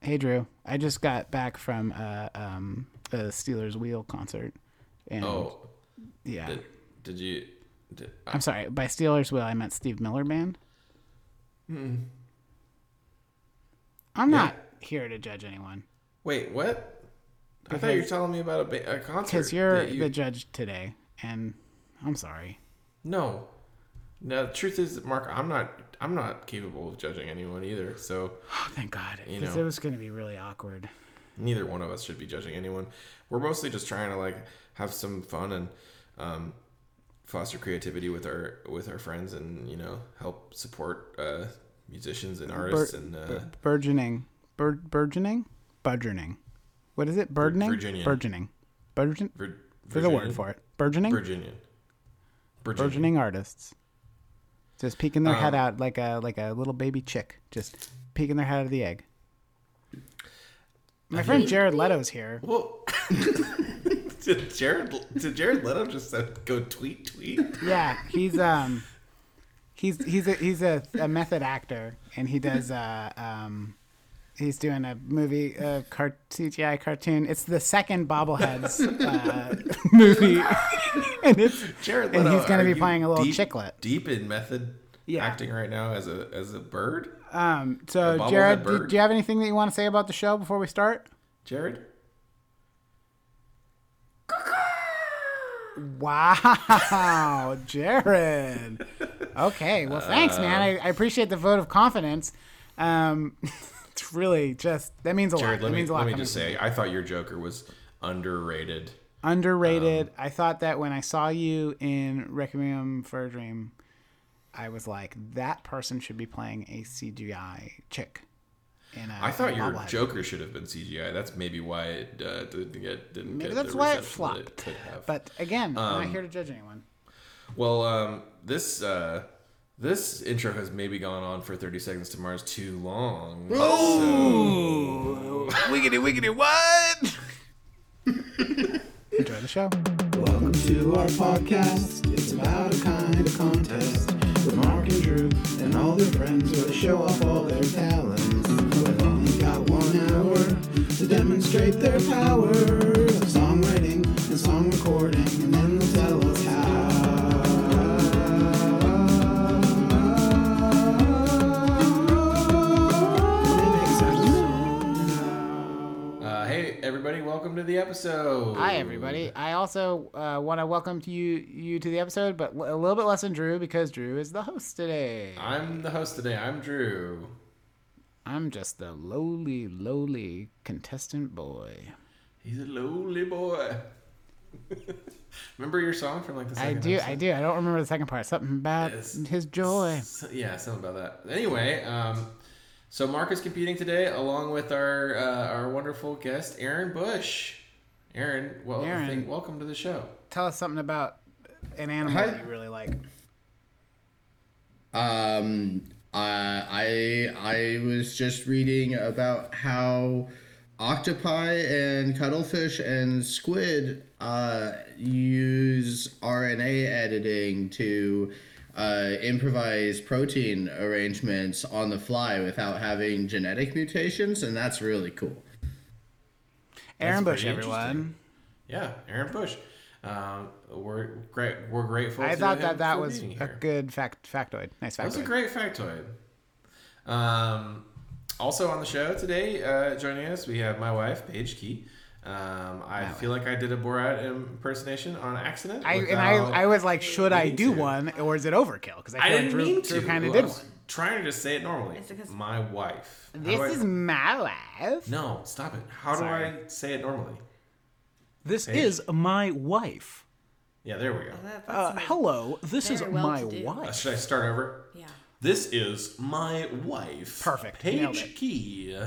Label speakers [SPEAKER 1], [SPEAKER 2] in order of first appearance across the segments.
[SPEAKER 1] Hey Drew, I just got back from uh, um, the Steelers Wheel concert, and
[SPEAKER 2] Oh,
[SPEAKER 1] yeah,
[SPEAKER 2] did, did you? Did, I,
[SPEAKER 1] I'm sorry. By Steelers Wheel, I meant Steve Miller Band.
[SPEAKER 2] Hmm.
[SPEAKER 1] I'm not here to judge anyone
[SPEAKER 2] wait, what? I thought you were telling me about a, ba- a concert.
[SPEAKER 1] because you're
[SPEAKER 2] that you-
[SPEAKER 1] the judge today, and I'm sorry.
[SPEAKER 2] no. No, the truth is, Mark, I'm not. I'm not capable of judging anyone either. So
[SPEAKER 1] Oh, thank God,
[SPEAKER 2] You
[SPEAKER 1] because
[SPEAKER 2] know.
[SPEAKER 1] it was going to be really awkward.
[SPEAKER 2] neither one of us should be judging anyone. We're mostly just trying to like have some fun and um, foster creativity with our with our friends and you know help support uh, musicians and artists and uh,
[SPEAKER 1] Burgeoning, Bur- burgeoning, burgeoning. What is it? Burgeoning,
[SPEAKER 2] Virginian.
[SPEAKER 1] burgeoning, burgeon.
[SPEAKER 2] Vir-
[SPEAKER 1] There's a word for it. Burgeoning,
[SPEAKER 2] Virginian. Virginian.
[SPEAKER 1] burgeoning artists just peeking their
[SPEAKER 2] Uh.
[SPEAKER 1] head out like a like a little baby chick just peeking their head out of the egg my friend jared leto's here
[SPEAKER 2] Well, did Jared did Jared Leto just say, go tweet tweet?
[SPEAKER 1] yeah he's um he's he's a he's a, a method actor and he does uh um he's doing a movie a cart- cgi cartoon it's the second bobbleheads uh, movie and it's
[SPEAKER 2] Jared
[SPEAKER 1] And
[SPEAKER 2] Leto,
[SPEAKER 1] he's gonna
[SPEAKER 2] are
[SPEAKER 1] be
[SPEAKER 2] you
[SPEAKER 1] playing a little
[SPEAKER 2] deep,
[SPEAKER 1] chicklet.
[SPEAKER 2] Deep in method
[SPEAKER 1] Yeah.
[SPEAKER 2] acting right now as a as a bird.
[SPEAKER 1] um
[SPEAKER 2] A
[SPEAKER 1] so
[SPEAKER 2] bobblehead
[SPEAKER 1] jared do,
[SPEAKER 2] bird.
[SPEAKER 1] do you have anything that you want to say about the show before we start
[SPEAKER 2] Jared,
[SPEAKER 1] Wow, Jared. Okay, well, thanks, man.
[SPEAKER 2] Uh,
[SPEAKER 1] I, I appreciate the vote of confidence. Um, it's really just that means a
[SPEAKER 2] Jared,
[SPEAKER 1] lot.
[SPEAKER 2] let
[SPEAKER 1] That
[SPEAKER 2] me
[SPEAKER 1] means a lot.
[SPEAKER 2] let me
[SPEAKER 1] coming
[SPEAKER 2] just
[SPEAKER 1] from you.
[SPEAKER 2] say, I thought your Joker was underrated.
[SPEAKER 1] underrated.
[SPEAKER 2] um,
[SPEAKER 1] I thought that when I saw you in Requiem for a Dream, I was like, that person should be playing a CGI chick. In a,
[SPEAKER 2] I
[SPEAKER 1] in
[SPEAKER 2] thought
[SPEAKER 1] a
[SPEAKER 2] your
[SPEAKER 1] bobblehead.
[SPEAKER 2] Joker should have been CGI. That's maybe why it uh, didn't get didn't
[SPEAKER 1] Maybe
[SPEAKER 2] get
[SPEAKER 1] that's
[SPEAKER 2] the
[SPEAKER 1] why it
[SPEAKER 2] reception that
[SPEAKER 1] flopped.
[SPEAKER 2] could have.
[SPEAKER 1] But again,
[SPEAKER 2] Um,
[SPEAKER 1] I'm not here to judge anyone.
[SPEAKER 2] Well, um, this uh, this intro has maybe gone on for 30 seconds to Mars too long. Oh, wiggity wiggity what?
[SPEAKER 1] Enjoy the show.
[SPEAKER 3] Welcome to our podcast. It's about a kind of contest with Mark and Drew and all their friends where they show off all their talents. We've only got one hour to demonstrate their power of songwriting and song recording, and then they'll tell us how.
[SPEAKER 2] Uh, hey everybody, welcome to the episode.
[SPEAKER 1] Hi everybody. I also uh, want to welcome to you you to the episode, but l- a little bit less than Drew because Drew is the host today.
[SPEAKER 2] I'm the host today. I'm Drew.
[SPEAKER 1] I'm just the lowly, lowly contestant boy.
[SPEAKER 2] He's a lonely boy. Remember your song from like the
[SPEAKER 1] I
[SPEAKER 2] second
[SPEAKER 1] do,
[SPEAKER 2] episode?
[SPEAKER 1] I do. I don't remember the second part. Something about
[SPEAKER 2] Yes.
[SPEAKER 1] his joy.
[SPEAKER 2] So- yeah, something about that. Anyway, um, so Mark is competing today along with our uh, our wonderful guest Aaron Bush. Aaron, well,
[SPEAKER 1] Aaron.
[SPEAKER 2] thank- welcome to the show.
[SPEAKER 1] Tell us something about an animal
[SPEAKER 4] Hi.
[SPEAKER 1] that you really like.
[SPEAKER 4] Um, uh, I I was just reading about how octopi and cuttlefish and squid uh, use RNA editing to uh, improvise protein arrangements on the fly without having genetic mutations, and that's really cool.
[SPEAKER 1] Aaron Bush,
[SPEAKER 2] pretty
[SPEAKER 1] everyone.
[SPEAKER 2] interesting. Yeah, Aaron Bush. Um, we're great. We're grateful.
[SPEAKER 1] I
[SPEAKER 2] to
[SPEAKER 1] thought
[SPEAKER 2] him
[SPEAKER 1] that that
[SPEAKER 2] for
[SPEAKER 1] was
[SPEAKER 2] being
[SPEAKER 1] a
[SPEAKER 2] here.
[SPEAKER 1] good fact factoid. Nice
[SPEAKER 2] That was a
[SPEAKER 1] factoid.
[SPEAKER 2] great factoid. Um, also on the show today, uh, joining us, we have my wife, Paige Key. Um, I feel like I did a Borat impersonation on accident.
[SPEAKER 1] I, and I, I was like, should I
[SPEAKER 2] meaning
[SPEAKER 1] do
[SPEAKER 2] to.
[SPEAKER 1] one or is it overkill? Because I, feel
[SPEAKER 2] I
[SPEAKER 1] like
[SPEAKER 2] didn't
[SPEAKER 1] Drew,
[SPEAKER 2] mean
[SPEAKER 1] Drew
[SPEAKER 2] to.
[SPEAKER 1] kind of
[SPEAKER 2] I
[SPEAKER 1] did
[SPEAKER 2] was
[SPEAKER 1] one.
[SPEAKER 2] Trying to just say it normally.
[SPEAKER 5] It's because-
[SPEAKER 2] my wife. How do I-
[SPEAKER 1] This is my life.
[SPEAKER 2] no. Stop it. How do
[SPEAKER 1] Sorry.
[SPEAKER 2] I say it normally?
[SPEAKER 6] This is my wife.
[SPEAKER 2] Yeah, there we go.
[SPEAKER 5] That- that's
[SPEAKER 6] Uh,
[SPEAKER 5] amazing.
[SPEAKER 6] hello, this is
[SPEAKER 5] Very well
[SPEAKER 6] my
[SPEAKER 5] to do.
[SPEAKER 2] Uh,
[SPEAKER 6] wife.
[SPEAKER 2] should I start over?
[SPEAKER 5] Yeah.
[SPEAKER 2] This is my wife.
[SPEAKER 1] Perfect. Nailed
[SPEAKER 2] Paige
[SPEAKER 1] it.
[SPEAKER 2] Key.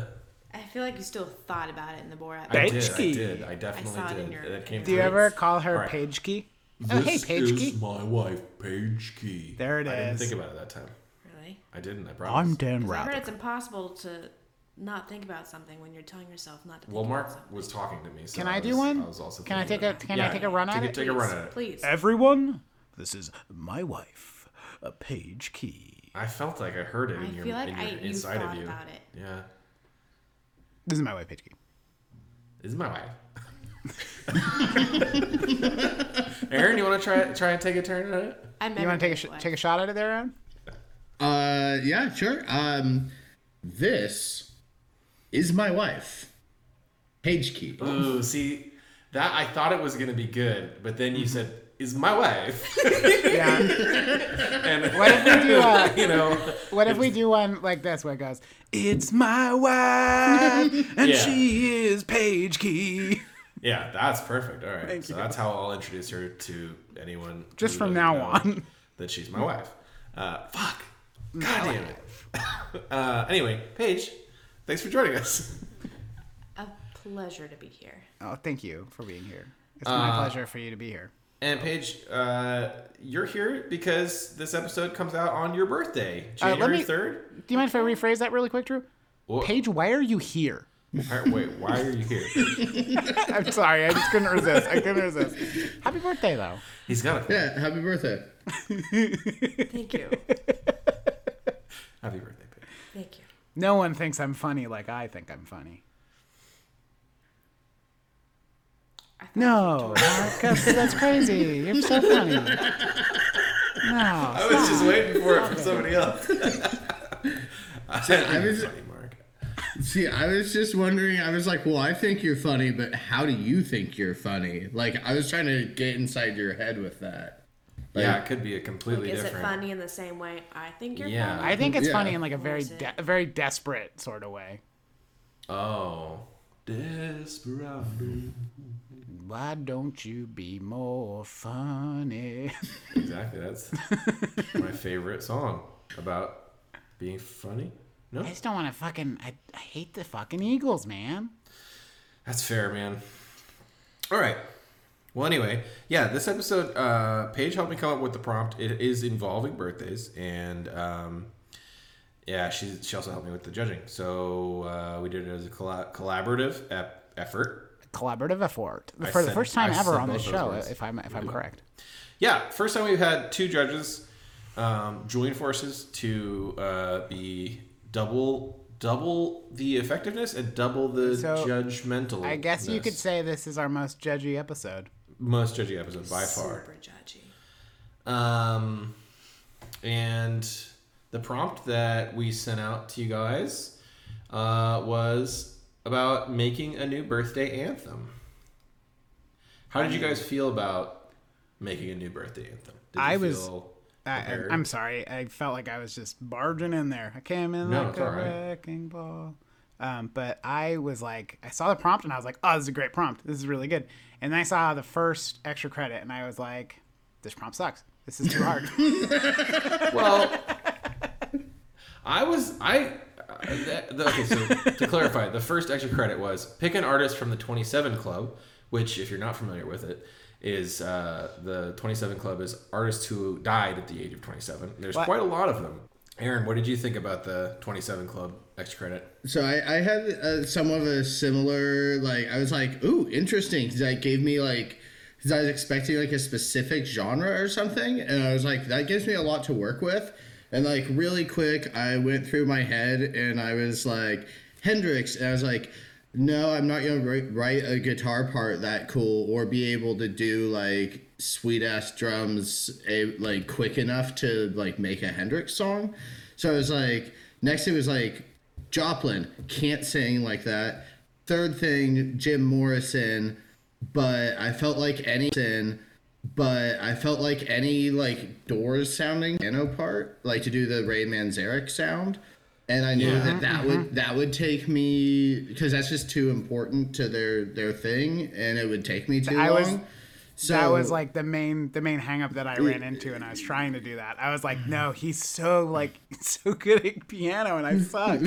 [SPEAKER 5] I feel like you still thought about it in the Borat.
[SPEAKER 2] I did.
[SPEAKER 6] Paige
[SPEAKER 2] I
[SPEAKER 6] Key.
[SPEAKER 2] did. I definitely
[SPEAKER 5] saw it in
[SPEAKER 2] did.
[SPEAKER 5] your-
[SPEAKER 2] That came
[SPEAKER 1] Do you
[SPEAKER 2] through.
[SPEAKER 1] ever call her
[SPEAKER 2] All right.
[SPEAKER 1] Page Key? Oh, hey, Page Key.
[SPEAKER 2] my wife, Paige Key.
[SPEAKER 1] There it
[SPEAKER 2] I didn't
[SPEAKER 1] is.
[SPEAKER 2] think about it that time.
[SPEAKER 5] Really?
[SPEAKER 2] I didn't. I promise.
[SPEAKER 6] I'm Dan
[SPEAKER 5] 'Cause I heard
[SPEAKER 6] Rather.
[SPEAKER 5] it's impossible to not think about something when you're telling yourself not to think
[SPEAKER 2] Well,
[SPEAKER 5] about
[SPEAKER 2] Mark
[SPEAKER 5] something.
[SPEAKER 2] was talking to me. So
[SPEAKER 1] Can
[SPEAKER 2] I
[SPEAKER 1] I do
[SPEAKER 2] was-
[SPEAKER 1] one?
[SPEAKER 2] I was also
[SPEAKER 1] Can I
[SPEAKER 2] thinking
[SPEAKER 1] take
[SPEAKER 2] about
[SPEAKER 1] a-
[SPEAKER 2] it.
[SPEAKER 1] can I
[SPEAKER 2] Yeah,
[SPEAKER 1] take a run at
[SPEAKER 2] take
[SPEAKER 1] it,
[SPEAKER 2] Take a run at it.
[SPEAKER 5] Please.
[SPEAKER 6] Everyone, this is my wife, a page key.
[SPEAKER 2] I felt like I heard it
[SPEAKER 5] I
[SPEAKER 2] in your,
[SPEAKER 5] feel like
[SPEAKER 2] in
[SPEAKER 5] I
[SPEAKER 2] your
[SPEAKER 5] you
[SPEAKER 2] inside
[SPEAKER 5] thought
[SPEAKER 2] of you.
[SPEAKER 5] about it.
[SPEAKER 2] Yeah.
[SPEAKER 1] This is my wife, Pitchkey.
[SPEAKER 2] This is my wife. Aaron, you want to try try and take a turn at it?
[SPEAKER 5] I met
[SPEAKER 1] You want to take a sh- take a shot at it there, Aaron?
[SPEAKER 4] Uh, yeah, sure. Um, this is my wife, Page Keep.
[SPEAKER 2] Ooh, see that I thought it was gonna be good, but then
[SPEAKER 1] Mm-hmm.
[SPEAKER 2] you said is my wife,
[SPEAKER 1] Yeah.
[SPEAKER 2] and
[SPEAKER 1] What if we do uh,
[SPEAKER 2] you know,
[SPEAKER 1] What if we do one like this where it goes, It's my wife, and
[SPEAKER 2] Yeah.
[SPEAKER 1] she is Paige Key.
[SPEAKER 2] yeah, that's perfect. All right, so that's how I'll introduce her to anyone.
[SPEAKER 1] Just
[SPEAKER 2] who
[SPEAKER 1] from
[SPEAKER 2] doesn't
[SPEAKER 1] now
[SPEAKER 2] know
[SPEAKER 1] on.
[SPEAKER 2] that she's my wife. Uh, fuck, god damn it. uh, anyway, Paige, thanks for joining us.
[SPEAKER 5] a pleasure to be here.
[SPEAKER 1] Oh, thank you for being here. It's my
[SPEAKER 6] Uh,
[SPEAKER 1] pleasure for you to be here.
[SPEAKER 2] And Paige, uh, you're here because this episode comes out on your birthday,
[SPEAKER 1] Uh, let
[SPEAKER 2] January
[SPEAKER 1] me-
[SPEAKER 2] third.
[SPEAKER 1] Do you mind if I rephrase that really quick, Drew? Paige, why are you here?
[SPEAKER 2] All right, wait, why are you here?
[SPEAKER 1] I'm sorry, I just couldn't resist. I couldn't resist. Happy birthday, though.
[SPEAKER 2] He's got a
[SPEAKER 4] Yeah, happy birthday.
[SPEAKER 5] Thank you.
[SPEAKER 2] happy birthday, Paige.
[SPEAKER 5] Thank you.
[SPEAKER 1] No one thinks I'm funny like I think I'm funny.
[SPEAKER 5] I thought
[SPEAKER 1] No, because that's crazy. You're so funny. No,
[SPEAKER 2] I was just waiting for it from somebody else. I
[SPEAKER 4] was-
[SPEAKER 2] funny, Mark.
[SPEAKER 4] See, I was just wondering. I was like, well, I think you're funny, but how do you think you're funny? Like, I was trying to get inside your head with that. Like,
[SPEAKER 2] yeah, it could be a completely
[SPEAKER 5] Is it
[SPEAKER 2] different.
[SPEAKER 5] funny in the same way I think you're
[SPEAKER 2] Yeah.
[SPEAKER 5] funny?
[SPEAKER 1] I think it's
[SPEAKER 4] Yeah.
[SPEAKER 1] funny in like a very,
[SPEAKER 5] Is it?
[SPEAKER 1] de- a very desperate sort of way.
[SPEAKER 2] Oh, desperado.
[SPEAKER 1] Why don't you be more funny?
[SPEAKER 2] Exactly. That's my favorite song about being funny. No,
[SPEAKER 1] I just don't want to fucking. I, I hate the fucking Eagles, man.
[SPEAKER 2] that's fair, man. All right. Well, anyway, yeah, this episode, uh, Paige helped me come up with the prompt. It is involving birthdays, and um, yeah, she she also helped me with the judging. So uh, we did it as a colla- collaborative ep- effort.
[SPEAKER 1] Collaborative effort
[SPEAKER 2] I
[SPEAKER 1] for the
[SPEAKER 2] said-
[SPEAKER 1] first time
[SPEAKER 2] I
[SPEAKER 1] ever
[SPEAKER 2] said
[SPEAKER 1] on this
[SPEAKER 2] both those
[SPEAKER 1] show,
[SPEAKER 2] words.
[SPEAKER 1] if I'm if I'm correct.
[SPEAKER 2] Yeah, first time we've had two judges um, join forces to uh, be double double the effectiveness and double the
[SPEAKER 1] So,
[SPEAKER 2] judgmental.
[SPEAKER 1] I guess you could say this is our most judgy episode.
[SPEAKER 2] most judgy episode by far.
[SPEAKER 5] Super judgy.
[SPEAKER 2] Um, and the prompt that we sent out to you guys uh, was about making a new birthday anthem. How did you guys feel about making a new birthday anthem? Did you
[SPEAKER 1] I was-
[SPEAKER 2] feel
[SPEAKER 1] I, I-
[SPEAKER 2] prepared?
[SPEAKER 1] I'm sorry. I felt like I was just barging in there. I came in
[SPEAKER 2] No,
[SPEAKER 1] like
[SPEAKER 2] it's
[SPEAKER 1] a
[SPEAKER 2] all right.
[SPEAKER 1] wrecking ball. Um, but I was like, I saw the prompt and I was like, oh, this is a great prompt. This is really good. And then I saw the first extra credit and I was like, this prompt sucks. This is too hard.
[SPEAKER 2] Well, I was I. Uh, that, the, okay, so to clarify, the first extra credit was pick an artist from the 27 Club, which, if you're not familiar with it, is uh, the 27 Club is artists who died at the age of 27. There's quite a lot of them. Aaron, what did you think about the 27 Club extra credit?
[SPEAKER 4] So I, I had uh, somewhat of a similar like I was like, ooh, interesting. 'cause that gave me like, because I was expecting like a specific genre or something, and I was like, that gives me a lot to work with. And like really quick, I went through my head and I was like Hendrix, and I was like, no, I'm not gonna write, write a guitar part that cool or be able to do like sweet ass drums a, like quick enough to like make a Hendrix song. So I was like, next it was like Joplin can't sing like that. Third thing, Jim Morrison, but I felt like any sin, but I felt like any like Doors sounding piano part, like to do the Ray Manzarek sound, and I knew that that
[SPEAKER 1] mm-hmm.
[SPEAKER 4] would that would take me because that's just too important to their their thing, and it would take me too
[SPEAKER 1] I
[SPEAKER 4] long.
[SPEAKER 1] was-
[SPEAKER 4] so
[SPEAKER 1] that was like the main the main hang up that I ran into and I was trying to do that. I was like, no, he's so like so good at piano and I suck.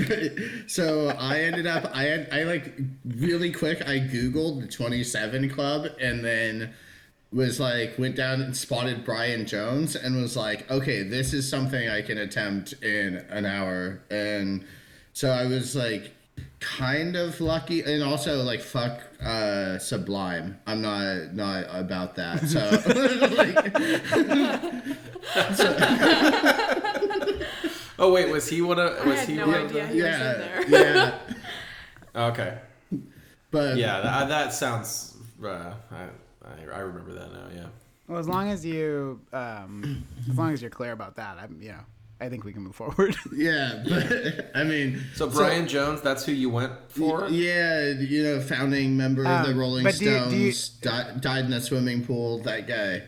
[SPEAKER 4] so I ended up I had I like really quick I googled the 27 club and then was like went down and spotted Brian Jones and was like okay this is something I can attempt in an hour and so I was like kind of lucky and also like fuck uh sublime i'm not not about that so like,
[SPEAKER 2] Oh wait, was he one of
[SPEAKER 5] I
[SPEAKER 2] was
[SPEAKER 5] had
[SPEAKER 2] he
[SPEAKER 5] no
[SPEAKER 2] one of
[SPEAKER 5] idea
[SPEAKER 2] the?
[SPEAKER 5] he was in
[SPEAKER 4] yeah
[SPEAKER 5] there.
[SPEAKER 4] yeah
[SPEAKER 2] Okay.
[SPEAKER 4] But
[SPEAKER 2] Yeah, that, that sounds. Uh, I, I I remember that now. Yeah.
[SPEAKER 1] Well, as long as you, um, as long as you're clear about that, I'm, you know, I think we can move forward.
[SPEAKER 4] yeah, but I mean,
[SPEAKER 2] So Brian Jones, that's who you went for.
[SPEAKER 4] Yeah, you know, founding member of the
[SPEAKER 1] Um,
[SPEAKER 4] Rolling
[SPEAKER 1] but do you-
[SPEAKER 4] Stones,
[SPEAKER 1] do you-
[SPEAKER 4] di- died in a swimming pool. That guy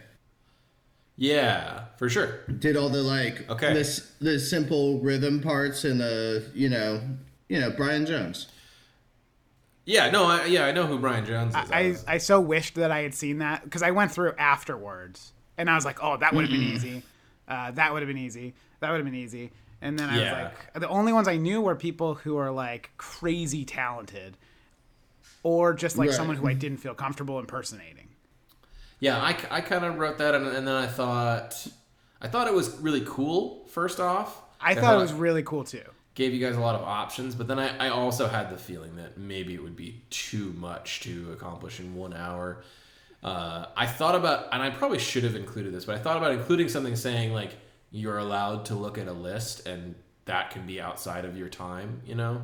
[SPEAKER 2] Yeah, for sure.
[SPEAKER 4] did all the like
[SPEAKER 2] Okay.
[SPEAKER 4] this the simple rhythm parts and the you know you know Brian Jones.
[SPEAKER 2] Yeah, no, I, yeah, I know who Brian Jones is.
[SPEAKER 1] I, I so wished that I had seen that because I went through afterwards and I was like, oh, that would have been
[SPEAKER 2] Mm-hmm.
[SPEAKER 1] easy. Uh, that would have been easy. That would have been easy. And then I
[SPEAKER 2] Yeah.
[SPEAKER 1] was like, the only ones I knew were people who are like crazy talented or just like
[SPEAKER 4] Right.
[SPEAKER 1] someone who I didn't feel comfortable impersonating.
[SPEAKER 2] Yeah, I, I kind of wrote that, and, and then I thought, I thought it was really cool. First off,
[SPEAKER 1] I thought it was really cool too.
[SPEAKER 2] gave you guys a lot of options, but then I, I also had the feeling that maybe it would be too much to accomplish in one hour. Uh, I thought about, and I probably should have included this, but I thought about including something saying like you're allowed to look at a list, and that can be outside of your time, you know.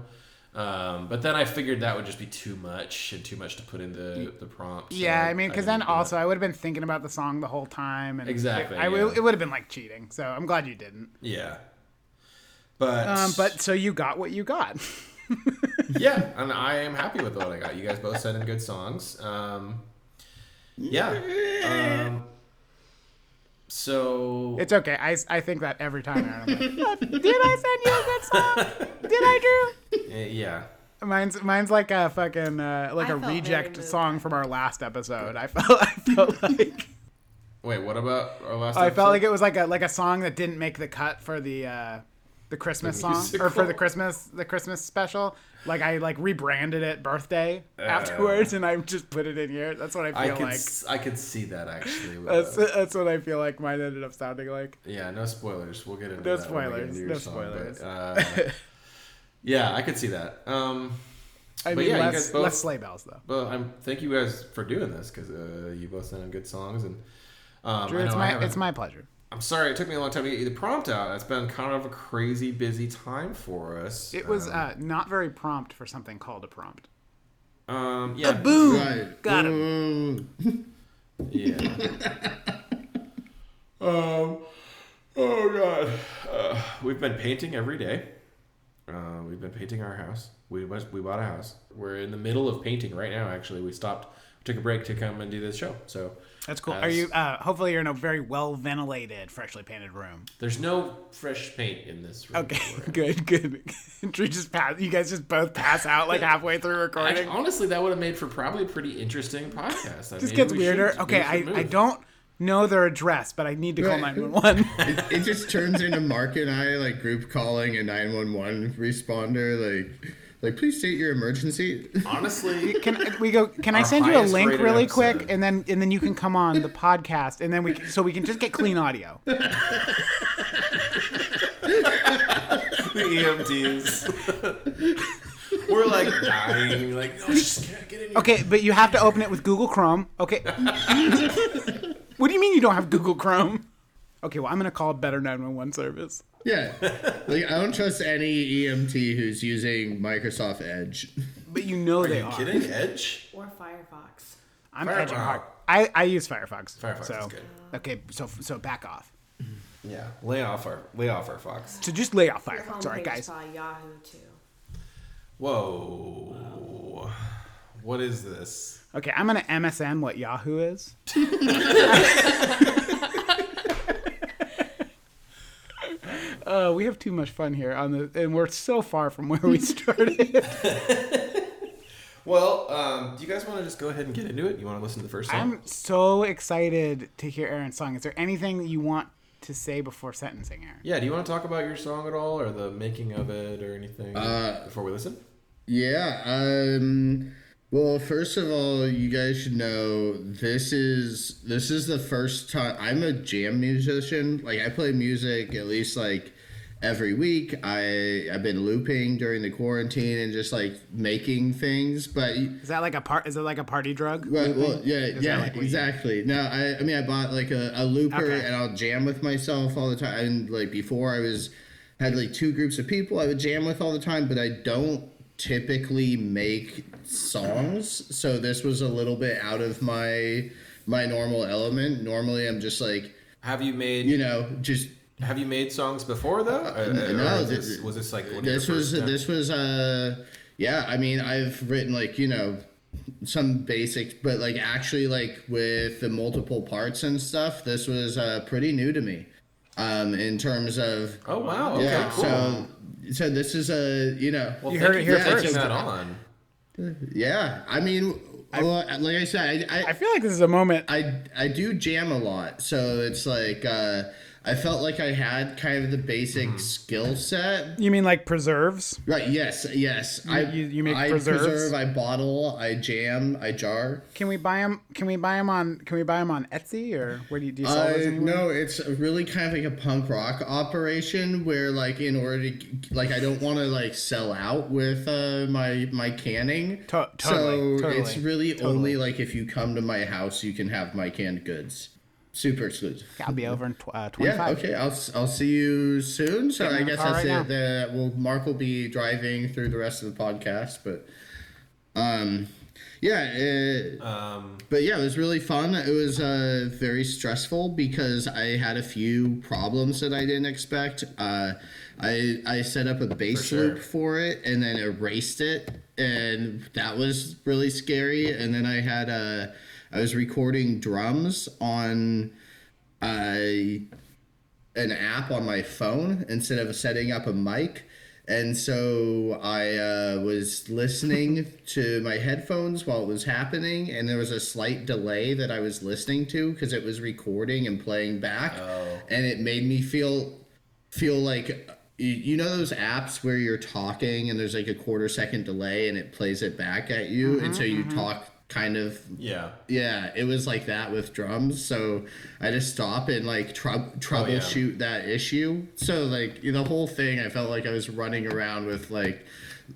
[SPEAKER 2] Um, but then I figured that would just be too much and too much to put into the prompt. so
[SPEAKER 1] Yeah, I mean, because then
[SPEAKER 2] didn't do that.
[SPEAKER 1] also I would have been thinking about the song the whole time, and
[SPEAKER 2] Exactly,
[SPEAKER 1] I, w-
[SPEAKER 2] yeah.
[SPEAKER 1] it would have been like cheating. So I'm glad you didn't.
[SPEAKER 2] yeah. But
[SPEAKER 1] Um, but so you got what you got.
[SPEAKER 2] yeah, and I am happy with what I got. You guys both sent in good songs. Um, yeah. Um, so
[SPEAKER 1] It's okay. I, I think that every time. Aaron. I'm like, "Oh, Did I send you that song? Did I,
[SPEAKER 2] eh, yeah,
[SPEAKER 1] Drew? Mine's mine's like a fucking uh, like a
[SPEAKER 5] I felt very
[SPEAKER 1] reject
[SPEAKER 5] moved.
[SPEAKER 1] song from our last episode. I felt I felt like
[SPEAKER 2] wait, what about our last?
[SPEAKER 1] I felt like
[SPEAKER 2] episode?
[SPEAKER 1] it was like a like a song that didn't make the cut for the uh, the Christmas
[SPEAKER 2] The
[SPEAKER 1] song or for
[SPEAKER 2] musical.
[SPEAKER 1] the Christmas the Christmas special. Like I like rebranded it birthday afterwards, and I just put it in here. That's what I
[SPEAKER 2] Uh. I
[SPEAKER 1] feel
[SPEAKER 2] could
[SPEAKER 1] like.
[SPEAKER 2] s- I could see that actually. with,
[SPEAKER 1] That's
[SPEAKER 2] uh,
[SPEAKER 1] that's what I feel like mine ended up sounding like.
[SPEAKER 2] yeah, no spoilers. We'll get into
[SPEAKER 1] No
[SPEAKER 2] that when we get
[SPEAKER 1] spoilers,
[SPEAKER 2] into your
[SPEAKER 1] no
[SPEAKER 2] song, but,
[SPEAKER 1] spoilers.
[SPEAKER 2] uh, yeah, I could see that. Um,
[SPEAKER 1] I
[SPEAKER 2] But
[SPEAKER 1] mean,
[SPEAKER 2] yeah, you guys
[SPEAKER 1] less,
[SPEAKER 2] both-
[SPEAKER 1] less sleigh bells though.
[SPEAKER 2] well, I'm thank you guys for doing this because uh, you both sent in good songs and. Um,
[SPEAKER 1] Drew,
[SPEAKER 2] I know
[SPEAKER 1] it's
[SPEAKER 2] I
[SPEAKER 1] my
[SPEAKER 2] haven't-
[SPEAKER 1] it's my pleasure.
[SPEAKER 2] I'm sorry it took me a long time to get you the prompt out. It's been kind of a crazy busy time for us.
[SPEAKER 1] It was
[SPEAKER 2] Um,
[SPEAKER 1] uh, not very prompt for something called a prompt.
[SPEAKER 2] Um, yeah.
[SPEAKER 4] Right, got
[SPEAKER 1] Mm,
[SPEAKER 4] him.
[SPEAKER 2] Yeah. um, oh god, uh, we've been painting every day. Uh, we've been painting our house. We was, we bought a house. We're in the middle of painting right now. Actually, we stopped, took a break to come and do this show. So
[SPEAKER 1] That's cool.
[SPEAKER 2] Uh,
[SPEAKER 1] Are you? Uh, hopefully, you're in a very well ventilated, freshly painted room.
[SPEAKER 2] there's no fresh paint in this room.
[SPEAKER 1] Okay, good, good. Drew just pass. You guys just both pass out like halfway through
[SPEAKER 2] Actually,
[SPEAKER 1] recording.
[SPEAKER 2] honestly, that would have made for probably a pretty interesting podcast. I
[SPEAKER 1] This
[SPEAKER 2] mean,
[SPEAKER 1] gets
[SPEAKER 2] we
[SPEAKER 1] weirder.
[SPEAKER 2] should- we
[SPEAKER 1] okay, I,
[SPEAKER 2] should
[SPEAKER 1] I
[SPEAKER 2] move.
[SPEAKER 1] don't know their address, but I need to call
[SPEAKER 4] Right.
[SPEAKER 1] nine one one.
[SPEAKER 4] It, it just turns into Mark and I like group calling a nine one one responder like like please state your emergency.
[SPEAKER 2] honestly.
[SPEAKER 1] Can we go? Can I
[SPEAKER 2] Our
[SPEAKER 1] send you a
[SPEAKER 2] highest
[SPEAKER 1] link
[SPEAKER 2] rated
[SPEAKER 1] really
[SPEAKER 2] episode.
[SPEAKER 1] quick, and then and then you can come on the podcast, and then we can, so we can just get clean audio.
[SPEAKER 2] the EMTs. We're like dying. Like, no, just can't get in here.
[SPEAKER 1] Okay, but you have to open it with Google Chrome. Okay. what do you mean you don't have Google Chrome? Okay, well I'm gonna call better 911 service.
[SPEAKER 4] Yeah, like I don't trust any EMT who's using Microsoft Edge.
[SPEAKER 1] But you know they
[SPEAKER 2] you
[SPEAKER 1] are.
[SPEAKER 2] kidding? Edge?
[SPEAKER 5] Or Firefox.
[SPEAKER 1] I'm
[SPEAKER 2] Firefox.
[SPEAKER 1] edging hard. I, I use Firefox.
[SPEAKER 2] Firefox
[SPEAKER 1] so,
[SPEAKER 2] is good.
[SPEAKER 1] Okay, so so back off.
[SPEAKER 2] Yeah. Lay off our lay off our fox.
[SPEAKER 1] So just lay off
[SPEAKER 5] Your
[SPEAKER 1] Firefox. All right,
[SPEAKER 5] homepage
[SPEAKER 1] guys.
[SPEAKER 5] saw Yahoo too.
[SPEAKER 2] Whoa. What is this?
[SPEAKER 1] Okay, I'm gonna MSN what Yahoo is. uh, we have too much fun here on the, and we're so far from where we started.
[SPEAKER 2] Well, um, do you guys want to just go ahead and get into it? You want to listen to the first song?
[SPEAKER 1] I'm so excited to hear Aaron's song. Is there anything that you want to say before sentencing Aaron?
[SPEAKER 2] yeah. Do you want to talk about your song at all, or the making of it, or anything
[SPEAKER 4] Uh,
[SPEAKER 2] before we listen?
[SPEAKER 4] Yeah. Um, well, first of all, you guys should know this is this is the first time I'm a jam musician. Like I play music at least like every week. I I've been looping during the quarantine and just like making things, but.
[SPEAKER 1] Is that like a part? Is it like a party drug?
[SPEAKER 4] Right, well, yeah, yeah,
[SPEAKER 1] like what you-
[SPEAKER 4] exactly. No, I, I mean, I bought like a, a looper
[SPEAKER 1] Okay.
[SPEAKER 4] and I'll jam with myself all the time. And like before, I was had like two groups of people I would jam with all the time, but I don't typically make songs, so this was a little bit out of my my normal element. Normally, I'm just like
[SPEAKER 2] Have you made
[SPEAKER 4] you know just
[SPEAKER 2] Have you made songs before though? Uh,
[SPEAKER 4] no,
[SPEAKER 2] or is
[SPEAKER 4] thi-
[SPEAKER 2] this, was this like one of your
[SPEAKER 4] this was
[SPEAKER 2] first time-
[SPEAKER 4] this was uh yeah i mean i've written like you know some basics but like actually like with the multiple parts and stuff this was uh pretty new to me um in terms of
[SPEAKER 2] Oh wow! Okay,
[SPEAKER 4] yeah
[SPEAKER 2] cool.
[SPEAKER 4] so so this is a you know
[SPEAKER 2] well,
[SPEAKER 1] You
[SPEAKER 2] thank
[SPEAKER 1] heard it
[SPEAKER 2] for
[SPEAKER 1] here
[SPEAKER 2] taking
[SPEAKER 4] first.
[SPEAKER 2] That on.
[SPEAKER 4] yeah i mean well, like i said i, I
[SPEAKER 1] I feel like this is a moment.
[SPEAKER 4] I I do jam a lot, so it's like uh, I felt like I had kind of the basic
[SPEAKER 2] Mm-hmm.
[SPEAKER 4] skill set.
[SPEAKER 1] You mean like preserves?
[SPEAKER 4] Right? Yes, yes. I
[SPEAKER 1] you- you make
[SPEAKER 4] I
[SPEAKER 1] preserves?
[SPEAKER 4] preserve, I bottle, I jam, I jar.
[SPEAKER 1] Can we buy them? Can we buy 'em on? Can we buy 'em on Etsy or where do you, do you sell
[SPEAKER 4] Uh,
[SPEAKER 1] those? anywhere?
[SPEAKER 4] no, it's really kind of like a punk rock operation where, like, in order to, like, I don't want to like sell out with uh, my my canning.
[SPEAKER 1] To- totally,
[SPEAKER 4] so
[SPEAKER 1] totally,
[SPEAKER 4] it's really only like if you come to my house, you can have my canned goods. Super exclusive.
[SPEAKER 1] I'll be over in tw- uh,
[SPEAKER 4] Yeah.
[SPEAKER 1] 25.
[SPEAKER 4] Okay. I'll I'll see you soon. So
[SPEAKER 1] Getting
[SPEAKER 4] I
[SPEAKER 1] in the
[SPEAKER 4] guess
[SPEAKER 1] car
[SPEAKER 4] that's
[SPEAKER 1] right
[SPEAKER 4] it. The, well, Mark will be driving through the rest of the podcast, but um, yeah. Uh,
[SPEAKER 2] Um,
[SPEAKER 4] but yeah, it was really fun. It was uh, very stressful because I had a few problems that I didn't expect. Uh, I I set up a bass loop for it and then erased it, and that was really scary. And then I had uh, I was recording drums on uh, an app on my phone instead of setting up a mic. And so I uh, was listening to my headphones while it was happening, and there was a slight delay that I was listening to because it was recording and playing back, and it made me feel feel like you, you know those apps where you're talking and there's like a quarter second delay and it plays it back at you, and so you talk kind of
[SPEAKER 2] yeah.
[SPEAKER 4] yeah, it was like that with drums. So I just stop and like troub troubleshoot that issue. So like the whole thing, I felt like I was running around with like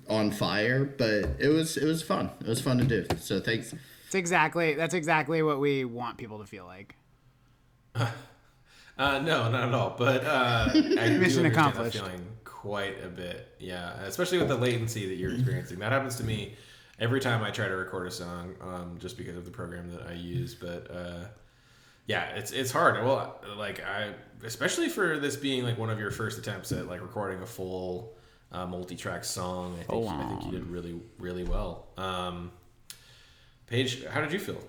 [SPEAKER 4] on fire, but it was it was fun. It was fun to do. So thanks.
[SPEAKER 1] It's exactly that's exactly what we want people to feel like.
[SPEAKER 2] Uh, no, not at all. But uh, I do understand that
[SPEAKER 1] accomplished.
[SPEAKER 2] Feeling quite a bit, yeah. Especially with the latency that you're experiencing. That happens to me every time I try to record a song, um, just because of the program that I use. But uh, yeah, it's it's hard. Well, like I, especially for this being like one of your first attempts at like recording a full uh, multi-track song. I think I think you did really really well. Um, Paige, how did you feel?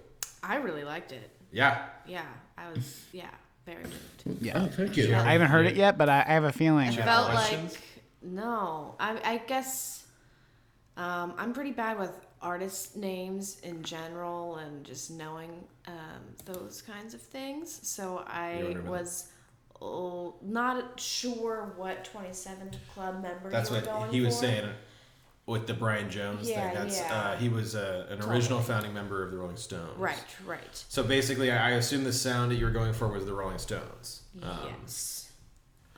[SPEAKER 5] I really liked it.
[SPEAKER 2] Yeah,
[SPEAKER 5] Yeah, I was. Yeah, very moved.
[SPEAKER 4] Oh, thank you.
[SPEAKER 1] I haven't heard it yet, but I, I have a feeling.
[SPEAKER 2] Yeah.
[SPEAKER 5] Felt
[SPEAKER 2] questions?
[SPEAKER 5] like no. I I guess um, I'm pretty bad with artist names in general and just knowing um, those kinds of things. So I
[SPEAKER 2] remember
[SPEAKER 5] was. l- Not sure what 27th Club member
[SPEAKER 2] That's
[SPEAKER 5] you were
[SPEAKER 2] what
[SPEAKER 5] going
[SPEAKER 2] he was
[SPEAKER 5] for.
[SPEAKER 2] saying with the Brian Jones
[SPEAKER 5] Yeah,
[SPEAKER 2] thing. That's
[SPEAKER 5] yeah.
[SPEAKER 2] uh, he was uh, an original founding member of the Rolling Stones.
[SPEAKER 5] Right, right.
[SPEAKER 2] So basically, I I assume the sound that you were going for was the Rolling Stones. Um,
[SPEAKER 5] yes.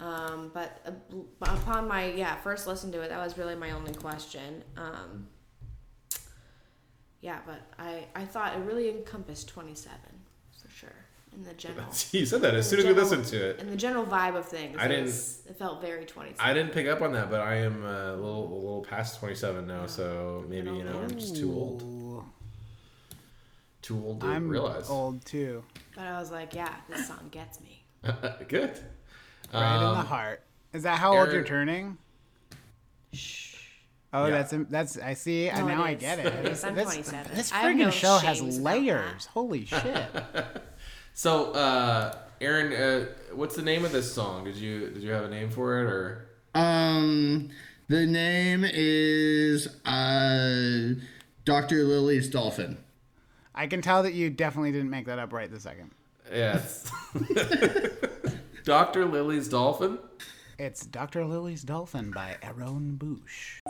[SPEAKER 5] Um, but up- upon my yeah first listen to it, that was really my only question. Um, yeah, but I I thought it really encompassed twenty seven for sure in the general.
[SPEAKER 2] He said that as soon as we
[SPEAKER 5] general-
[SPEAKER 2] listened to it.
[SPEAKER 5] In the general vibe of things,
[SPEAKER 2] I
[SPEAKER 5] it
[SPEAKER 2] didn't-
[SPEAKER 5] was- It felt very twenty seven.
[SPEAKER 2] I didn't pick up on that, but I am uh, a little a little past 27 now, so maybe you know I'm just too old.
[SPEAKER 1] Ooh,
[SPEAKER 2] Too old to
[SPEAKER 1] I'm
[SPEAKER 2] realize.
[SPEAKER 1] old too,
[SPEAKER 5] But I was like, yeah, this song gets me.
[SPEAKER 2] Good.
[SPEAKER 1] right in the heart. Is that how old you're
[SPEAKER 2] Um, Eric-
[SPEAKER 1] turning?
[SPEAKER 5] Shh.
[SPEAKER 1] Oh,
[SPEAKER 2] Yeah.
[SPEAKER 1] that's that's I see. and
[SPEAKER 5] No,
[SPEAKER 1] now
[SPEAKER 5] it
[SPEAKER 1] I
[SPEAKER 5] is.
[SPEAKER 1] get it.
[SPEAKER 5] It is.
[SPEAKER 1] This,
[SPEAKER 5] I'm
[SPEAKER 1] this-
[SPEAKER 5] 27.
[SPEAKER 1] This
[SPEAKER 5] I have
[SPEAKER 1] friggin'
[SPEAKER 5] no
[SPEAKER 1] show has
[SPEAKER 5] shames about that.
[SPEAKER 1] layers. Holy shit!
[SPEAKER 2] So, uh, Aaron, uh, what's the name of this song? Did you did you have a name for it or?
[SPEAKER 4] Um, the name is uh, Dr. Lily's Dolphin.
[SPEAKER 1] I can tell that you definitely didn't make that up right this second.
[SPEAKER 2] Yeah. Dr. Lily's Dolphin?
[SPEAKER 1] It's Dr. Lily's Dolphin by Aaron Bush.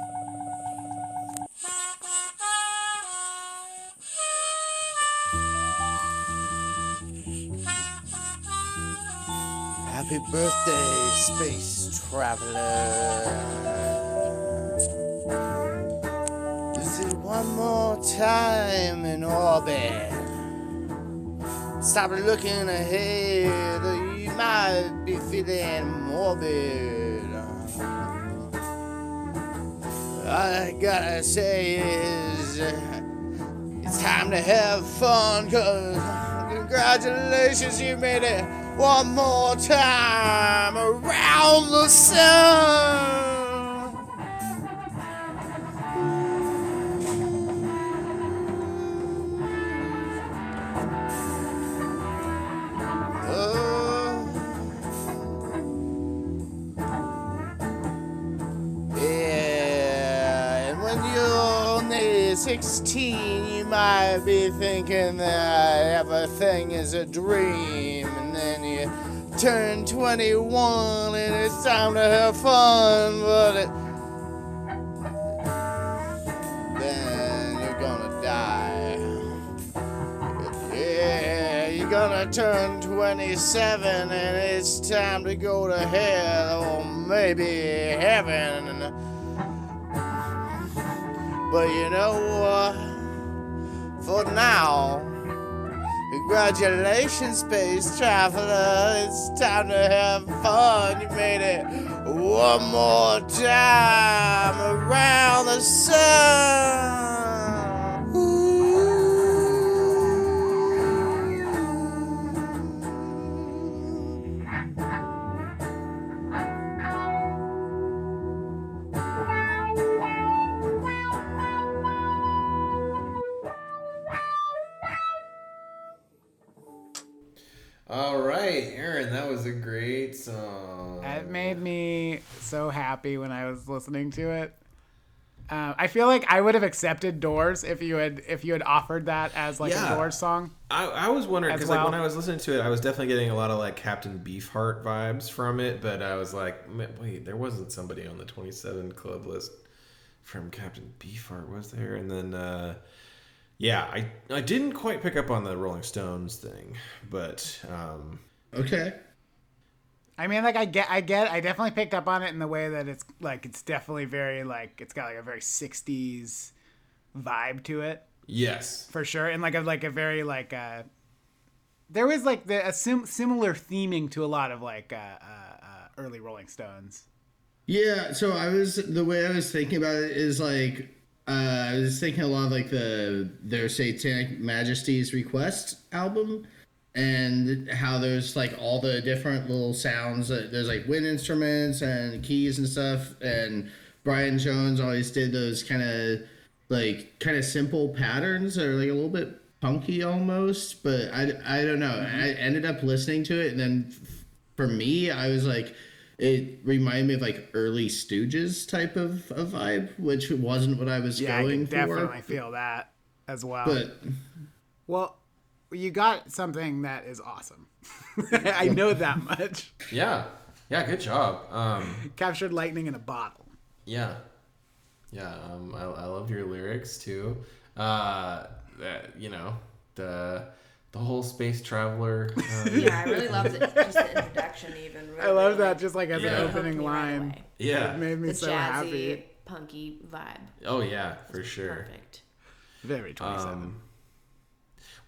[SPEAKER 7] Happy birthday, space traveler. Is it one more time in orbit? Stop looking ahead, or you might be feeling morbid. I gotta say is uh, it's time to have fun, cause congratulations, you made it one more time around the sun. Oh. Yeah, and when you're only 16, you might be thinking that everything is a dream, and then you turn 21 and it's time to have fun, but it, then you're gonna die. Yeah, you're gonna turn 27 and it's time to go to hell or maybe heaven. But you know what? For now, congratulations, space traveler. It's time to have fun. You made it one more time around the sun.
[SPEAKER 2] All right, Aaron, that was a great song.
[SPEAKER 1] It made me so happy when I was listening to it. Um, I feel like I would have accepted Doors if you had if you had offered that as like
[SPEAKER 2] Yeah.
[SPEAKER 1] a Doors song.
[SPEAKER 2] I, I was wondering
[SPEAKER 1] As
[SPEAKER 2] because
[SPEAKER 1] well.
[SPEAKER 2] like when I was listening to it, I was definitely getting a lot of like Captain Beefheart vibes from it, but I was like, "Ma- wait, there wasn't somebody on the 27 club list from Captain Beefheart, was there? And then, uh, yeah, I I didn't quite pick up on the Rolling Stones thing, but um,
[SPEAKER 4] Okay.
[SPEAKER 1] I mean, like I get, I get, I definitely picked up on it in the way that it's like it's definitely very like it's got like a very '60s vibe to it
[SPEAKER 2] yes,
[SPEAKER 1] for sure, and like a like a very like uh, there was like the a sim- similar theming to a lot of like uh, uh, uh, early Rolling Stones.
[SPEAKER 4] Yeah, so I was the way I was thinking about it is like uh, I was thinking a lot of like the their Satanic Majesty's Request album and how there's like all the different little sounds that there's like wind instruments and keys and stuff and Brian Jones always did those kind of like kind of simple patterns that are like a little bit punky almost but I, I don't know
[SPEAKER 1] Mm-hmm.
[SPEAKER 4] I ended up listening to it and then f- for me I was like it reminded me of like early Stooges type of, of vibe which wasn't what I was
[SPEAKER 1] Yeah, I can
[SPEAKER 4] going
[SPEAKER 1] definitely
[SPEAKER 4] for
[SPEAKER 1] feel that as well.
[SPEAKER 4] but
[SPEAKER 1] well, you got something that is awesome. I know that much.
[SPEAKER 2] yeah, yeah, good job. Um,
[SPEAKER 1] Captured lightning in a bottle.
[SPEAKER 2] yeah, yeah, um, I, I love your lyrics too. Uh, that, you know the the whole space traveler. Um,
[SPEAKER 5] Yeah, I really loved it. Just the introduction, even. Really,
[SPEAKER 1] I love that just like as
[SPEAKER 2] Yeah.
[SPEAKER 1] an
[SPEAKER 5] hooked
[SPEAKER 1] opening
[SPEAKER 5] me right
[SPEAKER 1] line.
[SPEAKER 5] away.
[SPEAKER 2] yeah.
[SPEAKER 1] It made me
[SPEAKER 5] the
[SPEAKER 1] so
[SPEAKER 5] jazzy,
[SPEAKER 1] happy.
[SPEAKER 5] punky vibe.
[SPEAKER 2] Oh yeah, for sure.
[SPEAKER 5] Perfect.
[SPEAKER 1] Very 27.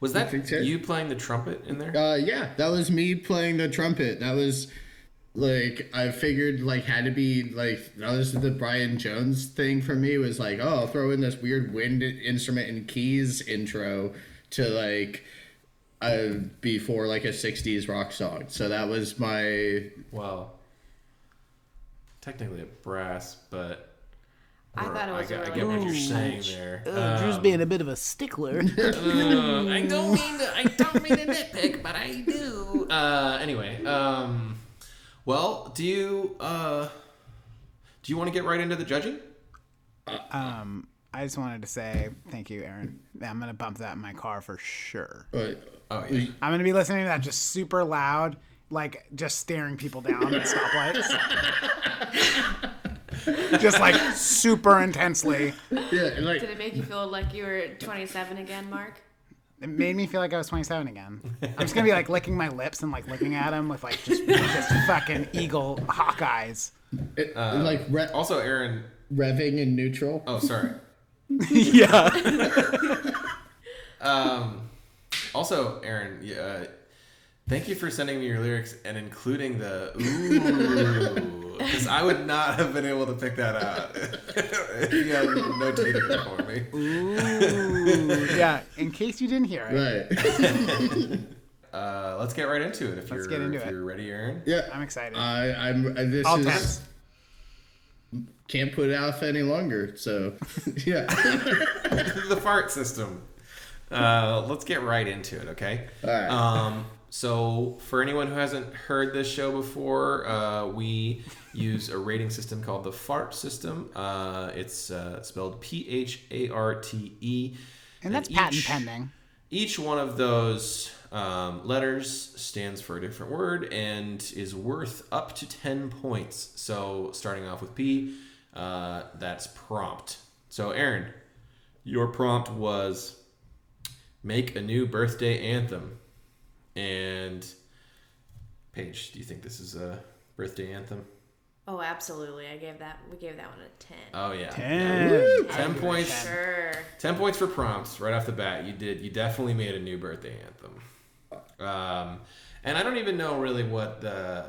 [SPEAKER 2] Was that
[SPEAKER 4] think so?
[SPEAKER 2] you playing the trumpet in there?
[SPEAKER 4] Uh, yeah, that was me playing the trumpet. That was like I figured like had to be like that was the Brian Jones thing for me was like oh I'll throw in this weird wind instrument and keys intro to like uh before like a 60s rock song so that was my
[SPEAKER 2] Well, technically a brass, but
[SPEAKER 5] I thought it was
[SPEAKER 2] I,
[SPEAKER 5] a
[SPEAKER 2] get- I
[SPEAKER 5] really
[SPEAKER 2] get what
[SPEAKER 5] good
[SPEAKER 2] you're saying there.
[SPEAKER 1] Drew's being a bit of a stickler.
[SPEAKER 2] Uh, I don't mean to. I don't mean to nitpick, but I do. Uh, anyway, um, well, do you uh, do you want to get right into the judging?
[SPEAKER 1] um, I just wanted to say thank you, Aaron. I'm gonna bump that in my car for sure.
[SPEAKER 4] but
[SPEAKER 2] Oh yeah.
[SPEAKER 1] I'm gonna be listening to that just super loud, like just staring people down at stoplights. just like super intensely.
[SPEAKER 4] yeah and, like
[SPEAKER 5] Did it make you feel like you were 27 again, Mark?
[SPEAKER 1] It made me feel like I was 27 again. I'm just gonna be like licking my lips and like looking at him with like just, just fucking eagle hawk eyes.
[SPEAKER 4] it,
[SPEAKER 1] Uh,
[SPEAKER 4] like re-
[SPEAKER 2] Also, Aaron.
[SPEAKER 4] revving in neutral
[SPEAKER 2] Oh, sorry.
[SPEAKER 1] yeah.
[SPEAKER 2] Um, also, Aaron, y- uh, Thank you for sending me your lyrics and including the ooh, because I would not have been able to pick that out if you had notated it for me.
[SPEAKER 1] Ooh, yeah. In case you didn't hear it,
[SPEAKER 4] Right.
[SPEAKER 2] Uh, let's get right into it. If you're
[SPEAKER 1] get into
[SPEAKER 2] if
[SPEAKER 1] it.
[SPEAKER 2] you're ready, Aaron.
[SPEAKER 4] Yeah.
[SPEAKER 1] I'm excited.
[SPEAKER 4] I, I'm. I, this
[SPEAKER 1] All
[SPEAKER 4] is
[SPEAKER 1] taps.
[SPEAKER 4] can't put it off any longer. So, yeah.
[SPEAKER 2] the fart system. Uh, let's get right into it, okay? All
[SPEAKER 4] right.
[SPEAKER 2] Um, so, for anyone who hasn't heard this show before, uh, we use a rating system called the fart system. Uh, it's uh, spelled P H A R T E.
[SPEAKER 1] and that's patent pending.
[SPEAKER 2] Each one of those um, letters stands for a different word and is worth up to 10 points. So, starting off with P, uh, that's prompt. So, Aaron, your prompt was make a new birthday anthem. And, Paige, do you think this is a birthday anthem?
[SPEAKER 5] Oh, absolutely. I gave that. We gave that one a ten.
[SPEAKER 2] Oh, yeah.
[SPEAKER 1] Ten.
[SPEAKER 2] Yeah. Woo! 10 points.
[SPEAKER 5] Sure.
[SPEAKER 2] 10 points for prompts right off the bat you did you definitely made a new birthday anthem um, and i don't even know really what the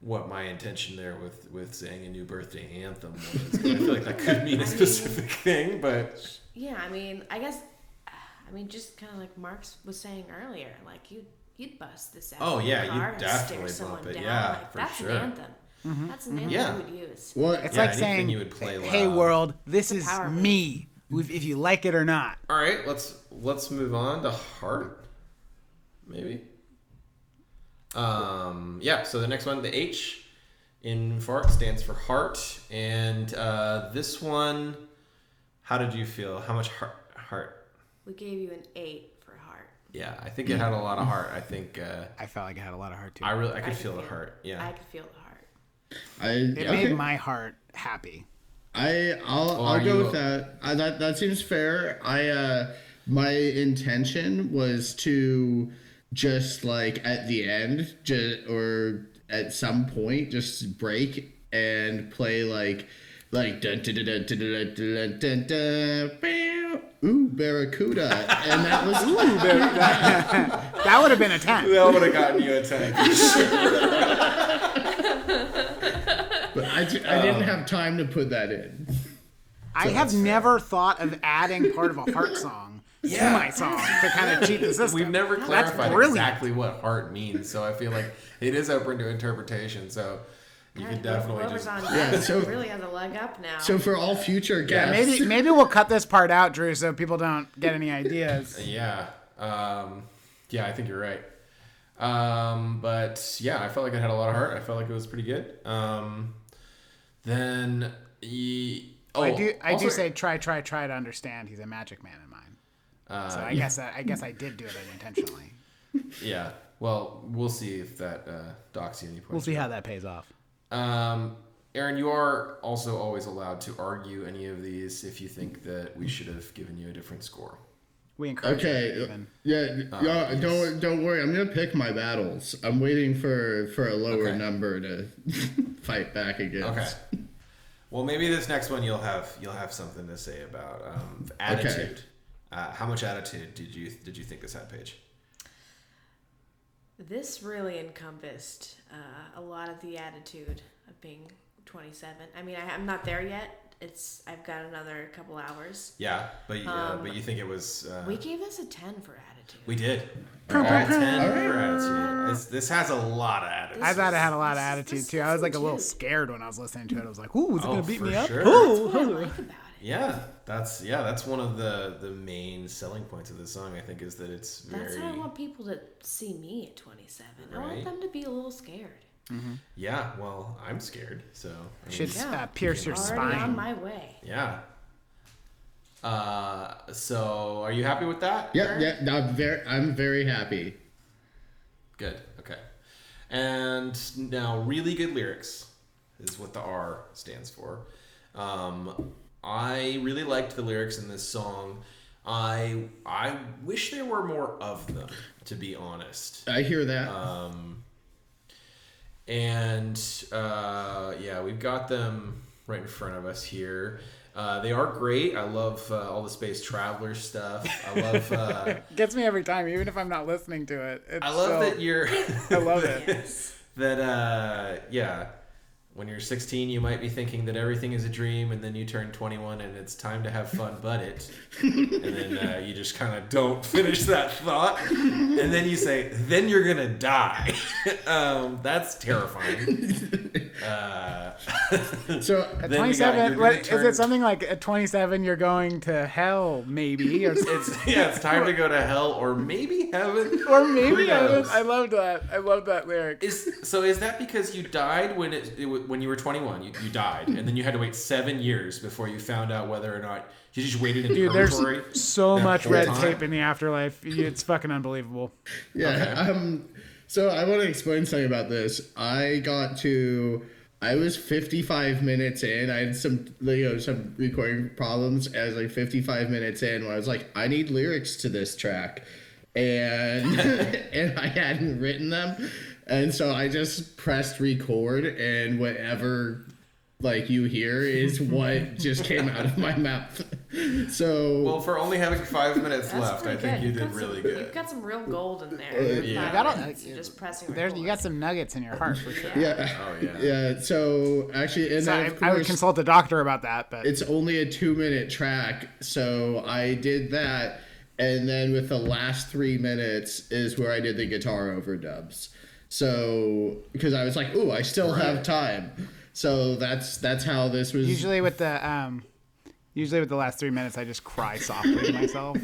[SPEAKER 2] what my intention there with with saying a new birthday anthem was 'cause i feel like that could mean a specific thing but
[SPEAKER 5] Yeah, I mean, I guess, I mean, just kind of like Marx was saying earlier, like you you'd bust this out.
[SPEAKER 2] Oh,
[SPEAKER 5] in
[SPEAKER 2] yeah,
[SPEAKER 5] the
[SPEAKER 2] you'd
[SPEAKER 5] car and
[SPEAKER 2] definitely
[SPEAKER 5] stare
[SPEAKER 2] bump
[SPEAKER 5] someone
[SPEAKER 2] it,
[SPEAKER 5] down.
[SPEAKER 2] yeah,
[SPEAKER 5] like,
[SPEAKER 2] for
[SPEAKER 5] that's
[SPEAKER 2] sure.
[SPEAKER 5] an anthem. That's an anthem
[SPEAKER 2] Yeah.
[SPEAKER 5] you would use.
[SPEAKER 4] what?
[SPEAKER 1] It's
[SPEAKER 2] Yeah,
[SPEAKER 1] like
[SPEAKER 2] anything
[SPEAKER 1] saying,
[SPEAKER 2] you would play
[SPEAKER 1] "Hey
[SPEAKER 2] loud.
[SPEAKER 1] world, this
[SPEAKER 5] a
[SPEAKER 1] is
[SPEAKER 5] power move.
[SPEAKER 1] me. If if you like it or not."
[SPEAKER 2] all right let's let's move on to heart maybe um yeah so the next one the h in fart stands for heart and uh this one how did you feel how much heart heart
[SPEAKER 5] We gave you an eight for heart.
[SPEAKER 2] yeah i think it had a lot of heart i think uh
[SPEAKER 1] I felt like I had a lot of heart too.
[SPEAKER 2] i really i could feel the heart yeah
[SPEAKER 5] I could feel the heart.
[SPEAKER 4] I,
[SPEAKER 1] it
[SPEAKER 4] okay.
[SPEAKER 1] made my heart happy.
[SPEAKER 4] I I'll,
[SPEAKER 2] are
[SPEAKER 4] I'll go
[SPEAKER 2] you-
[SPEAKER 4] with that. I, that that seems fair. I uh, my intention was to just like at the end, just, or at some point, just break and play like like dun dun dun dun dun dun dun dun dun dun meow, ooh barracuda, and that was
[SPEAKER 1] That would have been a ten.
[SPEAKER 2] that would have gotten you a 10
[SPEAKER 4] But I, ju- I didn't have time to put that in.
[SPEAKER 1] I have never thought of adding part of a heart song to my song to kind of cheat the system.
[SPEAKER 2] we've never
[SPEAKER 1] That's
[SPEAKER 2] clarified
[SPEAKER 1] brilliant.
[SPEAKER 2] exactly what heart means so i feel like it is open to interpretation so you
[SPEAKER 5] All
[SPEAKER 2] can
[SPEAKER 5] right,
[SPEAKER 2] definitely
[SPEAKER 5] whoever's
[SPEAKER 2] just
[SPEAKER 5] on
[SPEAKER 4] Yeah,
[SPEAKER 5] next
[SPEAKER 4] so-
[SPEAKER 5] really has a leg up now.
[SPEAKER 4] So for all future guests,
[SPEAKER 1] Maybe maybe we'll cut this part out, Drew, so people don't get any ideas.
[SPEAKER 2] Yeah. Um, yeah, I think you're right. Um, but yeah, I felt like it had a lot of heart. I felt like it was pretty good. Um, then, ye- oh,
[SPEAKER 1] I do I do
[SPEAKER 2] also-
[SPEAKER 1] say try try try to understand. He's a magic man in mine.
[SPEAKER 2] uh,
[SPEAKER 1] So I
[SPEAKER 2] yeah,
[SPEAKER 1] guess I, I guess I did do it intentionally.
[SPEAKER 2] yeah. Well, we'll see if that uh, docks you any points.
[SPEAKER 1] how that pays off.
[SPEAKER 2] Um, Aaron, you are also always allowed to argue any of these if you think that we should have given you a different score.
[SPEAKER 1] We encourage it,
[SPEAKER 4] Okay.
[SPEAKER 1] even.
[SPEAKER 4] Yeah.
[SPEAKER 2] uh,
[SPEAKER 4] yeah, Don't don't worry. I'm gonna pick my battles. I'm waiting for for a lower
[SPEAKER 2] Okay.
[SPEAKER 4] number to fight back against.
[SPEAKER 2] Okay. Well, maybe this next one you'll have you'll have something to say about um, attitude. Uh, how much attitude did you did you think this had, Paige?
[SPEAKER 5] This really encompassed uh, a lot of the attitude of being 27. I mean, I, I'm not there yet. It's I've got another couple hours.
[SPEAKER 2] Yeah, but uh, but you think it was uh,
[SPEAKER 5] Um, We gave this a 10 for attitude.
[SPEAKER 2] we did. All ten for attitude. This, this has a lot of attitude.
[SPEAKER 1] I thought I had a lot of
[SPEAKER 5] This is-
[SPEAKER 1] attitude
[SPEAKER 5] this
[SPEAKER 1] too. I was like a little
[SPEAKER 5] is legit.
[SPEAKER 1] scared when I was listening to it. I was like, "Ooh, is it
[SPEAKER 2] Oh,
[SPEAKER 1] gonna beat
[SPEAKER 2] for
[SPEAKER 1] me up?"
[SPEAKER 2] sure.
[SPEAKER 1] Ooh.
[SPEAKER 5] What I like about it.
[SPEAKER 2] yeah, that's yeah, that's one of the the main selling points of this song. I think is that it's
[SPEAKER 5] That's
[SPEAKER 2] very
[SPEAKER 5] how I want people to see me at 27. I
[SPEAKER 2] Right.
[SPEAKER 5] want them to be a little scared.
[SPEAKER 2] yeah. Well, I'm scared, so I mean,
[SPEAKER 1] Should uh, pierce your
[SPEAKER 5] Already on
[SPEAKER 1] spine.
[SPEAKER 5] my way.
[SPEAKER 2] yeah. Uh, so are you happy with that?
[SPEAKER 4] Yeah. Yeah. no, I'm very I'm very happy.
[SPEAKER 2] Good. Okay. And now, really good lyrics is what the R stands for. Um, I really liked the lyrics in this song. I I wish there were more of them, to be honest.
[SPEAKER 4] I hear that.
[SPEAKER 2] Um, uh, and uh, yeah, we've got them right in front of us here. Uh, they are great. I love uh, all the space traveler stuff. I love. Uh,
[SPEAKER 1] Gets me every time, even if I'm not listening to it. It's
[SPEAKER 2] I love
[SPEAKER 1] so-
[SPEAKER 2] that you're.
[SPEAKER 1] I love it.
[SPEAKER 2] that uh, yeah, when you're 16, you might be thinking that everything is a dream, and then you turn 21, and it's time to have fun, but it, and then uh, you just kind of don't finish that thought, and then you say, then you're gonna die. um, that's terrifying. Uh,
[SPEAKER 4] So
[SPEAKER 2] then you got- you're
[SPEAKER 1] 27.
[SPEAKER 2] gonna
[SPEAKER 1] What, is
[SPEAKER 2] turn-
[SPEAKER 1] it something like at 27 you're going to hell, maybe? Or,
[SPEAKER 2] It's yeah, it's time to go to hell or maybe heaven
[SPEAKER 1] or maybe. I,
[SPEAKER 2] knows?
[SPEAKER 1] love- I love that. I love that lyric.
[SPEAKER 2] Is so? Is that because you died when it, it wa- when you were 21? You, you died, and then you had to wait seven years before you found out whether or not you just waited in
[SPEAKER 1] Dude, there's
[SPEAKER 2] purgatory.
[SPEAKER 1] so
[SPEAKER 2] that
[SPEAKER 1] much
[SPEAKER 2] whole
[SPEAKER 1] red
[SPEAKER 2] time?
[SPEAKER 1] tape in the afterlife. It's fucking unbelievable.
[SPEAKER 4] Yeah. Um, so I want to explain something about this. I got to, I was 55 minutes in. I had some, you know, some recording problems. I was like 55 minutes in when I was like, I need lyrics to this track, and and I hadn't written them, and so I just pressed record, and whatever like you hear is what just came out of my mouth. So
[SPEAKER 2] Well, for only having five minutes
[SPEAKER 5] That's
[SPEAKER 2] left, I
[SPEAKER 5] pretty
[SPEAKER 2] think
[SPEAKER 5] good.
[SPEAKER 2] you
[SPEAKER 5] You've
[SPEAKER 2] did
[SPEAKER 5] got
[SPEAKER 2] really
[SPEAKER 5] some,
[SPEAKER 2] good.
[SPEAKER 5] You've got some real gold in there.
[SPEAKER 2] Yeah.
[SPEAKER 5] Five
[SPEAKER 1] That'll-
[SPEAKER 5] minutes of just pressing
[SPEAKER 1] There's, you got
[SPEAKER 5] record.
[SPEAKER 1] some nuggets in your heart for sure.
[SPEAKER 4] yeah.
[SPEAKER 2] Oh yeah.
[SPEAKER 4] Yeah, so actually, and
[SPEAKER 1] So I,
[SPEAKER 4] then of
[SPEAKER 1] I would
[SPEAKER 4] course-
[SPEAKER 1] consult the doctor about that, but
[SPEAKER 4] it's only a two minute track so i did that and then with the last three minutes is where i did the guitar overdubs so because i was like ooh i still have time so that's that's how this was
[SPEAKER 1] usually with the um, usually with the last three minutes, I just cry softly to myself.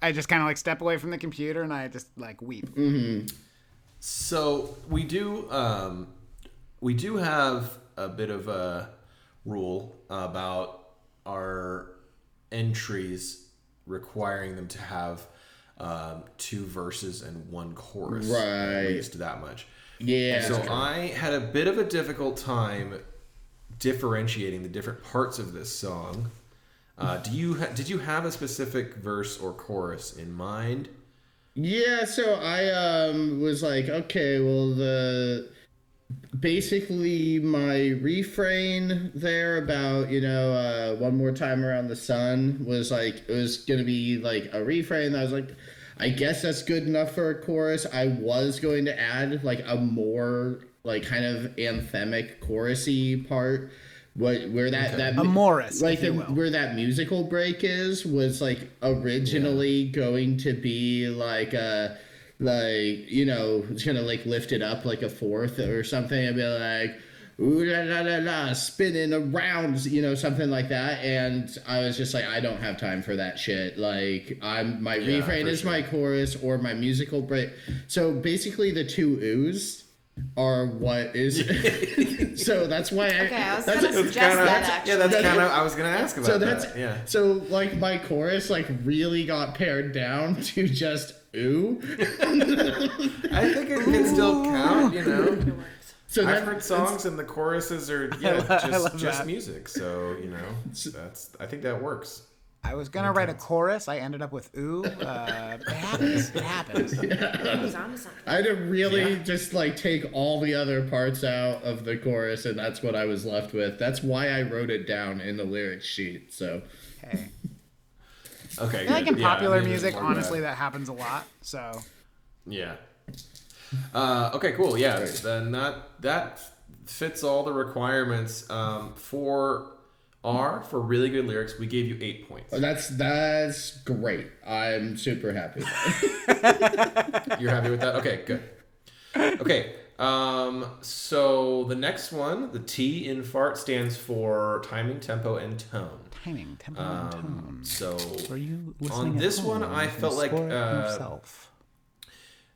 [SPEAKER 1] I just kind of like step away from the computer and I just like weep.
[SPEAKER 2] So we do um, we do have a bit of a rule about our entries requiring them to have um, two verses and one chorus, At
[SPEAKER 4] Right.
[SPEAKER 2] least that much.
[SPEAKER 4] yeah
[SPEAKER 2] so I had a bit of a difficult time differentiating the different parts of this song. Uh, do you ha- did you have a specific verse or chorus in mind?
[SPEAKER 4] Yeah, so I um was like, okay, well the basically my refrain there about, you know, uh one more time around the sun was like it was gonna be like a refrain that I was like I guess that's good enough for a chorus. I was going to add like a more like kind of anthemic chorusy part. What where that that
[SPEAKER 1] A Morris,
[SPEAKER 4] like
[SPEAKER 1] if you
[SPEAKER 4] the-
[SPEAKER 1] will.
[SPEAKER 4] where that musical break is was like originally going to be like a like you know it's gonna like lift it up like a fourth or something and be like ooh la la la la spinning around you know something like that and I was just like I don't have time for that shit like I'm my refrain
[SPEAKER 2] for
[SPEAKER 4] is
[SPEAKER 2] sure.
[SPEAKER 4] my chorus or my musical break so basically the two oohs are what is so that's why I,
[SPEAKER 5] Okay, I was
[SPEAKER 4] that's
[SPEAKER 5] gonna suggest
[SPEAKER 2] Kinda-
[SPEAKER 5] that actually.
[SPEAKER 2] yeah, that's kind of. I was gonna ask about
[SPEAKER 4] so that's
[SPEAKER 2] that. Yeah.
[SPEAKER 4] so like my chorus like really got pared down to just ooh.
[SPEAKER 2] I think it can still count, you know.
[SPEAKER 4] So
[SPEAKER 2] I've
[SPEAKER 4] that,
[SPEAKER 2] heard songs and the choruses are yeah, just
[SPEAKER 1] love
[SPEAKER 2] just
[SPEAKER 1] that.
[SPEAKER 2] music. So you know, that's I think that works.
[SPEAKER 1] I was gonna write a chorus. I ended up with ooh. Uh, it happens. It happens.
[SPEAKER 5] He was onto something.
[SPEAKER 4] I had to really just like take all the other parts out of the chorus, and that's what I was left with. That's why I wrote it down in the lyric sheet. So
[SPEAKER 1] Okay.
[SPEAKER 2] Okay.
[SPEAKER 1] I think
[SPEAKER 2] good.
[SPEAKER 1] in
[SPEAKER 2] Yeah, I
[SPEAKER 1] popular
[SPEAKER 2] mean, there's
[SPEAKER 1] music,
[SPEAKER 2] more of
[SPEAKER 1] honestly,
[SPEAKER 2] that.
[SPEAKER 1] that happens a lot. So
[SPEAKER 2] Yeah. Uh, okay, cool. Yeah, then that that fits all the requirements um, for R for really good lyrics. We gave you eight points.
[SPEAKER 4] that's that's great. I'm super happy.
[SPEAKER 2] You're happy with that? Okay, good. Okay. Um, so the next one, the T in fart stands for timing, tempo, and tone.
[SPEAKER 1] timing, tempo, and tone.
[SPEAKER 2] Um, so
[SPEAKER 1] Were you listening
[SPEAKER 2] on
[SPEAKER 1] at
[SPEAKER 2] this one,
[SPEAKER 1] home
[SPEAKER 2] I
[SPEAKER 1] and
[SPEAKER 2] felt like
[SPEAKER 1] scored
[SPEAKER 2] uh,
[SPEAKER 1] yourself?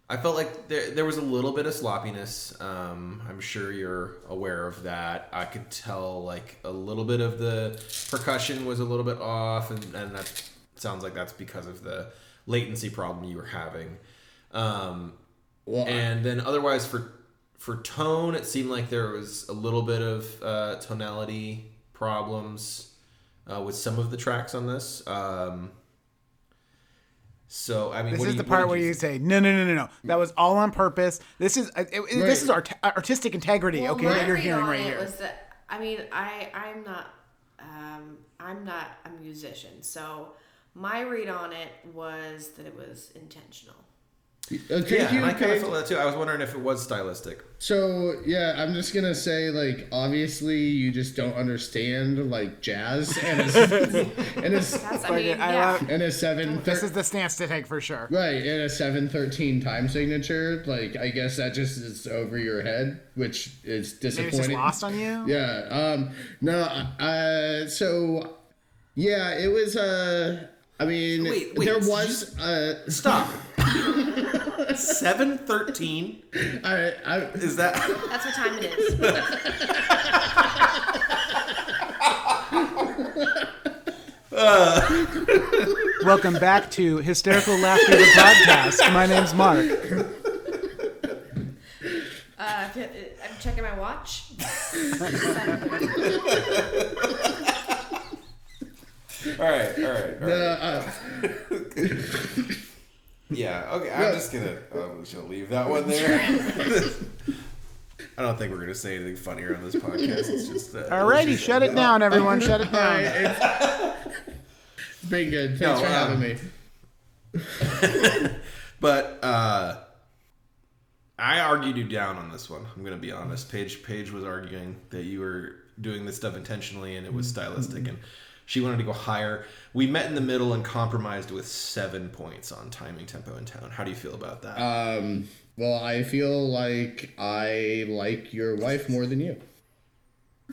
[SPEAKER 2] I felt like there, there was a little bit of sloppiness. Um, I'm sure you're aware of that. I could tell like a little bit of the percussion was a little bit off, and, and that sounds like that's because of the latency problem you were having. Um,
[SPEAKER 4] Well, I-
[SPEAKER 2] and then otherwise for for tone, it seemed like there was a little bit of uh, tonality problems uh, with some of the tracks on this. Um, so I mean,
[SPEAKER 1] This
[SPEAKER 2] what
[SPEAKER 1] is
[SPEAKER 2] do
[SPEAKER 1] the
[SPEAKER 2] what
[SPEAKER 1] part
[SPEAKER 2] did
[SPEAKER 1] where you say, "No, no, no, no, no. That was all on purpose. This is uh, it, it- this is art- artistic integrity, okay?
[SPEAKER 5] my
[SPEAKER 1] That you're
[SPEAKER 5] read
[SPEAKER 1] hearing
[SPEAKER 5] on
[SPEAKER 1] right
[SPEAKER 5] it
[SPEAKER 1] here."
[SPEAKER 5] Was that, I mean, I I'm not. Uh, um, I'm not a musician, so my read on it was that it was intentional.
[SPEAKER 4] Uh, could
[SPEAKER 2] Yeah,
[SPEAKER 4] you
[SPEAKER 2] and I kind
[SPEAKER 4] pick-
[SPEAKER 2] of felt that too. I was wondering if it was stylistic.
[SPEAKER 4] So yeah, I'm just gonna say like obviously you just don't understand like jazz and a, and a,
[SPEAKER 5] That's I mean,
[SPEAKER 1] I
[SPEAKER 5] yeah.
[SPEAKER 1] love-
[SPEAKER 4] and a seven
[SPEAKER 1] This
[SPEAKER 4] thir-
[SPEAKER 1] is the stance to take for sure.
[SPEAKER 4] right and a seven thirteen time signature. Like I guess that just is over your head, which is
[SPEAKER 1] Maybe it's just
[SPEAKER 4] disappointing.
[SPEAKER 1] lost on you.
[SPEAKER 4] Yeah. Um, no. Uh, so yeah, it was. Uh, I mean,
[SPEAKER 2] Wait, wait,
[SPEAKER 4] there
[SPEAKER 2] did
[SPEAKER 4] was. Uh,
[SPEAKER 2] Stop. Seven thirteen.
[SPEAKER 4] I, I, uh,
[SPEAKER 2] Is that?
[SPEAKER 5] That's what time it is.
[SPEAKER 1] Welcome back to Hysterical Laughter the podcast. My name's Mark.
[SPEAKER 5] Uh, if it- I'm checking my watch.
[SPEAKER 2] All right. All right. All
[SPEAKER 4] uh,
[SPEAKER 2] right.
[SPEAKER 4] uh,
[SPEAKER 2] Yeah. Okay. I'm just gonna. I'm just gonna leave that one there. I don't think we're gonna say anything funnier on this podcast. It's just that.
[SPEAKER 1] Alrighty, shut it down, everyone. Shut it
[SPEAKER 4] I,
[SPEAKER 1] down.
[SPEAKER 4] it's, it's been good. Thanks
[SPEAKER 2] No,
[SPEAKER 4] for having
[SPEAKER 2] um,
[SPEAKER 4] me.
[SPEAKER 2] But uh, I argued you down on this one. I'm gonna be honest. Paige Paige was arguing that you were doing this stuff intentionally and it was stylistic, and she wanted to go higher. We met in the middle and compromised with seven points on timing, tempo, and tone. How do you feel about that?
[SPEAKER 4] Um, well, I feel like I like your wife more than you.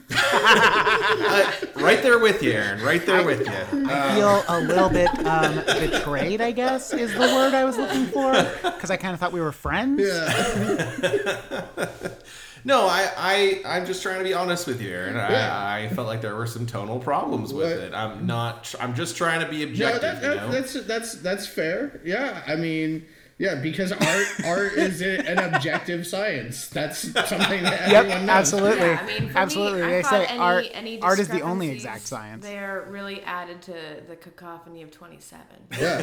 [SPEAKER 2] right there with you, Aaron. Right there with you. Uh,
[SPEAKER 1] I feel a little bit um, betrayed, I guess, is the word I was looking for. Because I kind of thought we were friends.
[SPEAKER 2] no, I, I, I'm just trying to be honest with you, Aaron.
[SPEAKER 4] Yeah.
[SPEAKER 2] I, I felt like there were some tonal problems with
[SPEAKER 4] Right.
[SPEAKER 2] it. I'm not. tr- I'm just trying to be
[SPEAKER 4] No,
[SPEAKER 2] objective.
[SPEAKER 4] that,
[SPEAKER 2] you
[SPEAKER 4] that,
[SPEAKER 2] know?
[SPEAKER 4] that's that's that's fair. Yeah, I mean, yeah, because art art is a- an objective science. That's something that
[SPEAKER 1] Yep,
[SPEAKER 4] everyone knows.
[SPEAKER 1] absolutely.
[SPEAKER 5] Yeah, I mean, for
[SPEAKER 1] absolutely.
[SPEAKER 5] Me, I
[SPEAKER 1] they
[SPEAKER 5] thought
[SPEAKER 1] say
[SPEAKER 5] any,
[SPEAKER 1] art,
[SPEAKER 5] any
[SPEAKER 1] art is the only
[SPEAKER 5] discrepancies
[SPEAKER 1] exact science.
[SPEAKER 5] There really added to the cacophony of 27.
[SPEAKER 4] Yeah.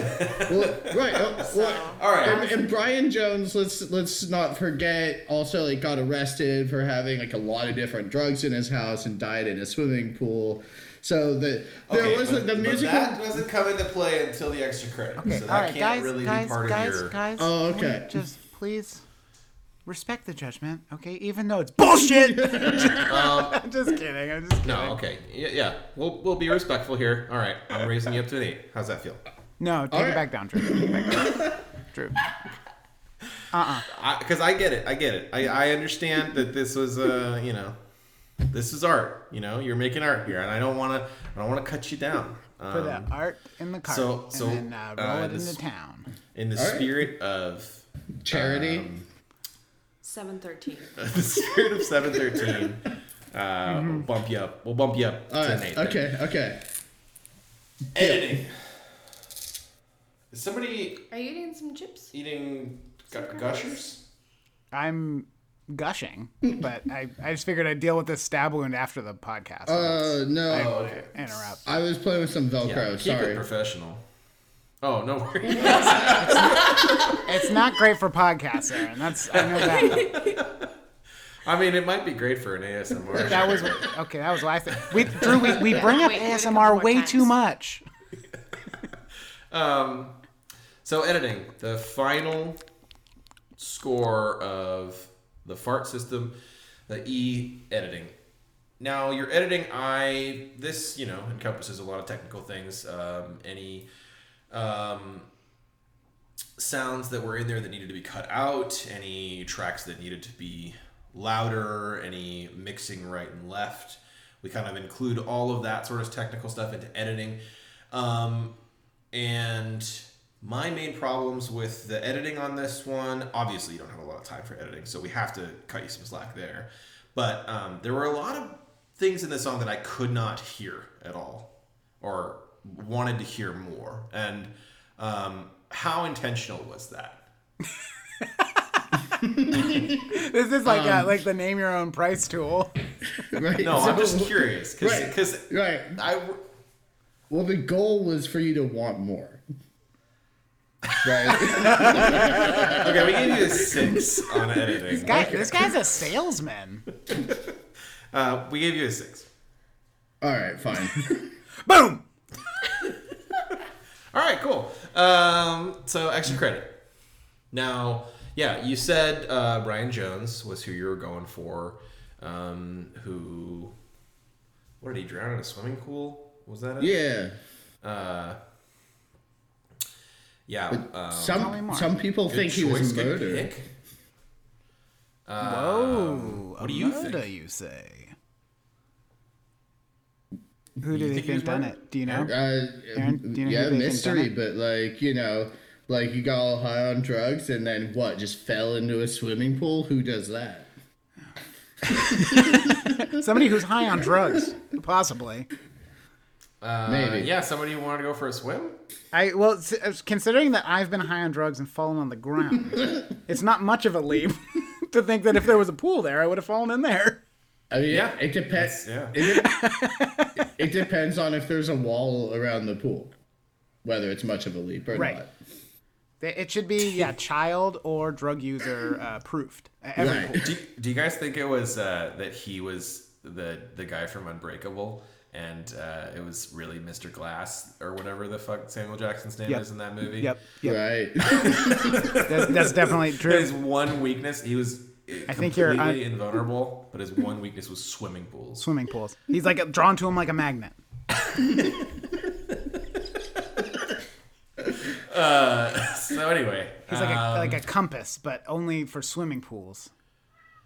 [SPEAKER 4] Well, right. uh, well,
[SPEAKER 2] All right.
[SPEAKER 4] And, and Brian Jones, let's let's not forget, also like got arrested for having like a lot of different drugs in his house and died in a swimming pool. So the there
[SPEAKER 2] Okay,
[SPEAKER 4] was
[SPEAKER 2] but-
[SPEAKER 4] like, the
[SPEAKER 2] but
[SPEAKER 4] musical.
[SPEAKER 2] that doesn't come into play until the extra credit. so that
[SPEAKER 1] All right,
[SPEAKER 2] can't
[SPEAKER 1] guys,
[SPEAKER 2] really
[SPEAKER 1] guys,
[SPEAKER 2] be part
[SPEAKER 1] guys,
[SPEAKER 2] of your.
[SPEAKER 1] guys.
[SPEAKER 4] Oh,
[SPEAKER 1] can we
[SPEAKER 4] okay.
[SPEAKER 1] Just please respect the judgment, okay? Even though it's bullshit. I'm just kidding. I'm just kidding.
[SPEAKER 2] No, okay, yeah, yeah, we'll we'll be respectful here. All right, I'm raising you up to an eight. How's that feel?
[SPEAKER 1] No, take
[SPEAKER 4] right.
[SPEAKER 1] it back down, Drew. Take it back down. Drew.
[SPEAKER 2] Because I, get it, I get it. I, I understand that this was uh, you know, this is art. You know, you're making art here, and I don't want to, I don't want to cut you down. Um,
[SPEAKER 1] Put the art in the cart
[SPEAKER 2] so- so,
[SPEAKER 1] and then uh, roll
[SPEAKER 2] uh,
[SPEAKER 1] it
[SPEAKER 2] this-
[SPEAKER 1] into town.
[SPEAKER 2] in the
[SPEAKER 4] right.
[SPEAKER 2] spirit of
[SPEAKER 4] charity.
[SPEAKER 2] um,
[SPEAKER 5] 713.
[SPEAKER 2] the spirit of seven thirteen. Uh,
[SPEAKER 1] Mm-hmm.
[SPEAKER 2] we'll bump you up. We'll bump you up
[SPEAKER 4] All
[SPEAKER 2] to an
[SPEAKER 4] right.
[SPEAKER 2] eight. then.
[SPEAKER 4] Uh, Okay. Okay.
[SPEAKER 2] Editing. Is somebody
[SPEAKER 5] Are you eating some chips?
[SPEAKER 2] eating gu- gushers?
[SPEAKER 1] I'm gushing, but I, I just figured I'd deal with this stab wound after the podcast.
[SPEAKER 4] Uh, no,
[SPEAKER 2] Okay.
[SPEAKER 1] Interrupt.
[SPEAKER 4] I was playing with some Velcro.
[SPEAKER 2] keep it
[SPEAKER 4] sorry.
[SPEAKER 2] professional. Oh no worries.
[SPEAKER 1] It's not great for podcasts, Aaron. That's I know that.
[SPEAKER 2] I mean, it might be great for an ASMR.
[SPEAKER 1] That was okay. That was last. We Drew, we, we
[SPEAKER 5] Yeah,
[SPEAKER 1] bring up
[SPEAKER 5] wait, do it a
[SPEAKER 1] ASMR
[SPEAKER 5] couple more
[SPEAKER 1] way
[SPEAKER 5] times.
[SPEAKER 1] too much.
[SPEAKER 2] um, so editing the final score of the fart system, the E editing. Now your editing, I this you know encompasses a lot of technical things. Um, any um, sounds that were in there that needed to be cut out, any tracks that needed to be louder, any mixing right and left. We kind of include all of that sort of technical stuff into editing. Um, and my main problems with the editing on this one obviously, you don't have a lot of time for editing, so we have to cut you some slack there. But um, there were a lot of things in this song that I could not hear at all or wanted to hear more. And um, how intentional was that?
[SPEAKER 1] This is like
[SPEAKER 2] Um,
[SPEAKER 1] a, like the name your own price tool.
[SPEAKER 4] Right.
[SPEAKER 2] No, I'm
[SPEAKER 4] so-
[SPEAKER 2] just curious
[SPEAKER 4] Right.
[SPEAKER 2] because
[SPEAKER 4] Right.
[SPEAKER 2] I
[SPEAKER 4] Well, the goal was for you to want more. Right.
[SPEAKER 2] okay, we gave you a six on editing.
[SPEAKER 1] Guy, This guy's a salesman.
[SPEAKER 2] Uh, we gave you a six.
[SPEAKER 4] All right, fine.
[SPEAKER 6] Boom!
[SPEAKER 2] All right, cool. Um, so extra credit. Now, yeah, you said uh, Brian Jones was who you were going for. Um, who? What did he drown in a swimming pool? Was that it?
[SPEAKER 4] yeah.
[SPEAKER 2] Uh, yeah. Um,
[SPEAKER 1] Oh, me
[SPEAKER 4] Some
[SPEAKER 1] more.
[SPEAKER 4] some people
[SPEAKER 2] good
[SPEAKER 4] think he
[SPEAKER 2] choice,
[SPEAKER 4] was
[SPEAKER 2] good
[SPEAKER 4] murdered.
[SPEAKER 2] pick.
[SPEAKER 6] Whoa!
[SPEAKER 2] what do you
[SPEAKER 6] murder,
[SPEAKER 2] think?
[SPEAKER 6] you say?
[SPEAKER 1] Who do they
[SPEAKER 2] think he was
[SPEAKER 1] think done
[SPEAKER 2] murdered?
[SPEAKER 1] it? Do you know?
[SPEAKER 4] Uh,
[SPEAKER 1] Aaron, do you know
[SPEAKER 4] yeah,
[SPEAKER 1] who they think
[SPEAKER 4] mystery,
[SPEAKER 1] done
[SPEAKER 4] but like you know, like you got all high on drugs and then what? Just fell into a swimming pool. Who does that?
[SPEAKER 1] Somebody who's high on drugs, possibly.
[SPEAKER 2] Uh,
[SPEAKER 4] Maybe.
[SPEAKER 2] Yeah, somebody who wanted to go for a swim.
[SPEAKER 1] I well, s- uh, considering that I've been high on drugs and fallen on the ground, it's not much of a leap to think that if there was a pool there, I would have fallen in there.
[SPEAKER 4] I mean,
[SPEAKER 2] Yeah.
[SPEAKER 4] it depends.
[SPEAKER 2] That's-
[SPEAKER 4] It, de- it depends on if there's a wall around the pool, whether it's much of a leap or
[SPEAKER 1] Right.
[SPEAKER 4] not.
[SPEAKER 1] Th- It should be yeah, child or drug user uh, proofed. Uh, every
[SPEAKER 4] Right.
[SPEAKER 1] pool.
[SPEAKER 2] Do, do you guys think it was uh, that he was the the guy from Unbreakable, and uh, it was really Mr. Glass or whatever the fuck Samuel Jackson's name
[SPEAKER 1] Yep.
[SPEAKER 2] is in that movie?
[SPEAKER 1] Yep, yep.
[SPEAKER 4] Right.
[SPEAKER 1] That's, that's definitely
[SPEAKER 2] His
[SPEAKER 1] true.
[SPEAKER 2] one weakness, he was. I
[SPEAKER 1] think you're-
[SPEAKER 2] invulnerable, but his one weakness was swimming pools.
[SPEAKER 1] Swimming pools. He's like drawn to him like a magnet.
[SPEAKER 2] So anyway,
[SPEAKER 1] He's like
[SPEAKER 4] Um.
[SPEAKER 1] a, like a compass, but only for swimming pools.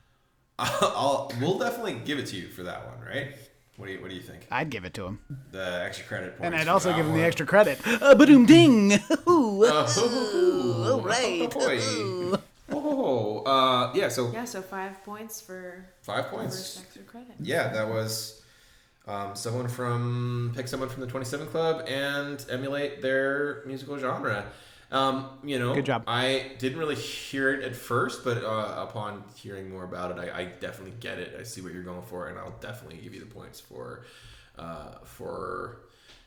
[SPEAKER 2] I'll, we'll definitely give it to you for that one, right? What do you What do you think?
[SPEAKER 1] I'd give it to him,
[SPEAKER 2] The extra credit points.
[SPEAKER 1] and I'd
[SPEAKER 2] for
[SPEAKER 1] also
[SPEAKER 2] that
[SPEAKER 1] give him the
[SPEAKER 2] one.
[SPEAKER 1] extra credit. Uh, Badoom ding. Ooh.
[SPEAKER 2] Oh, right. Oh, uh, yeah. So
[SPEAKER 5] Yeah, so five points for
[SPEAKER 2] five
[SPEAKER 5] first
[SPEAKER 2] points.
[SPEAKER 5] extra credit.
[SPEAKER 2] Yeah, that was um, someone from pick someone from the Twenty Seven Club and emulate their musical genre. Um, you know,
[SPEAKER 1] Good job.
[SPEAKER 2] I didn't really hear it at first, but uh, upon hearing more about it, I, I definitely get it. I see what you're going for, and I'll definitely give you the points for uh, for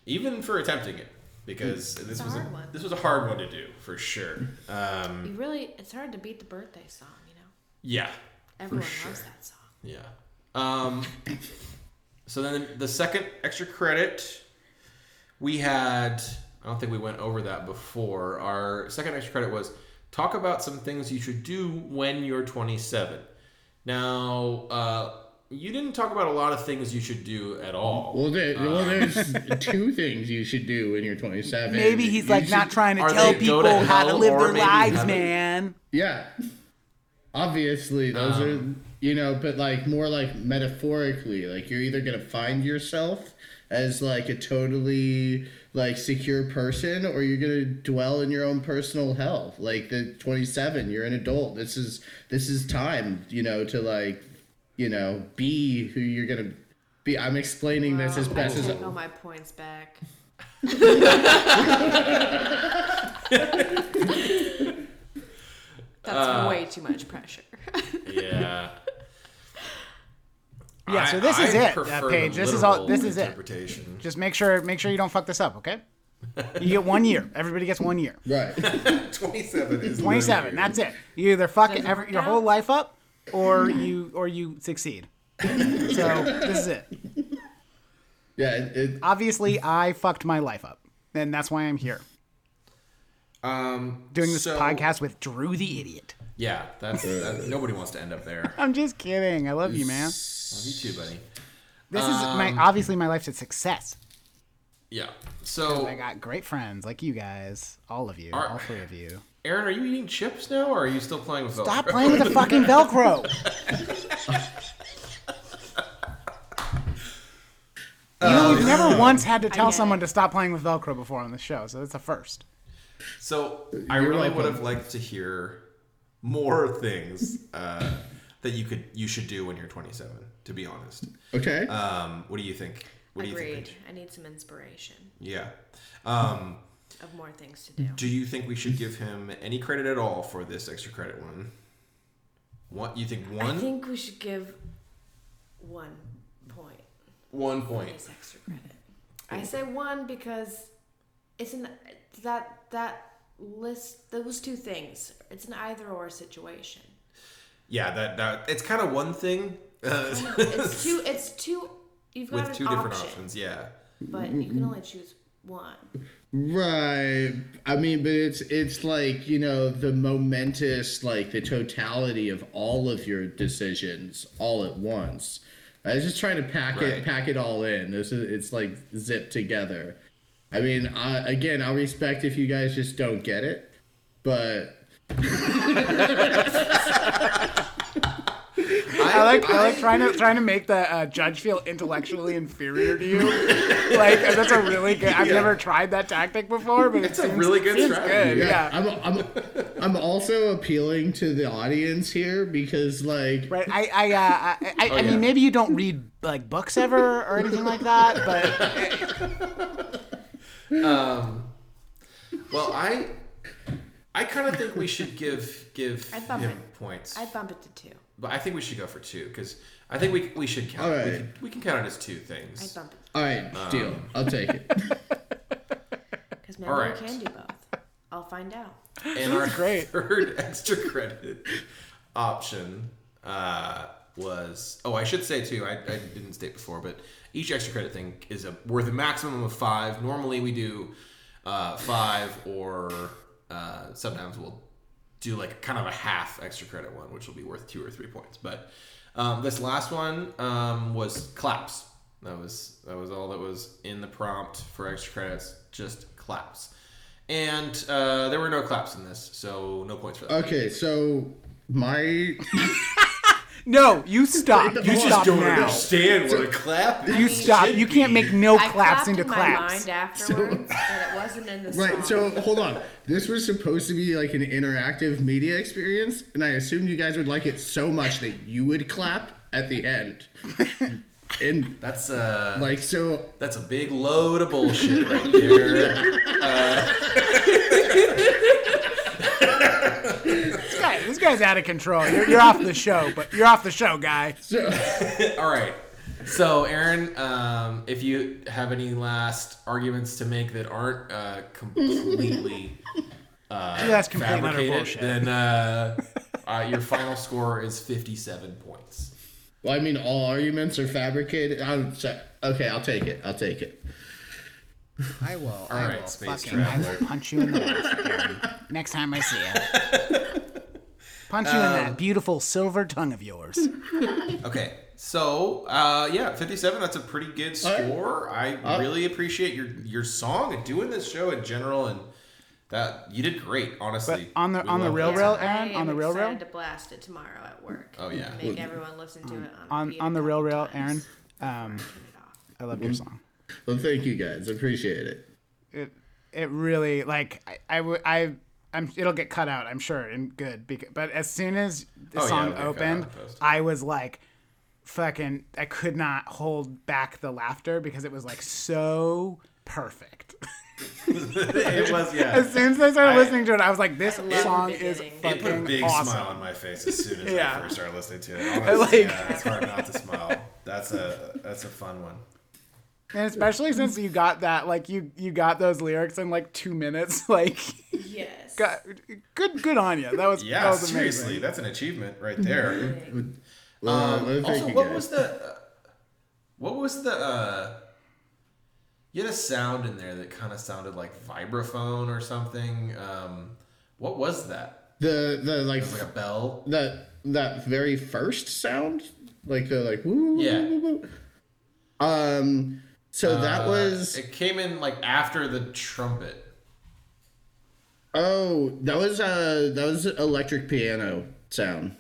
[SPEAKER 2] even for attempting it because this
[SPEAKER 5] a
[SPEAKER 2] was
[SPEAKER 5] hard one.
[SPEAKER 2] this was a hard one to do for sure. Um,
[SPEAKER 5] You really, it's hard to beat the birthday song, you know?
[SPEAKER 2] yeah,
[SPEAKER 5] Everyone
[SPEAKER 2] sure.
[SPEAKER 5] loves that song.
[SPEAKER 2] Yeah. Um, so then the second extra credit we had, I don't think we went over that before. Our second extra credit was talk about some things you should do when you're 27. Now, uh, you didn't talk about a lot of things you should do at all.
[SPEAKER 4] Well, there, well, there's two things you should do when you're 27.
[SPEAKER 1] Maybe he's
[SPEAKER 4] You
[SPEAKER 1] like
[SPEAKER 4] should-
[SPEAKER 1] not trying to
[SPEAKER 2] are
[SPEAKER 1] tell
[SPEAKER 2] they go
[SPEAKER 1] people
[SPEAKER 2] to
[SPEAKER 1] how to
[SPEAKER 2] hell
[SPEAKER 1] live
[SPEAKER 2] or
[SPEAKER 1] their
[SPEAKER 2] maybe
[SPEAKER 1] lives,
[SPEAKER 2] heaven?
[SPEAKER 1] man.
[SPEAKER 4] Yeah. Obviously, those are, you know, but like more like metaphorically, like you're either going to find yourself as like a totally like secure person or you're going to dwell in your own personal hell. Like the 27, you're an adult. This is this is time, you know, to like, you know, be who you're going to be. I'm explaining this as
[SPEAKER 5] Wow,
[SPEAKER 4] best
[SPEAKER 5] I
[SPEAKER 4] as
[SPEAKER 5] take all my points back. That's way too much pressure.
[SPEAKER 2] yeah.
[SPEAKER 1] Yeah, so this is it, uh, Paige. This is all- this is it. Just make sure make sure you don't fuck this up, okay? You get one year. Everybody gets one year.
[SPEAKER 4] Right.
[SPEAKER 2] 27 is
[SPEAKER 1] Twenty seven. That's it. You either fuck
[SPEAKER 5] Doesn't
[SPEAKER 1] every,
[SPEAKER 5] work
[SPEAKER 1] your
[SPEAKER 5] out.
[SPEAKER 1] whole life up, or you or you succeed. so this is it.
[SPEAKER 4] Yeah. It, it,
[SPEAKER 1] Obviously, I fucked my life up, and that's why I'm here
[SPEAKER 2] um,
[SPEAKER 1] doing this
[SPEAKER 2] so-
[SPEAKER 1] podcast with Drew the idiot.
[SPEAKER 2] Yeah, that's that, nobody wants to end up there.
[SPEAKER 1] I'm just kidding. I love you, man.
[SPEAKER 2] Love you too, buddy.
[SPEAKER 1] This is my
[SPEAKER 2] um,
[SPEAKER 1] obviously my life's a success.
[SPEAKER 2] Yeah. So,
[SPEAKER 1] I got great friends like you guys, all of you,
[SPEAKER 2] Are-
[SPEAKER 1] all three of you.
[SPEAKER 2] Aaron, are you eating chips now, or are you still playing with
[SPEAKER 1] Stop
[SPEAKER 2] Velcro?
[SPEAKER 1] playing with the fucking Velcro. You've never once had to tell
[SPEAKER 5] get
[SPEAKER 1] someone
[SPEAKER 5] it.
[SPEAKER 1] to stop playing with Velcro before on the show, so that's a first.
[SPEAKER 2] So, I really
[SPEAKER 4] welcome.
[SPEAKER 2] would have liked to hear more things uh, that you could you should do when you're 27. To be honest,
[SPEAKER 4] okay.
[SPEAKER 2] um, what do you think? What do you think?
[SPEAKER 5] Agreed.
[SPEAKER 2] Paige?
[SPEAKER 5] I need some inspiration
[SPEAKER 2] Yeah. Um,
[SPEAKER 5] of more things to do.
[SPEAKER 2] do you think we should give him any credit at all for this extra credit one? What you think?
[SPEAKER 5] I
[SPEAKER 2] One
[SPEAKER 5] think we should give one point
[SPEAKER 2] one
[SPEAKER 5] for
[SPEAKER 2] point.
[SPEAKER 5] this extra credit. I say one because it's an that that list those two things. It's an either or situation.
[SPEAKER 2] Yeah, that that it's kind of one thing. Uh,
[SPEAKER 5] It's two. It's two. You've got
[SPEAKER 2] with
[SPEAKER 5] an
[SPEAKER 2] two
[SPEAKER 5] option,
[SPEAKER 2] different options. Yeah.
[SPEAKER 5] but you can only choose one.
[SPEAKER 4] Right. I mean, but it's it's like, you know, the momentous like the totality of all of your decisions all at once. I was just trying to pack
[SPEAKER 2] Right.
[SPEAKER 4] it pack it all in. This is it's like zipped together. I mean, I, again, I'll respect if you guys just don't get it, but
[SPEAKER 1] I like I like trying to trying to make the uh, judge feel intellectually inferior to you. like that's a really good. I've never tried that tactic before, but
[SPEAKER 2] It's
[SPEAKER 1] it
[SPEAKER 2] a
[SPEAKER 1] seems,
[SPEAKER 2] really good
[SPEAKER 1] seems
[SPEAKER 2] strategy.
[SPEAKER 1] good. Yeah.
[SPEAKER 4] I'm I'm I'm also appealing to the audience here because like
[SPEAKER 1] Right. I I uh, I, I, I
[SPEAKER 2] yeah.
[SPEAKER 1] mean maybe you don't read like books ever or anything like that, but
[SPEAKER 2] Well, I I kind of think we should give give
[SPEAKER 5] I'd bump
[SPEAKER 2] him
[SPEAKER 5] it.
[SPEAKER 2] points,
[SPEAKER 5] I'd bump it to two.
[SPEAKER 2] but I think we should go for two because I think we we should count.
[SPEAKER 4] All
[SPEAKER 2] We,
[SPEAKER 4] right.
[SPEAKER 2] can, we can count it as two
[SPEAKER 5] I'd
[SPEAKER 2] things.
[SPEAKER 5] bump it
[SPEAKER 4] all right, deal. I'll take it.
[SPEAKER 5] because maybe
[SPEAKER 2] Alright.
[SPEAKER 5] you can do both. I'll find out.
[SPEAKER 2] And our
[SPEAKER 1] great.
[SPEAKER 2] third extra credit option uh, was oh, I should say too. I, I didn't state before, but each extra credit thing is a, worth a maximum of five. Normally, we do uh, five, or uh, sometimes we'll do like kind of a half extra credit one, which will be worth two or three points. But um, this last one um, was claps. That was that was all that was in the prompt for extra credits. Just claps, and uh, there were no claps in this, so no points for that.
[SPEAKER 4] Okay, so my
[SPEAKER 1] no, you stop. You, stop now.
[SPEAKER 2] understand what a clap is.
[SPEAKER 1] You stop. You can't make no
[SPEAKER 5] I
[SPEAKER 1] claps
[SPEAKER 5] clapped
[SPEAKER 1] into
[SPEAKER 5] in my
[SPEAKER 1] claps.
[SPEAKER 5] mind afterwards, and it wasn't in the song.
[SPEAKER 4] Right, so hold on. This was supposed to be like an interactive media experience, and I assumed you guys would like it so much that you would clap at the end. and
[SPEAKER 2] That's a
[SPEAKER 4] like so
[SPEAKER 2] that's a big load of bullshit right there.
[SPEAKER 1] This, guy, this guy's out of control. You're, you're off the show, but you're off the show, guy.
[SPEAKER 2] All right. So, Aaron, um, if you have any last arguments to make that aren't uh, completely
[SPEAKER 1] That's complete and utter
[SPEAKER 2] fabricated,
[SPEAKER 1] bullshit.
[SPEAKER 2] then uh, uh, your final score is 57 points.
[SPEAKER 4] well, I mean all arguments are fabricated. I'm sorry. Okay, I'll take it. I'll take it.
[SPEAKER 1] I will. All
[SPEAKER 2] I right, will space fucking- I will traveler.
[SPEAKER 1] punch you in the mouth next time I see you. Punch you in
[SPEAKER 2] Um,
[SPEAKER 1] that beautiful silver tongue of yours.
[SPEAKER 2] Okay. So, uh, yeah, 57, that's a pretty good score. I really appreciate your your song and doing this show in general and that you did great, honestly.
[SPEAKER 1] on the-
[SPEAKER 2] We
[SPEAKER 1] on the
[SPEAKER 2] love
[SPEAKER 1] real
[SPEAKER 2] that
[SPEAKER 1] rail-
[SPEAKER 2] song.
[SPEAKER 1] Aaron,
[SPEAKER 5] I
[SPEAKER 1] on
[SPEAKER 5] am
[SPEAKER 1] the rail
[SPEAKER 5] excited
[SPEAKER 1] rail?
[SPEAKER 5] to blast it tomorrow at work.
[SPEAKER 2] Oh, yeah.
[SPEAKER 5] Make everyone listen to it
[SPEAKER 1] um,
[SPEAKER 5] on
[SPEAKER 1] On
[SPEAKER 5] repeat a
[SPEAKER 1] on the
[SPEAKER 5] couple
[SPEAKER 1] real rail,
[SPEAKER 5] times.
[SPEAKER 1] Aaron. Um,
[SPEAKER 5] Turn it off.
[SPEAKER 1] I love
[SPEAKER 2] mm-hmm.
[SPEAKER 1] your song.
[SPEAKER 4] Well, thank you guys. Appreciate it.
[SPEAKER 1] It it really like I I w- I I'm it'll get cut out I'm sure and good because, but as soon as the
[SPEAKER 2] Oh, yeah,
[SPEAKER 1] song
[SPEAKER 2] it'll get cut out
[SPEAKER 1] opened
[SPEAKER 2] in post.
[SPEAKER 1] I was like fucking I could not hold back the laughter because it was like so perfect.
[SPEAKER 2] it was, yeah.
[SPEAKER 1] As soon as I started
[SPEAKER 2] I-
[SPEAKER 1] listening to it, I was like, "This
[SPEAKER 5] love the
[SPEAKER 1] song is
[SPEAKER 5] beginning.
[SPEAKER 2] It put a
[SPEAKER 1] fucking
[SPEAKER 2] big
[SPEAKER 1] awesome."
[SPEAKER 2] smile on my face as soon as
[SPEAKER 1] Yeah.
[SPEAKER 2] I first started listening to it. Honestly,
[SPEAKER 1] like-
[SPEAKER 2] yeah, it's hard not to smile. That's a that's a fun one.
[SPEAKER 1] And especially since you got that, like you you got those lyrics in like two minutes. Like,
[SPEAKER 5] Yes.
[SPEAKER 1] got- good good on you. That was
[SPEAKER 2] Yeah,
[SPEAKER 1] that was amazing.
[SPEAKER 2] seriously, that's an achievement right there.
[SPEAKER 4] Well, well, thank
[SPEAKER 2] Um, also,
[SPEAKER 4] you
[SPEAKER 2] what
[SPEAKER 4] guys.
[SPEAKER 2] was the uh, what was the uh, you had a sound in there that kind of sounded like vibraphone or something. Um, what was that?
[SPEAKER 4] the the like
[SPEAKER 2] It was like a bell.
[SPEAKER 4] that that very first sound like the like woo,
[SPEAKER 2] Yeah.
[SPEAKER 4] woo, woo, woo. um so
[SPEAKER 2] Uh,
[SPEAKER 4] that was
[SPEAKER 2] It came in like after the trumpet.
[SPEAKER 4] oh that was uh that was electric piano sound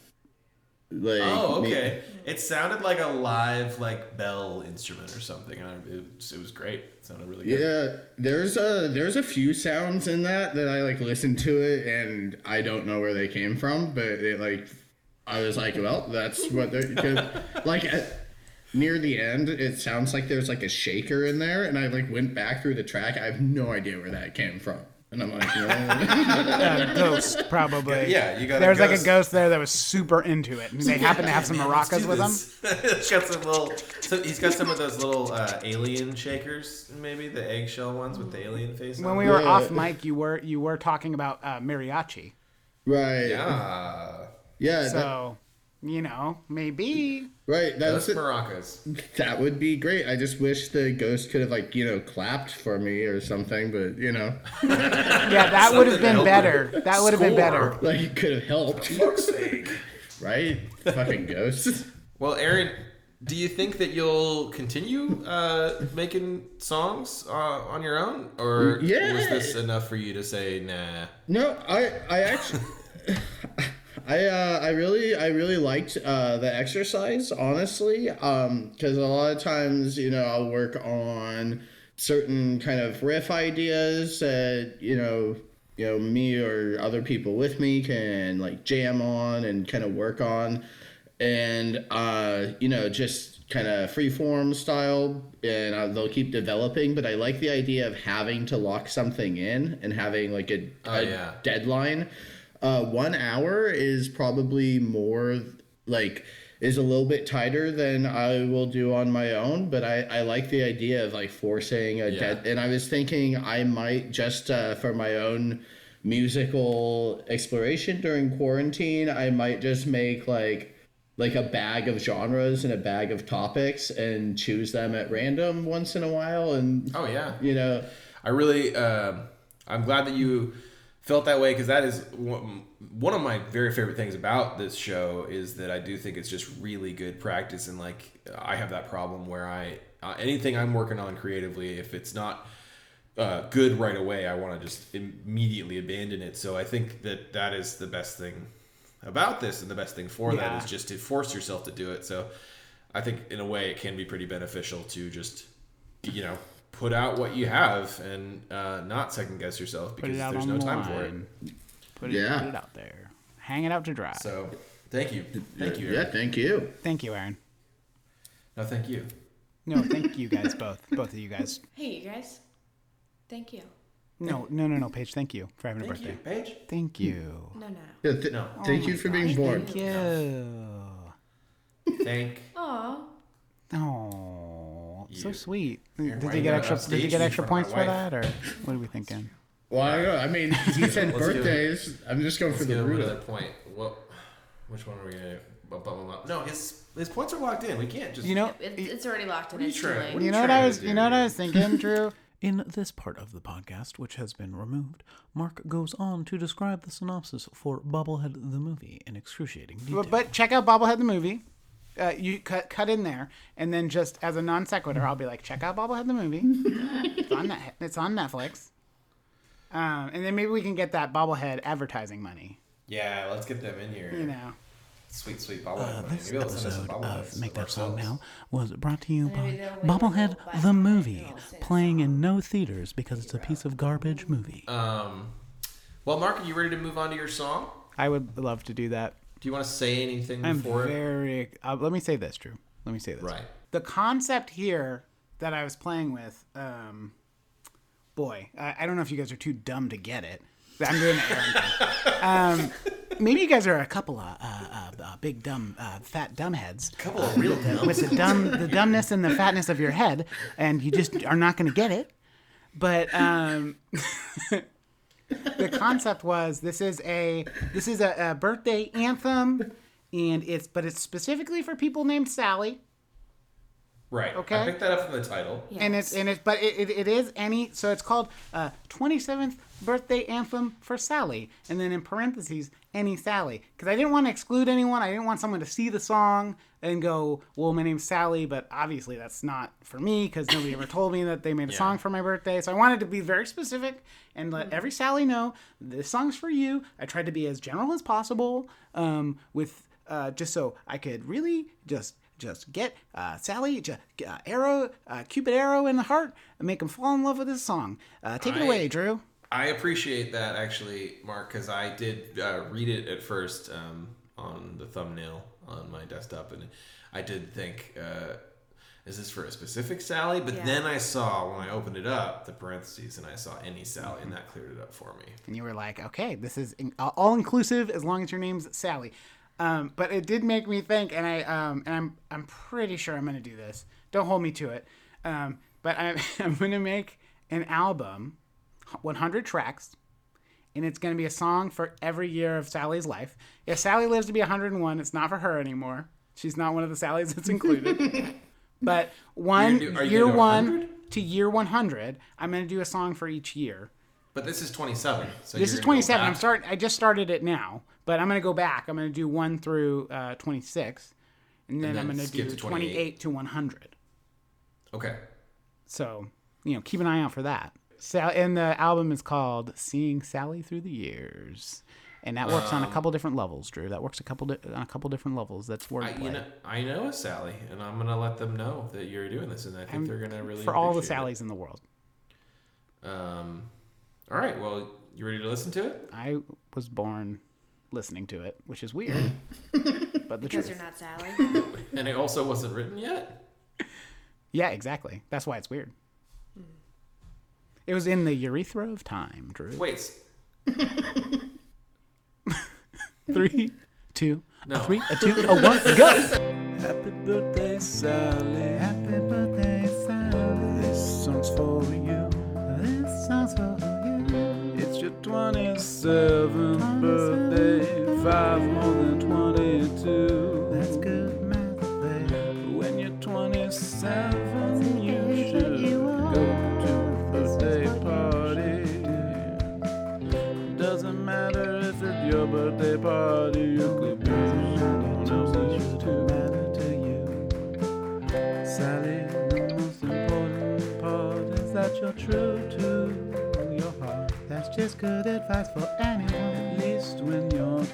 [SPEAKER 4] like
[SPEAKER 2] Oh,
[SPEAKER 4] me-
[SPEAKER 2] okay. It sounded like a live like bell instrument or something, and I- it, was- it was great. It sounded really good.
[SPEAKER 4] yeah there's a there's a few sounds in that that i like listened to it and i don't know where they came from but it like i was like well that's what they're 'cause, like at, near the end it sounds like there's like a shaker in there and i like went back through the track i have no idea where that came from and i'm like no.
[SPEAKER 1] A ghost probably.
[SPEAKER 2] Yeah, you got a
[SPEAKER 1] There was like a
[SPEAKER 2] ghost.
[SPEAKER 1] ghost there that was super into it, and they happened to have some maracas with them.
[SPEAKER 2] them. he's got some little. So he's got some of those little uh, alien shakers, maybe the eggshell ones with the alien face.
[SPEAKER 1] When
[SPEAKER 2] on
[SPEAKER 1] we
[SPEAKER 2] them.
[SPEAKER 1] were
[SPEAKER 4] Yeah.
[SPEAKER 1] off mic, you were you were talking about uh, mariachi.
[SPEAKER 4] right yeah,
[SPEAKER 2] yeah,
[SPEAKER 4] that-
[SPEAKER 1] So you know, maybe.
[SPEAKER 4] Right, that's
[SPEAKER 2] That's
[SPEAKER 4] it.
[SPEAKER 2] maracas.
[SPEAKER 4] that would be great. I just wish the ghost could have like you know clapped for me or something, but you know,
[SPEAKER 1] Yeah, that would have been
[SPEAKER 2] Something to help
[SPEAKER 1] better.
[SPEAKER 2] with
[SPEAKER 1] That would have been better.
[SPEAKER 2] score.
[SPEAKER 4] like it could have helped,
[SPEAKER 2] Fuck's sake.
[SPEAKER 4] right? Fucking ghosts.
[SPEAKER 2] Well, Aaron, do you think that you'll continue uh, making songs uh, on your own, or
[SPEAKER 4] Yeah.
[SPEAKER 2] was this enough for you to say nah?
[SPEAKER 4] No, I I actually I uh, I really I really liked uh, the exercise honestly because a lot of times you know I'll work on certain kind of riff ideas that you know you know me or other people with me can like jam on and kind of work on and uh, you know just kind of free form style and uh, they'll keep developing but i like the idea of having to lock something in and having like a,
[SPEAKER 2] Oh,
[SPEAKER 4] a
[SPEAKER 2] yeah.
[SPEAKER 4] deadline uh, one hour is probably more like is a little bit tighter than i will do on my own but i, I like the idea of like forcing a
[SPEAKER 2] Yeah.
[SPEAKER 4] dead and i was thinking i might just uh, for my own musical exploration during quarantine i might just make like like a bag of genres and a bag of topics and choose them at random once in a while and
[SPEAKER 2] Oh yeah,
[SPEAKER 4] you know
[SPEAKER 2] I really, um I'm glad that you felt that way because that is one one of my very favorite things about this show is that I do think it's just really good practice and like I have that problem where I uh, anything I'm working on creatively if it's not uh, good right away I want to just immediately abandon it so I think that that is the best thing about this and the best thing for
[SPEAKER 1] Yeah.
[SPEAKER 2] that is just to force yourself to do it so I think in a way it can be pretty beneficial to just you know put out what you have and uh, not second guess yourself
[SPEAKER 1] Put
[SPEAKER 2] because
[SPEAKER 1] it out
[SPEAKER 2] there's
[SPEAKER 1] on
[SPEAKER 2] no
[SPEAKER 1] the
[SPEAKER 2] time for it.
[SPEAKER 1] line. Put it,
[SPEAKER 4] Yeah.
[SPEAKER 1] put it out there. Hang it out to dry.
[SPEAKER 2] So thank you, thank you.
[SPEAKER 4] yeah
[SPEAKER 2] Eric.
[SPEAKER 4] thank you
[SPEAKER 1] thank you, Aaron.
[SPEAKER 2] No, thank you.
[SPEAKER 1] No, thank you guys both. Both of you guys.
[SPEAKER 5] Hey, you guys. Thank you.
[SPEAKER 1] No, no, no, no, Paige. Thank you for having a
[SPEAKER 2] Thank
[SPEAKER 1] birthday.
[SPEAKER 2] you, Paige.
[SPEAKER 1] Thank you.
[SPEAKER 5] No, no.
[SPEAKER 4] Yeah, th-
[SPEAKER 2] No.
[SPEAKER 4] thank you for being born
[SPEAKER 5] Thank
[SPEAKER 1] Thank you.
[SPEAKER 2] Thank.
[SPEAKER 5] Aw.
[SPEAKER 1] Oh, so
[SPEAKER 2] You.
[SPEAKER 1] sweet.
[SPEAKER 2] why
[SPEAKER 1] Did
[SPEAKER 2] you
[SPEAKER 1] you get
[SPEAKER 2] gotta
[SPEAKER 1] extra? Did you
[SPEAKER 2] upstage
[SPEAKER 1] get
[SPEAKER 2] me
[SPEAKER 1] extra
[SPEAKER 2] for my
[SPEAKER 1] points for
[SPEAKER 2] wife?
[SPEAKER 1] that, or what are we thinking?
[SPEAKER 4] Well, I don't know. I mean, he said
[SPEAKER 2] Let's do it.
[SPEAKER 4] birthdays. I'm just going for
[SPEAKER 2] Let's
[SPEAKER 4] the
[SPEAKER 2] give him
[SPEAKER 4] brutal.
[SPEAKER 2] another point. What? Which one are we gonna bump, bump him up? No, his his points are locked in. We can't just
[SPEAKER 1] You know,
[SPEAKER 5] It, it's already locked in.
[SPEAKER 2] are you
[SPEAKER 5] It's too
[SPEAKER 2] trying-
[SPEAKER 5] late.
[SPEAKER 2] what are
[SPEAKER 1] you know what
[SPEAKER 2] trying
[SPEAKER 1] I
[SPEAKER 2] to
[SPEAKER 1] was.
[SPEAKER 2] do
[SPEAKER 1] You know what I
[SPEAKER 2] here?
[SPEAKER 1] was thinking, Drew.
[SPEAKER 6] In this part of the podcast, which has been removed, Mark goes on to describe the synopsis for Bobblehead the movie in excruciating detail.
[SPEAKER 1] But, but check out Bobblehead the movie. Uh, you cut cut in there, and then just as a non sequitur, I'll be like, check out Bobblehead the movie. it's on that. It's on Netflix. Um, and then maybe we can get that bobblehead advertising money.
[SPEAKER 2] Yeah, let's get them in here.
[SPEAKER 1] You know,
[SPEAKER 2] Sweet, sweet bubble.
[SPEAKER 6] Uh,
[SPEAKER 2] money.
[SPEAKER 6] this
[SPEAKER 2] Maybe they'll send us some
[SPEAKER 6] episode
[SPEAKER 2] bubble heads
[SPEAKER 6] of Make That
[SPEAKER 2] ourselves.
[SPEAKER 6] Song Now was brought to you by
[SPEAKER 5] Maybe they'll wait
[SPEAKER 6] Bobblehead
[SPEAKER 5] a little
[SPEAKER 6] the
[SPEAKER 5] bit.
[SPEAKER 6] Movie,
[SPEAKER 5] They'll sing a
[SPEAKER 6] playing in no theaters because it's a piece of garbage movie.
[SPEAKER 2] Um, well, Mark, are you ready to move on to your song?
[SPEAKER 1] I would love to do that.
[SPEAKER 2] Do you want to say anything
[SPEAKER 1] I'm
[SPEAKER 2] before it?
[SPEAKER 1] very. Uh, let me say this, Drew. Let me say this.
[SPEAKER 2] Right.
[SPEAKER 1] The concept here that I was playing with, um, boy, I, I don't know if you guys are too dumb to get it. I'm doing the Aaron thing. Um, maybe you guys are a couple of uh, uh, uh, big dumb, uh, fat dumbheads.
[SPEAKER 2] couple of real dumb.
[SPEAKER 1] with the dumb, the dumbness and the fatness of your head, and you just are not going to get it. But um, the concept was this is a this is a, a birthday anthem, and it's but it's specifically for people named Sally,
[SPEAKER 2] Right.
[SPEAKER 1] Okay.
[SPEAKER 2] I picked that up from the title.
[SPEAKER 1] and it's and it's but it, it, it is any so it's called uh, 27th birthday anthem for Sally, and then in parentheses any Sally because I didn't want to exclude anyone. I didn't want someone to see the song and go, well, my name's Sally, but obviously that's not for me because nobody ever told me that they made a song for my birthday. So I wanted to be very specific and let every Sally know this song's for you. I tried to be as general as possible um, with uh, just so I could really just just get uh, Sally ju- uh, arrow uh, Cupid arrow in the heart and make him fall in love with this song. Uh, take it
[SPEAKER 2] I-
[SPEAKER 1] away, Drew.
[SPEAKER 2] I appreciate that actually, Mark, because I did uh, read it at first um, on the thumbnail on my desktop, and I did think, uh, "Is this for a specific Sally?" But
[SPEAKER 5] Yeah.
[SPEAKER 2] then I saw when I opened it up the parentheses, and I saw any Sally, and that cleared it up for me.
[SPEAKER 1] And you were like, okay, this is in- all inclusive as long as your name's Sally. Um, but it did make me think, and I um, and I'm I'm pretty sure I'm gonna do this. Don't hold me to it. Um, but I'm I'm gonna make an album, 100 tracks, and it's going to be a song for every year of Sally's life. If Sally lives to be 101, it's not for her anymore. She's not one of the Sallys that's included. but one
[SPEAKER 2] You're gonna do- are you
[SPEAKER 1] year
[SPEAKER 2] gonna do
[SPEAKER 1] one
[SPEAKER 2] 100?
[SPEAKER 1] to year 100, I'm going to do a song for each year.
[SPEAKER 2] But this is 27. So
[SPEAKER 1] This
[SPEAKER 2] you're
[SPEAKER 1] is
[SPEAKER 2] gonna go
[SPEAKER 1] 27. I'm
[SPEAKER 2] back.
[SPEAKER 1] start. I just started it now, but I'm going to go back. I'm going to do one through uh, 26, and then,
[SPEAKER 2] then
[SPEAKER 1] I'm going to
[SPEAKER 2] skip
[SPEAKER 1] do
[SPEAKER 2] to 28.
[SPEAKER 1] 28 to 100.
[SPEAKER 2] Okay.
[SPEAKER 1] So, you know, keep an eye out for that. Sal- and the album is called Seeing Sally Through the Years. And that works on a couple different levels, Drew. That works a couple di- on a couple different levels. That's
[SPEAKER 2] I,
[SPEAKER 1] wordplay
[SPEAKER 2] you know, I know a Sally, and I'm gonna let them know that you're doing this, and I think they're gonna really
[SPEAKER 1] for all the
[SPEAKER 2] appreciate
[SPEAKER 1] Sallys in the world.
[SPEAKER 2] it. Um, all right. Well, you ready to listen to it?
[SPEAKER 1] I was born listening to it, which is weird, but the
[SPEAKER 5] Because
[SPEAKER 1] truth.
[SPEAKER 5] you're not Sally.
[SPEAKER 2] And it also wasn't written yet.
[SPEAKER 1] Yeah, exactly. That's why it's weird. It was in the urethra of time, Drew.
[SPEAKER 2] Wait. s-
[SPEAKER 1] Three, two,
[SPEAKER 2] No.
[SPEAKER 1] a three, a two, a one, go!
[SPEAKER 6] Happy birthday, Sally. Happy birthday, Sally. This song's for you. This song's for you. It's your 27th birthday. Five more than 22. That's good math, babe. When you're 27, you should go to a birthday party. Doesn't matter if it's your birthday party or could be someone else's too. matter to you. Sally, the most important part is that you're true to your heart. That's just good advice for anyone. At least when you're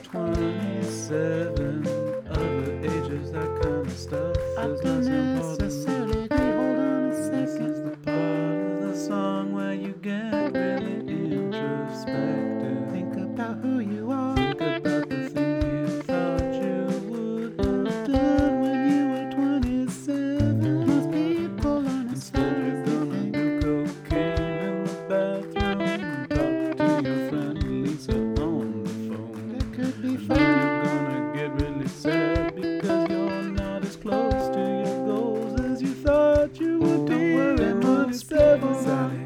[SPEAKER 6] 27, other ages, that kind of stuff is less important. This is the part of the song where you get really introspective. Think about who you are. Think about the things you thought you would have done when you were 27. Most people on Instead, you're gonna do cocaine in the bathroom and talk to your friend Lisa on the phone. That could be fun. You're gonna get really sad because you're not as close to your goals as you thought you would be. Don't worry, most Sally.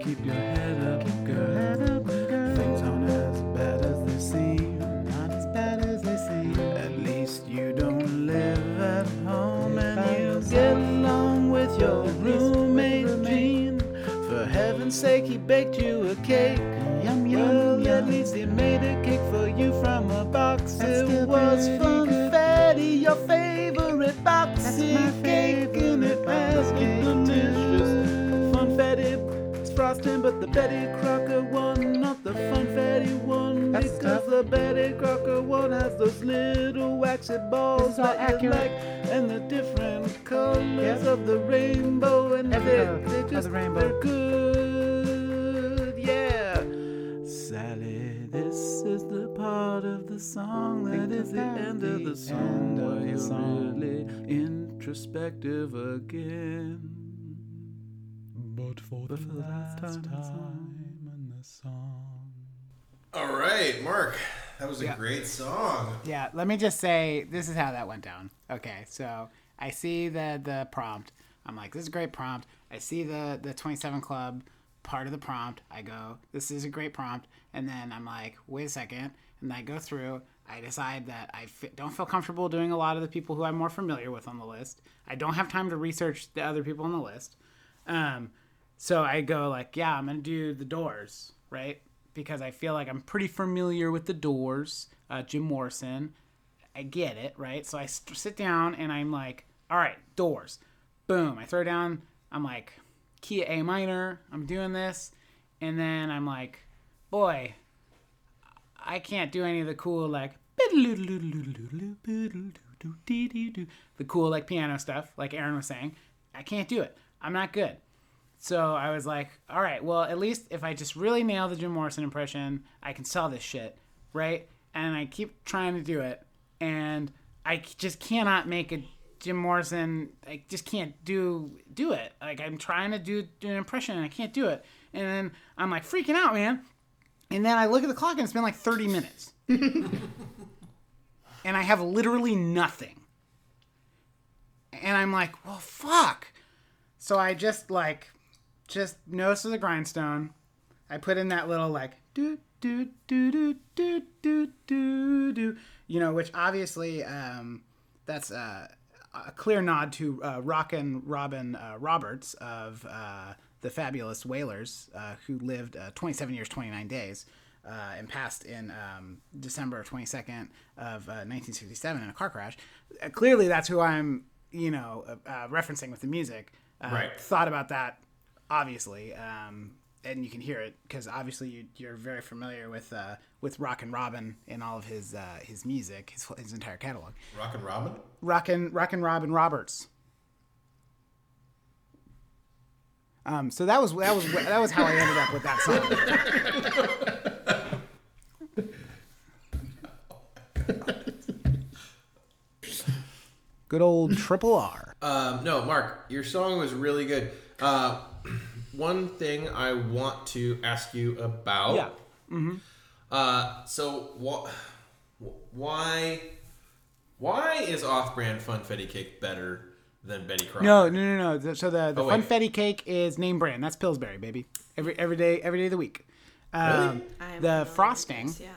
[SPEAKER 6] Keep your head up, girl. Things aren't as bad as they seem. Not as bad as they seem. At least you don't live at home and you get along with your roommate Gene. For heaven's sake, he baked you a cake. Yum, yum, well, at least he made a cake for you from a box. it was funfetti, your favorite boxy cake, and it has been delicious. Funfetti, it's frosting, but the Betty Crocker one, not the funfetti one, because the Betty Crocker one has those little waxy balls that you like, and the different colors of the rainbow, and they, they just they're good, yeah. Sally, this is the part of the song that is the end of the song where you're really introspective again. But for the last time, in the song.
[SPEAKER 2] All right, Mark. That was a great song.
[SPEAKER 1] Yeah, let me just say this is how that went down. Okay, so I see the the prompt. I'm like, this is a great prompt. I see the the 27 Club part of the prompt. I go, this is a great prompt. And then I'm like, wait a second. And I go through. I decide that I f- don't feel comfortable doing a lot of the people who I'm more familiar with on the list. I don't have time to research the other people on the list. Um, so I go like, yeah, I'm gonna do the Doors, right? Because I feel like I'm pretty familiar with the Doors, uh, Jim Morrison. I get it, right? So I st- sit down and I'm like, all right, Doors. Boom. I throw down. I'm like, key A minor. I'm doing this, and then I'm like, boy, I can't do any of the cool like the cool like piano stuff, like Aaron was saying. I can't do it. I'm not good. So I was like, all right, well, at least if I just really nail the Jim Morrison impression, I can sell this shit, right? And I keep trying to do it, and I c- just cannot make a Jim Morrison. I just can't do do it. Like I'm trying to do, do an impression, and I can't do it. And then I'm like freaking out, man. And then I look at the clock, and it's been like 30 minutes, and I have literally nothing. And I'm like, well, fuck. So I just like just nose to the grindstone. I put in that little like do do do do do do do do, you know, which obviously um, that's uh, a clear nod to uh, Rockin' Robin uh, Roberts of uh, the Fabulous Whalers, uh, who lived uh, 27 years, 29 days, uh, and passed in um, December 22nd of uh, 1967 in a car crash. Uh, clearly, that's who I'm, you know, uh, uh, referencing with the music. Uh,
[SPEAKER 2] Right.
[SPEAKER 1] Thought about that, obviously, um, and you can hear it because obviously you, you're very familiar with uh, with Rockin' Robin and all of his uh, his music, his, his entire catalog.
[SPEAKER 2] Rock and Robin.
[SPEAKER 1] Rockin' Rockin' Robin Roberts. Um, so that was that was that was how I ended up with that song. Good old Triple R.
[SPEAKER 2] Um, no, Mark, your song was really good. Uh, one thing I want to ask you about.
[SPEAKER 1] Yeah. Mm-hmm.
[SPEAKER 2] Uh, so wh- wh- why why is off-brand Funfetti Cake better than Betty Crocker?
[SPEAKER 1] No, no, no, no. So the, the
[SPEAKER 2] Oh, wait.
[SPEAKER 1] Funfetti cake is name brand. That's Pillsbury, baby. Every every day, every day of the week. Um,
[SPEAKER 5] I am
[SPEAKER 1] The
[SPEAKER 5] familiar with
[SPEAKER 1] frosting.
[SPEAKER 5] this, Yeah.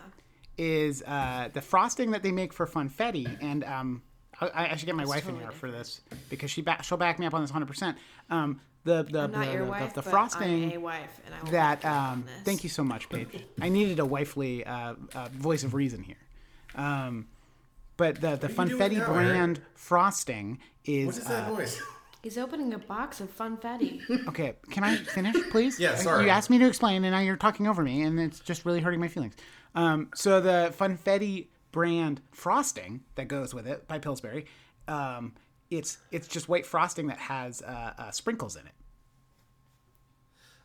[SPEAKER 1] is uh, the frosting that they make for funfetti, and um, I, I should get my wife in here for this because she ba- she'll back me up on this hundred percent. Um, the the,
[SPEAKER 5] I'm not
[SPEAKER 1] the,
[SPEAKER 5] your
[SPEAKER 1] the-
[SPEAKER 5] wife,
[SPEAKER 1] the
[SPEAKER 5] but
[SPEAKER 1] frosting
[SPEAKER 5] I'm a wife, and I will
[SPEAKER 1] that
[SPEAKER 5] back you up on
[SPEAKER 1] um,
[SPEAKER 5] this.
[SPEAKER 1] thank you so much, Paige. I needed a wifely uh, uh, voice of reason here. Um, but the the
[SPEAKER 2] you doing
[SPEAKER 1] funfetti
[SPEAKER 2] now, Eric?
[SPEAKER 1] brand frosting is,
[SPEAKER 2] What is that voice?
[SPEAKER 5] He's opening a box of funfetti.
[SPEAKER 1] uh, okay. Can I finish, please?
[SPEAKER 2] Yeah,
[SPEAKER 1] Uh,
[SPEAKER 2] sorry.
[SPEAKER 1] You asked me to explain, and now you're talking over me, and it's just really hurting my feelings. Um, so the funfetti brand frosting that goes with it by Pillsbury, um, it's it's just white frosting that has uh, uh, sprinkles in it.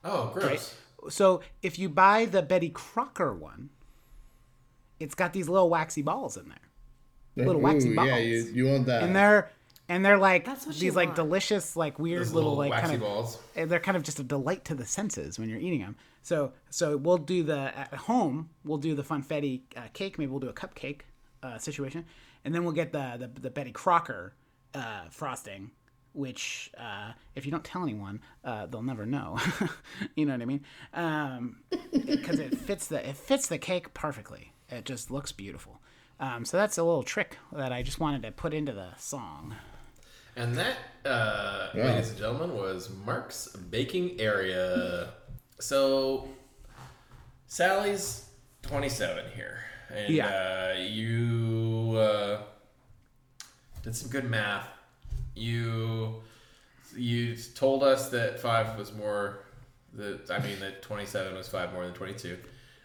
[SPEAKER 2] Oh, gross.
[SPEAKER 1] So if you buy the Betty Crocker one, it's got these little waxy balls in there, little waxy balls,
[SPEAKER 4] Yeah, you, you want that.
[SPEAKER 1] and they're and they're like
[SPEAKER 5] That's what
[SPEAKER 1] these
[SPEAKER 5] you
[SPEAKER 1] like
[SPEAKER 5] want.
[SPEAKER 1] delicious like weird
[SPEAKER 2] Those
[SPEAKER 1] little, like
[SPEAKER 2] little waxy
[SPEAKER 1] kind of
[SPEAKER 2] balls.
[SPEAKER 1] and they're kind of just a delight to the senses when you're eating them. So so we'll do the at home we'll do the funfetti uh, cake. Maybe we'll do a cupcake uh, situation, and then we'll get the the, the Betty Crocker uh, frosting. Which, uh, if you don't tell anyone, uh, they'll never know. you know what I mean? Because it fits the it fits the cake perfectly. It just looks beautiful. Um, so that's a little trick that I just wanted to put into the song.
[SPEAKER 2] And that, uh, ladies and gentlemen, was Mark's baking area. So Sally's 27 here, and
[SPEAKER 1] Yeah.
[SPEAKER 2] uh, you uh, did some good math. You you told us that five was more. That I mean that 27 was five more than 22.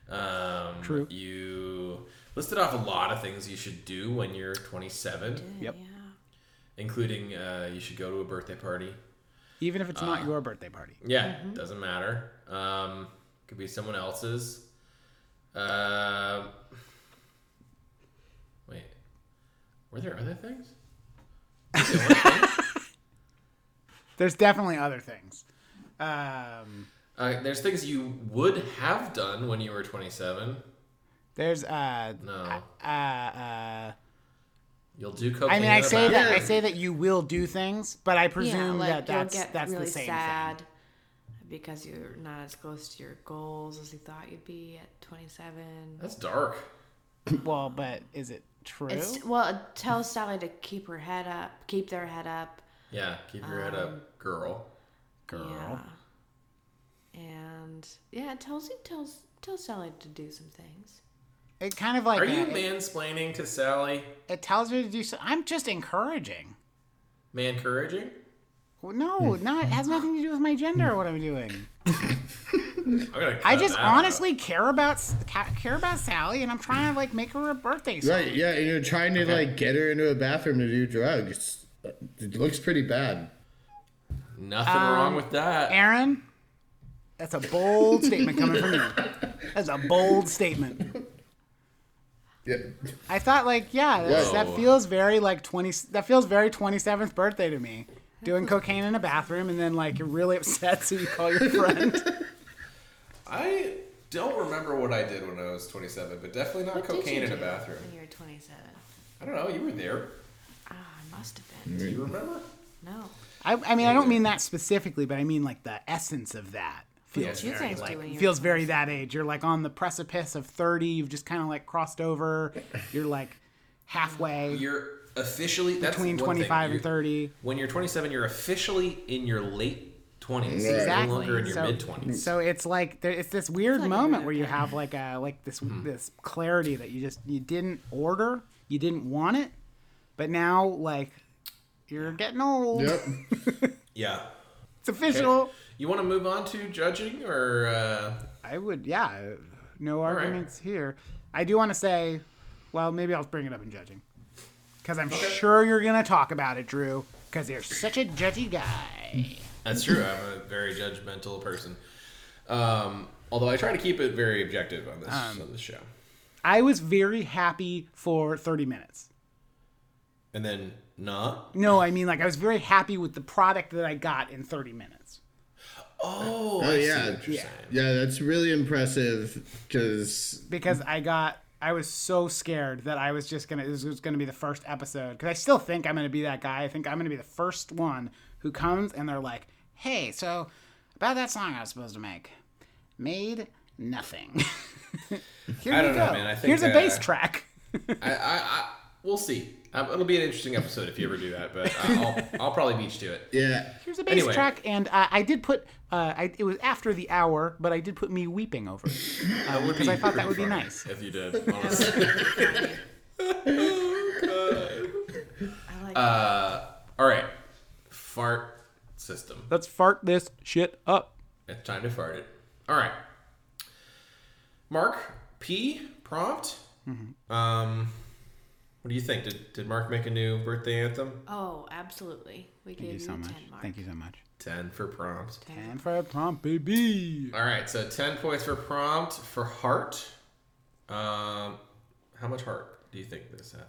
[SPEAKER 2] Um,
[SPEAKER 1] True.
[SPEAKER 2] You listed off a lot of things you should do when you're 27
[SPEAKER 1] Yep.
[SPEAKER 5] Yeah.
[SPEAKER 2] including uh, you should go to a birthday party.
[SPEAKER 1] Even if it's not your birthday party.
[SPEAKER 2] Yeah, doesn't matter. Um, could be someone else's. Um wait, were there other things? Was there one thing?
[SPEAKER 1] There's definitely other things. Um,
[SPEAKER 2] Uh, there's things you would have done when you were 27.
[SPEAKER 1] there's uh,
[SPEAKER 2] No,
[SPEAKER 1] uh, uh,
[SPEAKER 2] you'll do cocaine.
[SPEAKER 1] I mean,
[SPEAKER 2] in
[SPEAKER 1] I
[SPEAKER 2] a
[SPEAKER 1] say that I
[SPEAKER 2] bathroom.
[SPEAKER 1] say that you will do things, but I
[SPEAKER 5] yeah,
[SPEAKER 1] presume
[SPEAKER 5] like
[SPEAKER 1] that
[SPEAKER 5] you'll
[SPEAKER 1] that's
[SPEAKER 5] get
[SPEAKER 1] that's
[SPEAKER 5] really
[SPEAKER 1] the same
[SPEAKER 5] sad because you're not as close to your goals as you thought you'd be at 27.
[SPEAKER 2] that's dark.
[SPEAKER 1] thing. Well, but is it true?
[SPEAKER 5] It's, well, tell Sally to keep her head up, keep their head up.
[SPEAKER 2] Yeah, keep your head
[SPEAKER 1] Um,
[SPEAKER 2] up, girl.
[SPEAKER 1] Girl.
[SPEAKER 5] Yeah. And yeah, it tells you tells tell Sally to do some things.
[SPEAKER 1] It kind of like
[SPEAKER 2] Are you
[SPEAKER 1] it,
[SPEAKER 2] mansplaining to Sally?
[SPEAKER 1] it tells her to do. So, I'm just encouraging.
[SPEAKER 2] Man encouraging?
[SPEAKER 1] Well, No, no, it has nothing to do with my gender or what I'm doing.
[SPEAKER 2] I'm gonna
[SPEAKER 1] I
[SPEAKER 2] cut
[SPEAKER 1] just
[SPEAKER 2] that out.
[SPEAKER 1] honestly care about ca- care about Sally, and I'm trying to like make her a birthday. song.
[SPEAKER 4] Right, yeah, and you're trying to like get her into a bathroom to do drugs. It looks pretty bad.
[SPEAKER 2] Nothing
[SPEAKER 1] Um,
[SPEAKER 2] wrong with that.
[SPEAKER 1] Aaron, that's a bold statement coming from you. That's a bold statement.
[SPEAKER 4] Yeah.
[SPEAKER 1] I thought like, yeah, that's, that
[SPEAKER 2] Whoa.
[SPEAKER 1] feels very like twenty. That feels very twenty seventh birthday to me. Doing cocaine in a bathroom and then like you're really upset, so you call your friend.
[SPEAKER 2] I don't remember what I did when I was 27, but definitely not
[SPEAKER 5] What did
[SPEAKER 2] cocaine
[SPEAKER 5] you
[SPEAKER 2] in a
[SPEAKER 5] do
[SPEAKER 2] bathroom.
[SPEAKER 5] When you were 27.
[SPEAKER 2] I don't know. You were there.
[SPEAKER 5] Ah, I must have been.
[SPEAKER 2] Do you remember?
[SPEAKER 5] No.
[SPEAKER 1] I, I mean, I don't mean that specifically, but I mean like the essence of that feels
[SPEAKER 5] you
[SPEAKER 1] very
[SPEAKER 5] guys do
[SPEAKER 1] like
[SPEAKER 5] when you're
[SPEAKER 1] feels very that age. You're like on the precipice of thirty. You've just kind of like crossed over. You're like halfway
[SPEAKER 2] You're officially that's
[SPEAKER 1] between
[SPEAKER 2] one thing.
[SPEAKER 1] twenty five and
[SPEAKER 2] You're-
[SPEAKER 1] thirty.
[SPEAKER 2] When you're 27, you're officially in your late 20s. You're
[SPEAKER 1] Exactly.
[SPEAKER 2] No longer in your
[SPEAKER 1] So-
[SPEAKER 2] mid 20s.
[SPEAKER 1] So it's like there, it's this weird
[SPEAKER 5] like a
[SPEAKER 1] moment
[SPEAKER 5] minute
[SPEAKER 1] where you
[SPEAKER 5] then.
[SPEAKER 1] have like a like this
[SPEAKER 2] Mm-hmm.
[SPEAKER 1] this clarity that you just you didn't order, you didn't want it, but now like you're getting old.
[SPEAKER 4] Yep. Oh,
[SPEAKER 2] Yeah.
[SPEAKER 1] It's official.
[SPEAKER 2] You want to move on to judging or uh,
[SPEAKER 1] I would, yeah. No arguments here. I do want to say, well, maybe I'll bring it up in judging. Because I'm sure you're going to talk about it, Drew. Because you're such a judgy guy.
[SPEAKER 2] That's true. I'm a very judgmental person. Um, although I try to keep it very objective on this
[SPEAKER 1] Um,
[SPEAKER 2] on this show.
[SPEAKER 1] I was very happy for 30 minutes.
[SPEAKER 2] And then not.
[SPEAKER 1] No, I mean, like, I was very happy with the product that I got in 30 minutes.
[SPEAKER 2] Oh,
[SPEAKER 4] Oh,
[SPEAKER 2] I see
[SPEAKER 4] yeah.
[SPEAKER 2] what you're
[SPEAKER 4] Yeah.
[SPEAKER 2] saying.
[SPEAKER 4] Yeah, that's really impressive because
[SPEAKER 1] Because I got, I was so scared that I was just going to, this was going to be the first episode. Because I still think I'm going to be that guy. I think I'm going to be the first one who comes and they're like, hey, so about that song I was supposed to make. made nothing. Here
[SPEAKER 2] I
[SPEAKER 1] you
[SPEAKER 2] don't
[SPEAKER 1] go.
[SPEAKER 2] know, man. I think,
[SPEAKER 1] Here's a bass
[SPEAKER 2] uh,
[SPEAKER 1] track.
[SPEAKER 2] I, I, I, we'll see. Um, it'll be an interesting episode if you ever do that, but I'll, I'll probably beach to it.
[SPEAKER 4] yeah,
[SPEAKER 1] Here's a bass
[SPEAKER 2] anyway.
[SPEAKER 1] track, and uh, I did put. Uh, I, it was after the hour, but I did put me weeping over it
[SPEAKER 2] That would
[SPEAKER 1] Uh, because
[SPEAKER 2] be
[SPEAKER 1] I thought that
[SPEAKER 2] pretty
[SPEAKER 1] would be
[SPEAKER 2] funny
[SPEAKER 1] nice.
[SPEAKER 2] if you did. Honestly.
[SPEAKER 5] Oh, I like
[SPEAKER 2] uh, all right, fart system.
[SPEAKER 1] Let's fart this shit up.
[SPEAKER 2] It's time to fart it. All right. Mark P prompt.
[SPEAKER 1] Mm-hmm.
[SPEAKER 2] Um, what do you think? Did, did Mark make a new birthday anthem?
[SPEAKER 5] Oh, absolutely. We gave you, ten marks.
[SPEAKER 1] Thank you so much.
[SPEAKER 2] Ten for prompt.
[SPEAKER 1] And for a prompt, baby.
[SPEAKER 2] All right, so ten points for prompt for heart. Um, how much heart do you think this has?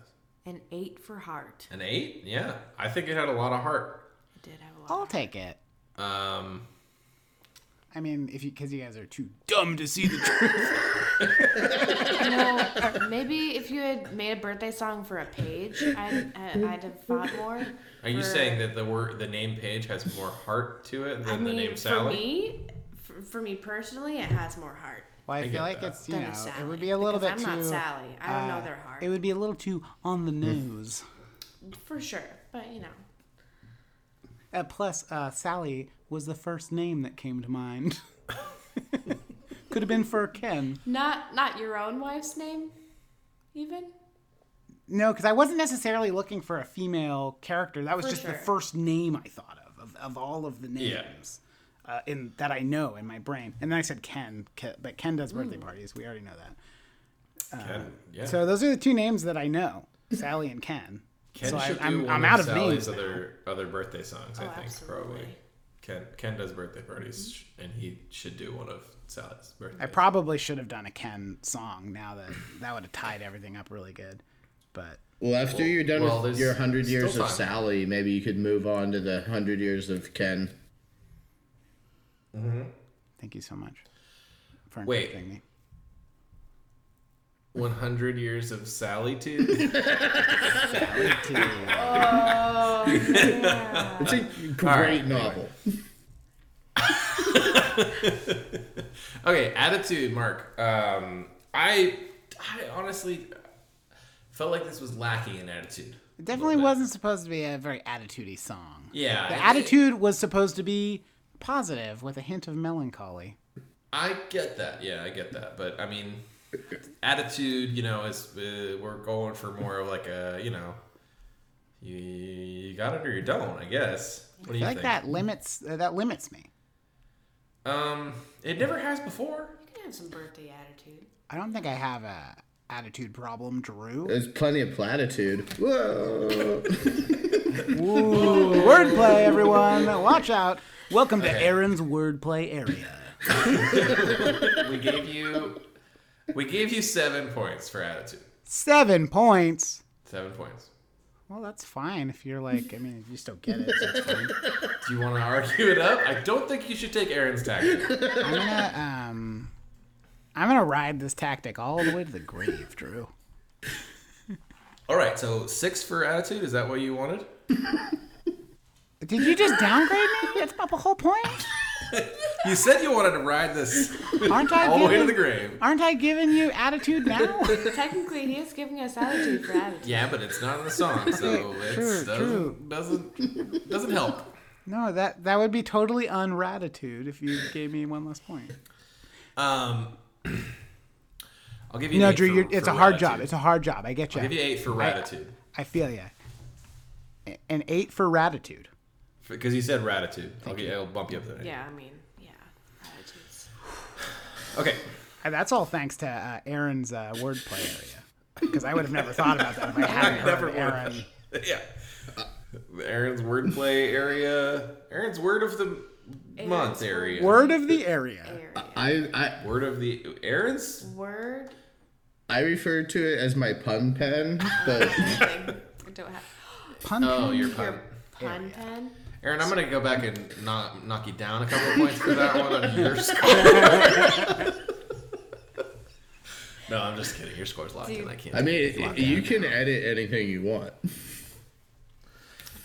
[SPEAKER 5] An eight for heart.
[SPEAKER 2] An eight? Yeah, I think it had a lot of heart.
[SPEAKER 5] I did have a lot.
[SPEAKER 1] I'll take it.
[SPEAKER 2] Um,
[SPEAKER 1] I mean, if you because you guys are too dumb to see the truth.
[SPEAKER 5] Oh, Well, uh, maybe if you had made a birthday song for a page, I'd, I- I'd have thought more.
[SPEAKER 2] are you
[SPEAKER 5] For-
[SPEAKER 2] saying that the word the name page has more heart to it than
[SPEAKER 5] I
[SPEAKER 2] the
[SPEAKER 5] mean,
[SPEAKER 2] name
[SPEAKER 5] for
[SPEAKER 2] Sally?
[SPEAKER 5] me, for, for me personally, it has more heart
[SPEAKER 1] Well, I,
[SPEAKER 2] get
[SPEAKER 1] feel like
[SPEAKER 2] that.
[SPEAKER 1] it's you
[SPEAKER 5] than
[SPEAKER 1] know
[SPEAKER 5] a Sally.
[SPEAKER 1] it would be a little
[SPEAKER 5] because
[SPEAKER 1] bit
[SPEAKER 5] I'm
[SPEAKER 1] too.
[SPEAKER 5] not Sally. I don't
[SPEAKER 1] uh,
[SPEAKER 5] know their heart
[SPEAKER 1] It would be a little too on the
[SPEAKER 2] Mm.
[SPEAKER 1] nose.
[SPEAKER 5] for sure, but you know,
[SPEAKER 1] Uh, plus, uh, Sally was the first name that came to mind. Could have been for Ken.
[SPEAKER 5] not not your own wife's name, even.
[SPEAKER 1] No, because I wasn't necessarily looking for a female character. That was
[SPEAKER 5] For
[SPEAKER 1] just the
[SPEAKER 5] sure.
[SPEAKER 1] first name I thought of, of, of all of the names uh, in that I know in my brain. And then I said Ken, Ke- but Ken does
[SPEAKER 5] Mm.
[SPEAKER 1] birthday parties. We already know that.
[SPEAKER 2] Ken, yeah.
[SPEAKER 1] So those are the two names that I know, Sally and Ken.
[SPEAKER 2] Ken
[SPEAKER 1] so I,
[SPEAKER 2] should do
[SPEAKER 1] I'm,
[SPEAKER 2] one
[SPEAKER 1] I'm
[SPEAKER 2] of
[SPEAKER 1] out of names.
[SPEAKER 2] Sally's
[SPEAKER 1] now.
[SPEAKER 2] other other birthday songs. I
[SPEAKER 5] Oh,
[SPEAKER 2] think probably.
[SPEAKER 5] absolutely. Mm-hmm.
[SPEAKER 2] Ken Ken does birthday parties, and he should do one of Sally's birthday.
[SPEAKER 1] I probably should have done a Ken song. Now that that would have tied everything up really good. But
[SPEAKER 4] Well, after you're done
[SPEAKER 2] well,
[SPEAKER 4] with
[SPEAKER 2] there's
[SPEAKER 4] your 100 years
[SPEAKER 2] still
[SPEAKER 4] of
[SPEAKER 2] time.
[SPEAKER 4] Sally, maybe you could move on to the 100 years of Ken.
[SPEAKER 1] thank you so much for
[SPEAKER 2] Wait.
[SPEAKER 1] encouraging me.
[SPEAKER 2] One hundred years of Sally too.
[SPEAKER 4] It's a great novel.
[SPEAKER 2] okay, attitude, Mark. Um, I I honestly felt like this was lacking in attitude.
[SPEAKER 1] It definitely wasn't supposed to be a very attitudey song.
[SPEAKER 2] Yeah,
[SPEAKER 1] The
[SPEAKER 2] it-
[SPEAKER 1] attitude was supposed to be positive with a hint of melancholy.
[SPEAKER 2] I get that. Yeah, I get that. But I mean, attitude. You know, is uh, we're going for more of like a you know, you, you got it or you don't. I guess. What do
[SPEAKER 1] I
[SPEAKER 2] you
[SPEAKER 1] feel like
[SPEAKER 2] think?
[SPEAKER 1] that limits uh, that limits me.
[SPEAKER 2] Um, it never has before.
[SPEAKER 5] You can have some birthday attitude.
[SPEAKER 1] I don't think I have a attitude problem, Drew.
[SPEAKER 4] There's plenty of platitude. Whoa.
[SPEAKER 1] Ooh, wordplay, everyone. Watch out. Welcome to Aaron's wordplay area.
[SPEAKER 2] We gave you, we gave you seven points for attitude.
[SPEAKER 1] Seven points.
[SPEAKER 2] Seven points.
[SPEAKER 1] Well, that's fine if you're like, I mean, if you still get it. That's fine.
[SPEAKER 2] Do you want to argue it up? I don't think you should take Aaron's tactic.
[SPEAKER 1] I'm gonna, um, I'm gonna ride this tactic all the way to the grave, Drew.
[SPEAKER 2] All right, so six for attitude. Is that what you wanted?
[SPEAKER 1] Did you just downgrade me? That's about the whole point.
[SPEAKER 2] You said you wanted to ride this
[SPEAKER 1] Aren't I
[SPEAKER 2] all the way to
[SPEAKER 1] giving,
[SPEAKER 2] the grave.
[SPEAKER 1] Aren't I giving you attitude now?
[SPEAKER 5] Technically, he is giving us attitude for attitude.
[SPEAKER 2] Yeah, but it's not in the song, so it
[SPEAKER 1] True, true.
[SPEAKER 2] doesn't, doesn't doesn't help.
[SPEAKER 1] no, that that would be totally unratitude if you gave me one less point.
[SPEAKER 2] Um, I'll give you.
[SPEAKER 1] No,
[SPEAKER 2] an eight
[SPEAKER 1] Drew,
[SPEAKER 2] for-
[SPEAKER 1] you're, it's
[SPEAKER 2] for
[SPEAKER 1] a hard
[SPEAKER 2] Ratitude.
[SPEAKER 1] job. It's a hard job. I get you.
[SPEAKER 2] I'll give you eight for ratitude
[SPEAKER 1] I feel you. An eight for ratitude.
[SPEAKER 2] because you said ratitude. I'll, get, I'll bump you up there.
[SPEAKER 5] Yeah, I mean, yeah, attitudes.
[SPEAKER 2] Okay.
[SPEAKER 1] And that's all thanks to uh, Aaron's uh, wordplay area. Because I would have never thought about that if I hadn't heard
[SPEAKER 2] Never
[SPEAKER 1] Aaron.
[SPEAKER 2] would. yeah. Uh, Aaron's wordplay area. Aaron's word of the month area.
[SPEAKER 1] Word of the area.
[SPEAKER 5] Area.
[SPEAKER 4] I, I
[SPEAKER 2] Word of the Aaron's.
[SPEAKER 5] Word.
[SPEAKER 4] I refer to it as my pun pen, but
[SPEAKER 5] Nothing. I don't have
[SPEAKER 1] Pun.
[SPEAKER 2] Oh, your pun.
[SPEAKER 5] your pun pen.
[SPEAKER 2] Aaron, I'm gonna go back and knock, knock you down a couple of points for that one on your score. no, I'm just kidding. Your score's locked in. I can't.
[SPEAKER 4] I mean, you can edit anything you want.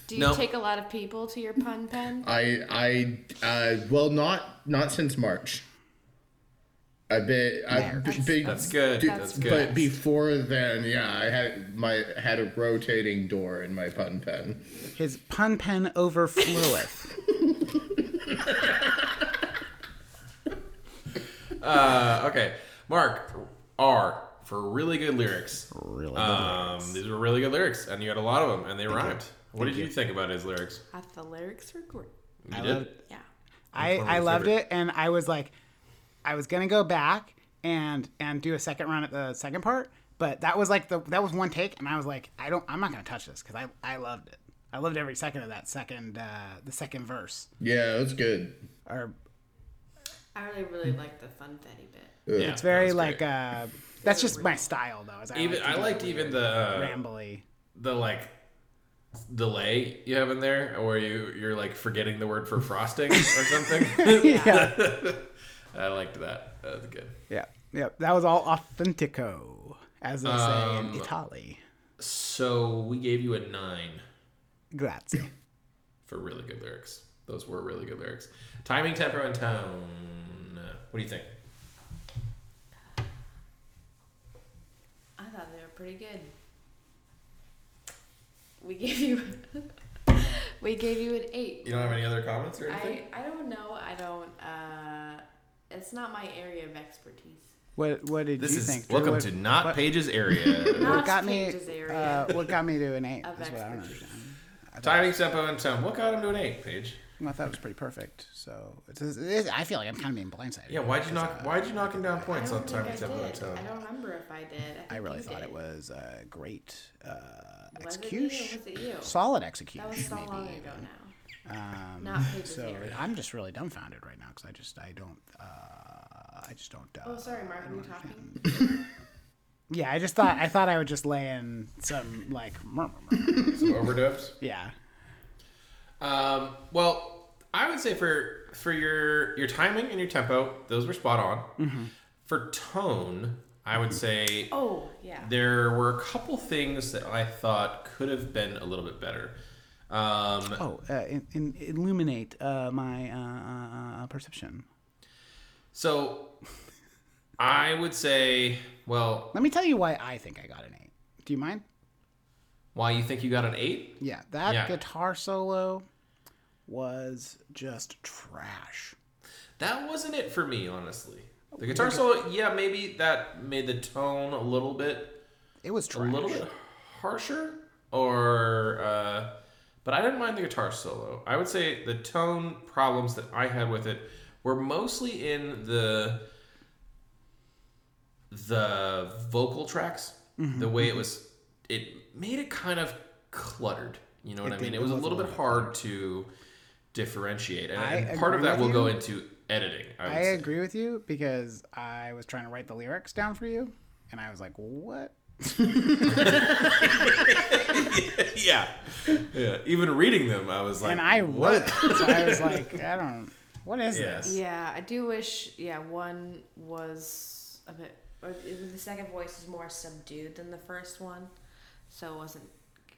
[SPEAKER 5] Do you
[SPEAKER 2] No.
[SPEAKER 5] take a lot of people to your pun pen?
[SPEAKER 4] I I uh, well not not since March. I bet I big
[SPEAKER 2] That's good.
[SPEAKER 4] Dude,
[SPEAKER 2] That's,
[SPEAKER 5] that's-
[SPEAKER 2] good.
[SPEAKER 4] but before then, yeah, I had my had a rotating door in my pun pen.
[SPEAKER 1] His pun pen overfloweth.
[SPEAKER 2] Uh, okay, Mark R for really good lyrics. Really good um, lyrics. These were really good lyrics, and you had a lot of them, and they rhymed. What did you. think about his lyrics?
[SPEAKER 5] I thought Uh, the lyrics were great.
[SPEAKER 2] You did.
[SPEAKER 5] Yeah.
[SPEAKER 1] I,
[SPEAKER 2] one of my
[SPEAKER 1] I loved
[SPEAKER 2] favorite.
[SPEAKER 1] it, and I was like, I was gonna go back and and do a second run at the second part, but that was like the that was one take, and I was like, I don't, I'm not gonna touch this because I I loved it. I loved every second of that second uh, the second verse.
[SPEAKER 4] Yeah, it was good.
[SPEAKER 1] Or
[SPEAKER 5] I really, really like the funfetti bit.
[SPEAKER 2] Yeah,
[SPEAKER 1] it's
[SPEAKER 2] that
[SPEAKER 1] very
[SPEAKER 2] was great.
[SPEAKER 1] like uh, that's just my style though. Is I
[SPEAKER 2] Even
[SPEAKER 1] like to
[SPEAKER 2] I
[SPEAKER 1] go
[SPEAKER 2] liked even the uh,
[SPEAKER 1] rambly.
[SPEAKER 2] the like delay you have in there, or you you're like forgetting the word for frosting or something.
[SPEAKER 1] Yeah.
[SPEAKER 2] I liked that. That was good.
[SPEAKER 1] Yeah, yeah, that was all authentico, as they say
[SPEAKER 2] Um,
[SPEAKER 1] in Italy.
[SPEAKER 2] So we gave you a nine
[SPEAKER 1] Grazie.
[SPEAKER 2] for really good lyrics. Those were really good lyrics. Timing, tempo, and tone. What do you think?
[SPEAKER 5] I thought they were pretty good. We gave you. we gave you an eight.
[SPEAKER 2] You don't have any other comments or anything?
[SPEAKER 5] I I don't know. I don't. uh It's not my area of expertise.
[SPEAKER 1] What what did
[SPEAKER 2] This
[SPEAKER 1] you
[SPEAKER 2] is
[SPEAKER 1] think? Drew?
[SPEAKER 2] welcome
[SPEAKER 1] What-
[SPEAKER 2] to not pages area.
[SPEAKER 1] what
[SPEAKER 5] Not
[SPEAKER 1] got me
[SPEAKER 5] Page's area.
[SPEAKER 1] uh, what got me to an eight
[SPEAKER 5] Of
[SPEAKER 1] is what I don't
[SPEAKER 5] expertise.
[SPEAKER 1] understand.
[SPEAKER 2] Timing, tempo, and tone. What got him to an eight page?
[SPEAKER 1] I thought it was pretty perfect. So it's, it's, I feel like I'm kind of being blindsided.
[SPEAKER 2] Yeah, why'd you knock? Why'd you knock him down
[SPEAKER 5] I
[SPEAKER 2] points on
[SPEAKER 5] don't
[SPEAKER 2] timing,
[SPEAKER 5] think I
[SPEAKER 2] tempo, and
[SPEAKER 5] did.
[SPEAKER 2] tone?
[SPEAKER 5] I don't remember if I did. think
[SPEAKER 1] I really
[SPEAKER 5] you
[SPEAKER 1] thought
[SPEAKER 5] did.
[SPEAKER 1] it was a great uh,
[SPEAKER 5] Was it
[SPEAKER 1] execution,
[SPEAKER 5] you or was it you?
[SPEAKER 1] solid execution.
[SPEAKER 5] That was so
[SPEAKER 1] maybe
[SPEAKER 5] long
[SPEAKER 1] even.
[SPEAKER 5] ago now.
[SPEAKER 1] Um,
[SPEAKER 5] Not Page's
[SPEAKER 1] so
[SPEAKER 5] area.
[SPEAKER 1] I'm just really dumbfounded right now because I just I don't uh, I just don't. Uh,
[SPEAKER 5] Oh, sorry, Mark. Are you talking?
[SPEAKER 1] Yeah, I just thought I thought I would just lay in some like murmur. murmur.
[SPEAKER 2] Some overdubs.
[SPEAKER 1] yeah.
[SPEAKER 2] Um, well, I would say for for your your timing and your tempo, those were spot on. For tone, I would say
[SPEAKER 5] Oh, yeah.
[SPEAKER 2] there were a couple things that I thought could have been a little bit better. Um,
[SPEAKER 1] Oh, uh, in, in, illuminate uh, my uh, uh, uh, perception.
[SPEAKER 2] So I would say, well,
[SPEAKER 1] Let me tell you why I think I got an eight. Do you mind?
[SPEAKER 2] why you think you got an eight?
[SPEAKER 1] Yeah, that
[SPEAKER 2] Yeah.
[SPEAKER 1] guitar solo was just trash.
[SPEAKER 2] That wasn't it for me, honestly. The guitar solo, yeah, maybe that made the tone a little bit
[SPEAKER 1] It was
[SPEAKER 2] a
[SPEAKER 1] trash.
[SPEAKER 2] little bit harsher or uh, but i didn't mind the guitar solo i would say the tone problems that i had with it were mostly in the the vocal tracks
[SPEAKER 1] Mm-hmm.
[SPEAKER 2] the way it was it made it kind of cluttered you know what i mean
[SPEAKER 1] did.
[SPEAKER 2] it
[SPEAKER 1] It
[SPEAKER 2] was a
[SPEAKER 1] was a
[SPEAKER 2] little bit
[SPEAKER 1] little
[SPEAKER 2] hard to differentiate and,
[SPEAKER 1] I
[SPEAKER 2] and part of
[SPEAKER 1] agree
[SPEAKER 2] that will
[SPEAKER 1] with
[SPEAKER 2] go
[SPEAKER 1] you.
[SPEAKER 2] into editing i would
[SPEAKER 1] I
[SPEAKER 2] say.
[SPEAKER 1] agree with you because I was trying to write the lyrics down for you, and I was like, "What?"
[SPEAKER 2] yeah yeah even reading them i was like
[SPEAKER 1] And I wrote.
[SPEAKER 2] what
[SPEAKER 1] it. So I was like, "I don't. What is
[SPEAKER 2] yes
[SPEAKER 5] Yeah, I do wish. Yeah, one was a bit. Or it- the second voice is more subdued than the first one, so it wasn't.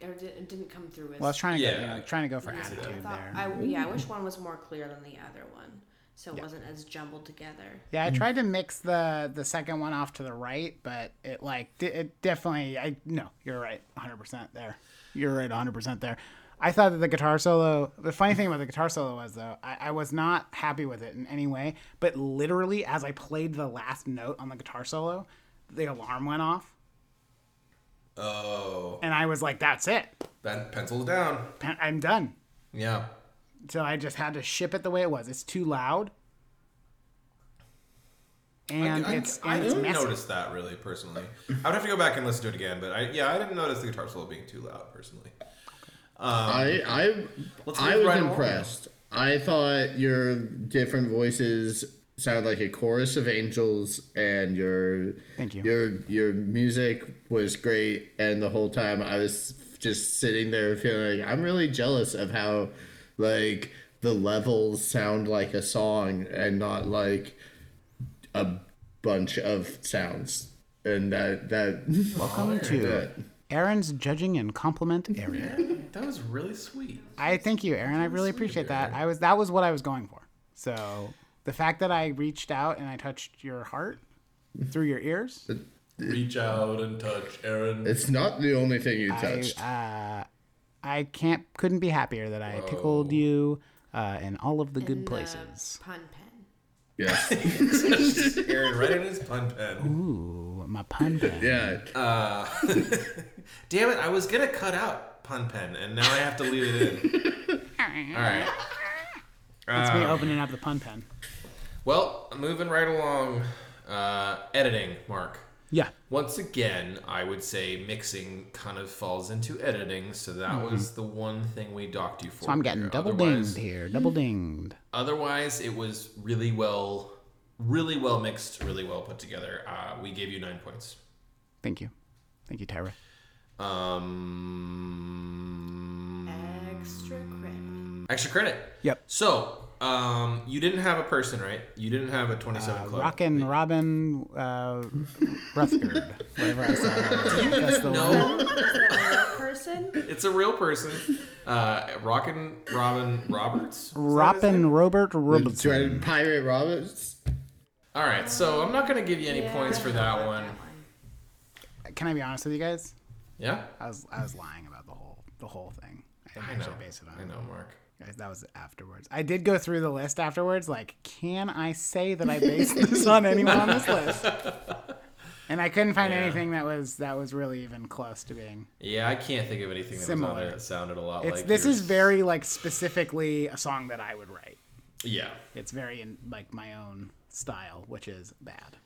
[SPEAKER 5] Or it didn't- it didn't come through as.
[SPEAKER 1] Well, I was trying to go,
[SPEAKER 2] Yeah,
[SPEAKER 1] you
[SPEAKER 2] I-
[SPEAKER 1] know, trying to go for
[SPEAKER 2] I can see that.
[SPEAKER 1] attitude
[SPEAKER 5] thought-
[SPEAKER 1] there.
[SPEAKER 5] I, yeah, I wish one was more clear than the other one. so it wasn't as jumbled together.
[SPEAKER 1] Yeah, I tried to mix the the second one off to the right, but it like di- it definitely. I no, you're right, 100 percent there. You're right, 100 percent there. I thought that the guitar solo. The funny thing about the guitar solo was though, I, I was not happy with it in any way. But literally, as I played the last note on the guitar solo, the alarm went off,
[SPEAKER 2] Oh,
[SPEAKER 1] and I was like, "That's it.
[SPEAKER 2] that pencils down.
[SPEAKER 1] Pen- I'm done."
[SPEAKER 2] Yeah.
[SPEAKER 1] So I just had to ship it the way it was. It's too loud, and
[SPEAKER 2] I,
[SPEAKER 1] it's
[SPEAKER 2] I,
[SPEAKER 1] and it's
[SPEAKER 2] didn't
[SPEAKER 1] messy.
[SPEAKER 2] notice that really personally. I would have to go back and listen to it again, but I yeah, I didn't notice the guitar solo being too loud personally.
[SPEAKER 4] I
[SPEAKER 2] Let's
[SPEAKER 4] I I
[SPEAKER 2] move
[SPEAKER 4] was
[SPEAKER 2] right along.
[SPEAKER 4] impressed. I thought your different voices sounded like a chorus of angels, and your
[SPEAKER 1] Thank you.
[SPEAKER 4] Your your music was great, and the whole time I was just sitting there feeling like I'm really jealous of how like the levels sound like a song and not like a bunch of sounds. And that that welcome
[SPEAKER 1] to- Aaron's judging and compliment area.
[SPEAKER 2] That was really sweet.
[SPEAKER 1] I thank you, Aaron. I really appreciate that. I was that was what I was going for. So the fact that I reached out and I touched your heart through your ears,
[SPEAKER 2] Reach out and touch Aaron.
[SPEAKER 4] It's not the only thing you touched.
[SPEAKER 1] I can't couldn't be happier that I tickled you uh, in all of the good
[SPEAKER 5] And the
[SPEAKER 1] places.
[SPEAKER 5] pun pen.
[SPEAKER 4] yes.
[SPEAKER 2] Aaron right in his pun pen.
[SPEAKER 1] Ooh, my pun. pen.
[SPEAKER 4] Yeah.
[SPEAKER 2] Damn it, I was gonna cut out pun pen and now I have to leave it in. Alright.
[SPEAKER 1] That's
[SPEAKER 2] Ah.
[SPEAKER 1] me opening up the pun pen.
[SPEAKER 2] Well, moving right along. Uh, editing, Mark.
[SPEAKER 1] Yeah.
[SPEAKER 2] Once again, I would say mixing kind of falls into editing, so that was the one thing we docked you for.
[SPEAKER 1] Mm-hmm. So I'm getting double
[SPEAKER 2] Otherwise-
[SPEAKER 1] dinged here. Double dinged.
[SPEAKER 2] Otherwise, it was really well, really well mixed, really well put together. Uh, we gave you nine points.
[SPEAKER 1] Thank you. Thank you, Tyra.
[SPEAKER 2] Um,
[SPEAKER 5] Extra credit.
[SPEAKER 2] extra credit.
[SPEAKER 1] Yep.
[SPEAKER 2] So, um, you didn't have a person, right? You didn't have a
[SPEAKER 1] Uh,
[SPEAKER 2] 27 club.
[SPEAKER 1] Rockin' Robin uh, Rutherford. Whatever I said. That's the one.
[SPEAKER 2] No,
[SPEAKER 5] Is that a real person?
[SPEAKER 2] it's a real person. Uh, Rockin' Robin Roberts. Is that his
[SPEAKER 1] Robin
[SPEAKER 2] name?
[SPEAKER 1] Robert
[SPEAKER 4] Do
[SPEAKER 1] Robertson.
[SPEAKER 4] I pirate Roberts?
[SPEAKER 2] All right, so I'm not gonna give you any
[SPEAKER 5] Yeah,
[SPEAKER 2] points for
[SPEAKER 5] I
[SPEAKER 2] that
[SPEAKER 5] like
[SPEAKER 2] one.
[SPEAKER 1] Can I be honest with you guys?
[SPEAKER 2] Yeah,
[SPEAKER 1] I was I was lying about the whole the whole thing. I didn't
[SPEAKER 2] I know.
[SPEAKER 1] actually base it on.
[SPEAKER 2] I know, Mark.
[SPEAKER 1] Guys, That was afterwards. I did go through the list afterwards. Like, can I say that I based this on anyone on this list? And I couldn't find
[SPEAKER 2] Yeah.
[SPEAKER 1] anything that was that was really even close to being.
[SPEAKER 2] Yeah, I can't think of anything that was on
[SPEAKER 1] Similar.
[SPEAKER 2] there that sounded a lot
[SPEAKER 1] It's
[SPEAKER 2] like
[SPEAKER 1] this
[SPEAKER 2] yours.
[SPEAKER 1] is very like specifically a song that I would write.
[SPEAKER 2] yeah.
[SPEAKER 1] It's very in like my own style, which is bad.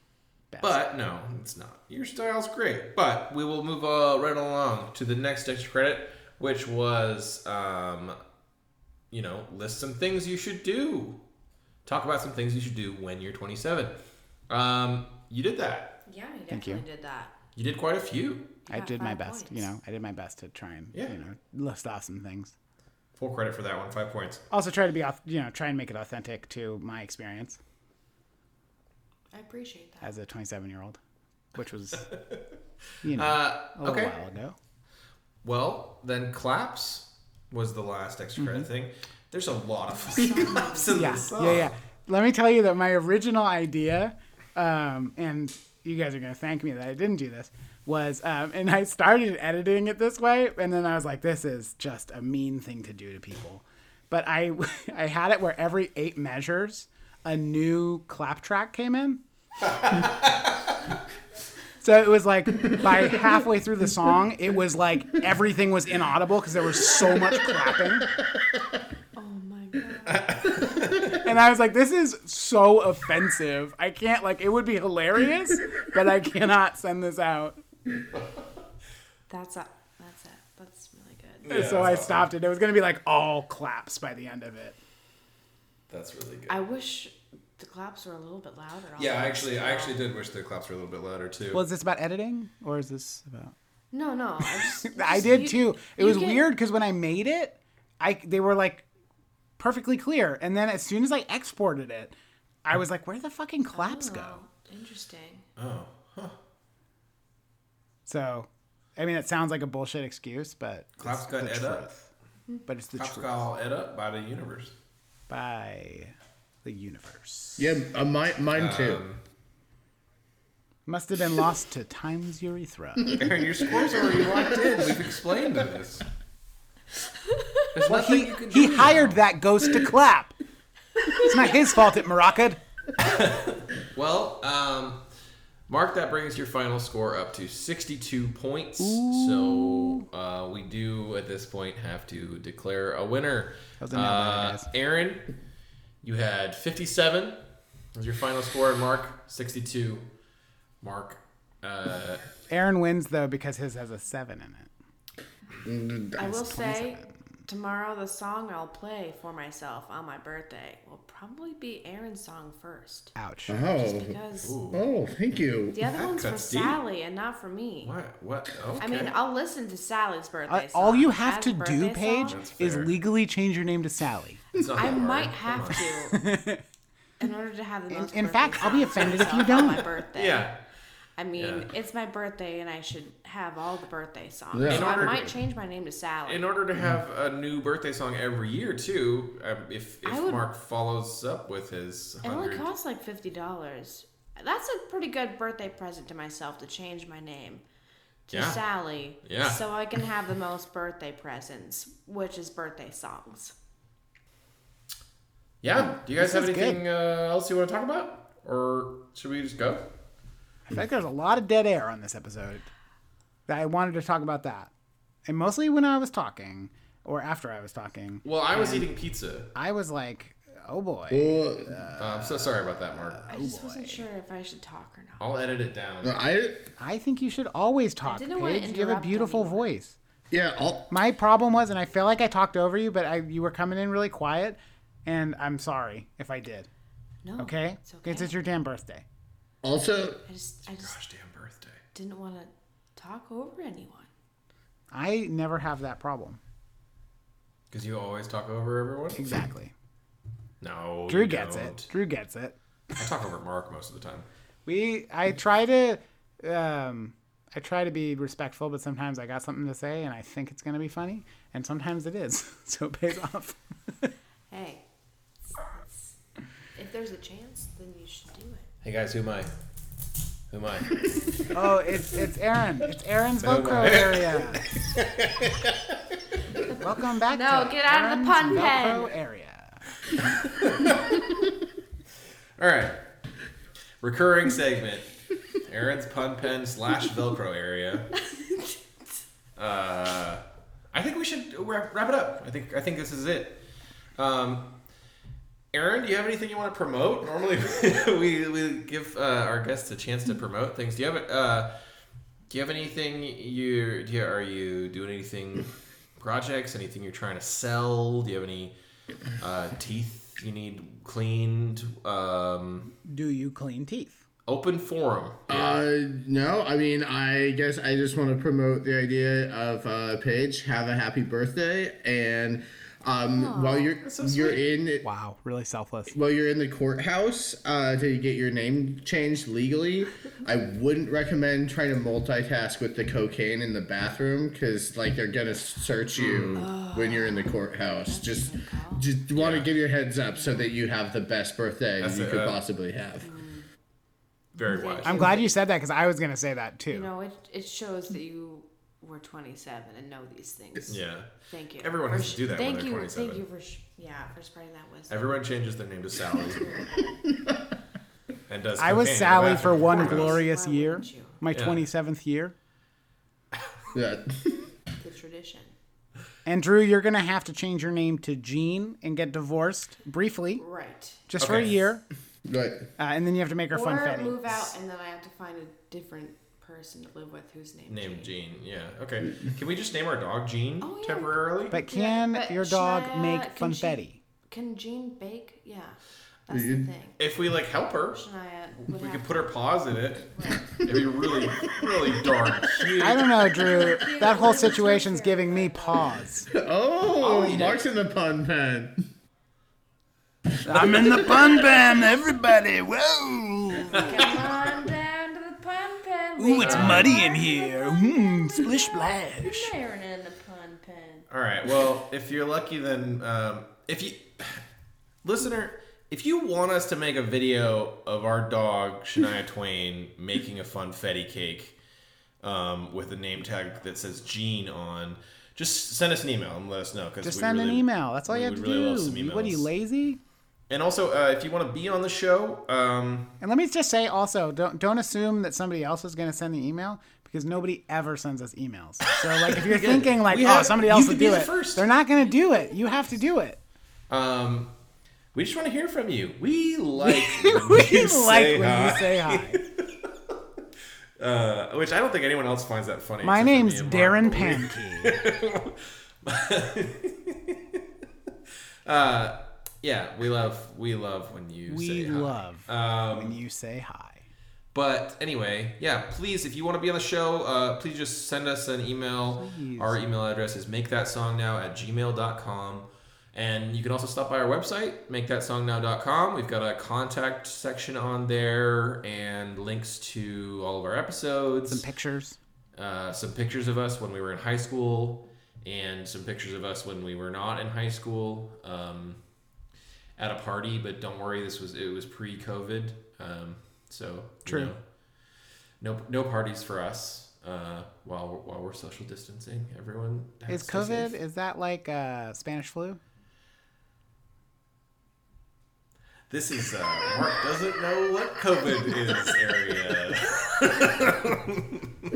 [SPEAKER 1] Bad.
[SPEAKER 2] But no, it's not. Your style's great. But we will move uh, right along to the next extra credit, which was, um, you know, list some things you should do. Talk about some things you should do when you're 27. Um, you did that.
[SPEAKER 5] Yeah, you
[SPEAKER 1] Thank you.
[SPEAKER 5] definitely did that.
[SPEAKER 2] You did quite a few.
[SPEAKER 1] I
[SPEAKER 5] got
[SPEAKER 1] did my
[SPEAKER 5] five
[SPEAKER 1] best. You
[SPEAKER 5] points.
[SPEAKER 1] know, I did my best to try and
[SPEAKER 2] Yeah.
[SPEAKER 1] you know list off some things.
[SPEAKER 2] Full credit for that one. Five points.
[SPEAKER 1] Also, try to be auth- you know try and make it authentic to my experience.
[SPEAKER 5] I appreciate that.
[SPEAKER 1] as a 27 year old, which was, you know, a little
[SPEAKER 2] okay.
[SPEAKER 1] while ago.
[SPEAKER 2] Well, then claps was the last extra credit thing. There's a lot of fucking claps in
[SPEAKER 1] Mm-hmm. Yeah,
[SPEAKER 2] this song.
[SPEAKER 1] yeah, yeah. Let me tell you that my original idea, um, and you guys are gonna thank me that I didn't do this, was, um, and I started editing it this way, and then I was like, this is just a mean thing to do to people. But I, I had it where every eight measures, a new clap track came in. So it was like by halfway through the song, it was like everything was inaudible because there was so much clapping.
[SPEAKER 5] oh my god.
[SPEAKER 1] And I was like, this is so offensive. I can't, like, it would be hilarious, but I cannot send this out.
[SPEAKER 5] That's a, that's it. That's really good.
[SPEAKER 2] Yeah,
[SPEAKER 1] so I
[SPEAKER 2] that's
[SPEAKER 1] stopped it. It was going to be like all claps by the end of it.
[SPEAKER 2] That's really good.
[SPEAKER 5] I wish the claps were a little bit louder. on
[SPEAKER 2] yeah,
[SPEAKER 5] that.
[SPEAKER 2] actually, I actually did wish the claps were a little bit louder too.
[SPEAKER 1] Well, is this about editing or is this about.
[SPEAKER 5] No, no. I, just,
[SPEAKER 1] I
[SPEAKER 5] just-
[SPEAKER 1] did
[SPEAKER 5] you-
[SPEAKER 1] too. It
[SPEAKER 5] you
[SPEAKER 1] was
[SPEAKER 5] get-
[SPEAKER 1] weird because when I made it, I they were like perfectly clear. And then as soon as I exported it, I was like, where the fucking claps go?
[SPEAKER 5] Oh, interesting.
[SPEAKER 1] So, I mean, it sounds like a bullshit excuse, but
[SPEAKER 2] Claps
[SPEAKER 1] it's
[SPEAKER 2] got
[SPEAKER 1] the
[SPEAKER 2] ed up.
[SPEAKER 1] truth. But it's the
[SPEAKER 2] Cops
[SPEAKER 1] truth.
[SPEAKER 2] got all ed up by the universe.
[SPEAKER 1] Bye. the universe.
[SPEAKER 4] Yeah, uh, my, mine too.
[SPEAKER 1] Must have been lost to time's urethra.
[SPEAKER 2] Aaron, your score's already locked in. We've explained this. There's nothing
[SPEAKER 1] he
[SPEAKER 2] you can do.
[SPEAKER 1] he hired that ghost to clap. It's not his fault it Morocco'd.
[SPEAKER 2] Well, um, Mark, that brings your final score up to 62 points. So uh, we do at this point have to declare a winner.
[SPEAKER 1] was a nail biter,
[SPEAKER 2] Uh,
[SPEAKER 1] guys.
[SPEAKER 2] Aaron, you had 57 as your final score, and Mark 62. Mark, uh,
[SPEAKER 1] Aaron wins though because his has a seven in it.
[SPEAKER 5] I will say, tomorrow the song I'll play for myself on my birthday will probably be Aaron's song first.
[SPEAKER 1] Ouch.
[SPEAKER 4] Oh,
[SPEAKER 5] Because
[SPEAKER 4] oh, thank you.
[SPEAKER 5] the other
[SPEAKER 2] That
[SPEAKER 5] one's for
[SPEAKER 2] cuts deep.
[SPEAKER 5] Sally and not for me.
[SPEAKER 2] what? What? Okay.
[SPEAKER 5] I mean, I'll listen to Sally's birthday
[SPEAKER 1] Uh, all
[SPEAKER 5] song
[SPEAKER 1] you have
[SPEAKER 5] as
[SPEAKER 1] to
[SPEAKER 5] a
[SPEAKER 1] do,
[SPEAKER 5] birthday
[SPEAKER 1] Paige,
[SPEAKER 5] song.
[SPEAKER 1] is
[SPEAKER 2] fair.
[SPEAKER 1] legally change your name to Sally.
[SPEAKER 2] It's not
[SPEAKER 5] I
[SPEAKER 2] that hard.
[SPEAKER 5] might
[SPEAKER 2] Come
[SPEAKER 5] have
[SPEAKER 2] on.
[SPEAKER 5] to. In order to have the most
[SPEAKER 1] in
[SPEAKER 5] birthday
[SPEAKER 1] fact, I'll be
[SPEAKER 5] songs for
[SPEAKER 1] offended if you
[SPEAKER 5] myself on My
[SPEAKER 1] don't.
[SPEAKER 5] birthday.
[SPEAKER 2] Yeah.
[SPEAKER 5] I mean,
[SPEAKER 2] Yeah.
[SPEAKER 5] it's my birthday, and I should have all the birthday songs.
[SPEAKER 4] Yeah.
[SPEAKER 5] So
[SPEAKER 2] In
[SPEAKER 5] I
[SPEAKER 2] order to-
[SPEAKER 5] might change my name to Sally.
[SPEAKER 2] In order to have a new birthday song every year, too, um, if,
[SPEAKER 5] I
[SPEAKER 2] if
[SPEAKER 5] would-
[SPEAKER 2] Mark follows up with his
[SPEAKER 5] it only
[SPEAKER 2] 100
[SPEAKER 5] costs like fifty dollars. That's a pretty good birthday present to myself to change my name to
[SPEAKER 2] Yeah.
[SPEAKER 5] Sally,
[SPEAKER 2] Yeah.
[SPEAKER 5] so I can have the most birthday presents, which is birthday songs.
[SPEAKER 2] Yeah. Do you guys
[SPEAKER 1] This
[SPEAKER 2] have
[SPEAKER 1] is good.
[SPEAKER 2] anything uh, else you want to talk about, or should we just go?
[SPEAKER 1] I think there's a lot of dead air on this episode. That I wanted to talk about that, and mostly when I was talking or after I was talking,
[SPEAKER 2] Well, I was eating pizza.
[SPEAKER 1] I was like, "Oh boy."
[SPEAKER 4] Well,
[SPEAKER 2] Uh, I'm so sorry about that, Mark.
[SPEAKER 1] Oh,
[SPEAKER 5] I just wasn't sure if I should talk or not.
[SPEAKER 2] I'll edit it down.
[SPEAKER 4] I
[SPEAKER 1] I think you should always talk.
[SPEAKER 5] didn't wanna
[SPEAKER 1] Paige, you have a
[SPEAKER 5] interrupt
[SPEAKER 1] beautiful
[SPEAKER 5] anyone.
[SPEAKER 1] voice.
[SPEAKER 4] yeah, I'll,
[SPEAKER 1] My problem was, and I feel like I talked over you, but I you were coming in really quiet, and I'm sorry if I did.
[SPEAKER 5] No,
[SPEAKER 1] Okay,
[SPEAKER 5] Oh, it's okay.
[SPEAKER 1] because it's your damn birthday.
[SPEAKER 4] also
[SPEAKER 5] I just, I just
[SPEAKER 2] Gosh, damn birthday.
[SPEAKER 5] didn't want to talk over anyone.
[SPEAKER 1] I never have that problem.
[SPEAKER 2] Because you always talk over everyone.
[SPEAKER 1] Exactly.
[SPEAKER 2] No,
[SPEAKER 1] Drew
[SPEAKER 2] you
[SPEAKER 1] gets
[SPEAKER 2] don't.
[SPEAKER 1] it. Drew gets it.
[SPEAKER 2] I talk over Mark most of the time.
[SPEAKER 1] We I try to um I try to be respectful, but sometimes I got something to say and I think it's gonna be funny, and sometimes it is. So it pays off.
[SPEAKER 5] Hey, if there's a chance, then you should do it.
[SPEAKER 2] Hey guys, who am I? Who am I?
[SPEAKER 1] Oh, it's it's Aaron. It's Aaron's
[SPEAKER 2] Oh,
[SPEAKER 1] vocal
[SPEAKER 2] my.
[SPEAKER 1] area. Welcome back.
[SPEAKER 5] No,
[SPEAKER 1] to
[SPEAKER 5] get out of
[SPEAKER 1] Aaron's
[SPEAKER 5] the pun pen.
[SPEAKER 1] Velcro area.
[SPEAKER 2] All right. Recurring segment. Aaron's pun pen slash Velcro area. Uh, I think we should wrap, wrap it up. I think I think this is it. Um, Aaron, do you have anything you want to promote? Normally, we, we give uh, our guests a chance to promote things. Do you have uh, Do you have anything you, do you are you doing anything projects? Anything you're trying to sell? Do you have any uh, teeth you need cleaned? Um,
[SPEAKER 1] Do you clean teeth?
[SPEAKER 2] open forum.
[SPEAKER 4] Uh, no, I mean, I guess I just want to promote the idea of uh, Paige have a happy birthday, and um, while you're you're in
[SPEAKER 1] Wow, really selfless.
[SPEAKER 4] while you're in the courthouse uh, to get your name changed legally, I wouldn't recommend trying to multitask with the cocaine in the bathroom because like they're gonna search you when you're in the courthouse. Just just want to give your heads up so that you have the best birthday
[SPEAKER 2] That's
[SPEAKER 4] you
[SPEAKER 2] it,
[SPEAKER 4] could
[SPEAKER 2] uh,
[SPEAKER 4] possibly have.
[SPEAKER 2] Very wise.
[SPEAKER 1] I'm glad you said that because I was gonna say that too.
[SPEAKER 5] You know, it, it shows that you were 27 and know these things.
[SPEAKER 2] yeah.
[SPEAKER 5] Thank you.
[SPEAKER 2] Everyone
[SPEAKER 5] for
[SPEAKER 2] has to
[SPEAKER 5] sh-
[SPEAKER 2] do that when
[SPEAKER 5] Thank
[SPEAKER 2] they're
[SPEAKER 5] you.
[SPEAKER 2] 27.
[SPEAKER 5] Thank you for sh- yeah for spreading that wisdom.
[SPEAKER 2] Everyone changes their name to Sally. and does
[SPEAKER 1] I was
[SPEAKER 2] cocaine in the
[SPEAKER 1] Sally for
[SPEAKER 2] bathroom.
[SPEAKER 1] one
[SPEAKER 2] Gross.
[SPEAKER 1] glorious
[SPEAKER 5] Why
[SPEAKER 1] year,
[SPEAKER 5] wouldn't you?
[SPEAKER 1] my
[SPEAKER 2] Yeah.
[SPEAKER 1] 27th year.
[SPEAKER 4] Yeah.
[SPEAKER 5] the tradition.
[SPEAKER 1] And Drew, you're gonna have to change your name to Jean and get divorced briefly,
[SPEAKER 5] Right.
[SPEAKER 1] just for a
[SPEAKER 2] Okay.
[SPEAKER 1] year,
[SPEAKER 4] But
[SPEAKER 1] uh, and then you have to make her
[SPEAKER 5] or
[SPEAKER 1] funfetti.
[SPEAKER 5] move out and then I have to find a different person to live with whose name.
[SPEAKER 2] Name Gene. Yeah. Okay. Can we just name our dog Gene
[SPEAKER 5] Oh, yeah.
[SPEAKER 2] temporarily?
[SPEAKER 1] But can
[SPEAKER 5] but
[SPEAKER 1] your dog
[SPEAKER 5] Shia-
[SPEAKER 1] make
[SPEAKER 5] can she-
[SPEAKER 1] funfetti?
[SPEAKER 5] Can Jean bake? Yeah, that's the thing. uh,
[SPEAKER 2] if we like help her,
[SPEAKER 5] Shania would
[SPEAKER 2] we
[SPEAKER 5] have
[SPEAKER 2] could put her paws in it. It'd be really, really darn cute.
[SPEAKER 1] I don't know, Drew. That whole situation's giving me pause.
[SPEAKER 4] Oh, Mark's in the pun pen.
[SPEAKER 6] I'm in the pun pen, everybody. Whoa.
[SPEAKER 5] Come on down to the pun pen.
[SPEAKER 6] Ooh, it's muddy in here. Mmm, splish splash.
[SPEAKER 5] Aaron in the pun pen.
[SPEAKER 2] All right. Well, if you're lucky, then um, if you listener, if you want us to make a video of our dog Shania Twain making a funfetti cake um, with a name tag that says Gene on, just send us an email and let us know. Cause
[SPEAKER 1] Just
[SPEAKER 2] we
[SPEAKER 1] send an
[SPEAKER 2] really-
[SPEAKER 1] email. That's all
[SPEAKER 2] we
[SPEAKER 1] you have to
[SPEAKER 2] would really love
[SPEAKER 1] do.
[SPEAKER 2] some
[SPEAKER 1] You- What are you
[SPEAKER 2] emails.
[SPEAKER 1] lazy?
[SPEAKER 2] And also, uh, if you want to be on the show, um,
[SPEAKER 1] And let me just say also, don't don't assume that somebody else is going to send the email because nobody ever sends us emails. So like if you're thinking like,
[SPEAKER 2] We
[SPEAKER 1] oh,
[SPEAKER 2] have-
[SPEAKER 1] somebody
[SPEAKER 2] you
[SPEAKER 1] else
[SPEAKER 2] could
[SPEAKER 1] will
[SPEAKER 2] be
[SPEAKER 1] do
[SPEAKER 2] the
[SPEAKER 1] it,
[SPEAKER 2] first.
[SPEAKER 1] they're not going to do it. You have to do it.
[SPEAKER 2] um, we just want to hear from you. We like when
[SPEAKER 1] We
[SPEAKER 2] you
[SPEAKER 1] like
[SPEAKER 2] say
[SPEAKER 1] when
[SPEAKER 2] hi.
[SPEAKER 1] you say hi.
[SPEAKER 2] Uh, which I don't think anyone else finds that funny.
[SPEAKER 1] My
[SPEAKER 2] except for me
[SPEAKER 1] name's
[SPEAKER 2] and Mark,
[SPEAKER 1] Darren
[SPEAKER 2] but we-
[SPEAKER 1] Pankey.
[SPEAKER 2] Uh, yeah, we love we love when you say
[SPEAKER 1] We
[SPEAKER 2] hi.
[SPEAKER 1] love
[SPEAKER 2] Um,
[SPEAKER 1] when you say hi.
[SPEAKER 2] But anyway, yeah, please, if you want to be on the show, uh, please just send us an email. Our email address is make that song now at gmail.com. And you can also stop by our website, make that song now.com. We've got a contact section on there and links to all of our episodes
[SPEAKER 1] Some pictures.
[SPEAKER 2] uh, some pictures of us when we were in high school and some pictures of us when we were not in high school um, at a party but don't worry this was it was pre-covid um, so true no no parties for us uh, while we're, while we're social distancing everyone
[SPEAKER 1] Is
[SPEAKER 2] has to stay
[SPEAKER 1] COVID
[SPEAKER 2] safe.
[SPEAKER 1] is that like uh, Spanish flu?
[SPEAKER 2] this is uh, mark doesn't know what covid is area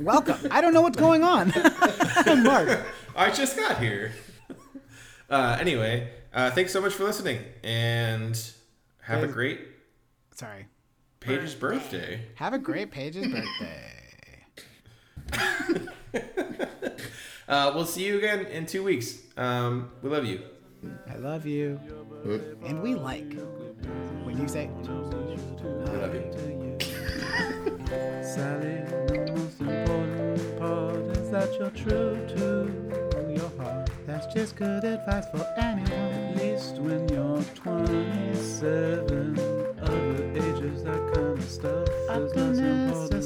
[SPEAKER 1] Welcome. I don't know what's going on. I'm Mark.
[SPEAKER 2] I just got here. Uh, anyway, uh, thanks so much for listening, and have a
[SPEAKER 1] Guys-
[SPEAKER 2] great
[SPEAKER 1] Sorry.
[SPEAKER 2] Paige's birthday.
[SPEAKER 1] Have a great Paige's birthday.
[SPEAKER 2] Uh, we'll see you again in two weeks. Um, we love you.
[SPEAKER 1] I love you. And we like when you say
[SPEAKER 2] We love you.
[SPEAKER 6] Sally, the most important part is that you're true to your heart.
[SPEAKER 1] that's just good advice for anyone.
[SPEAKER 6] At least when you're 27, other ages, that kind of stuff is less important.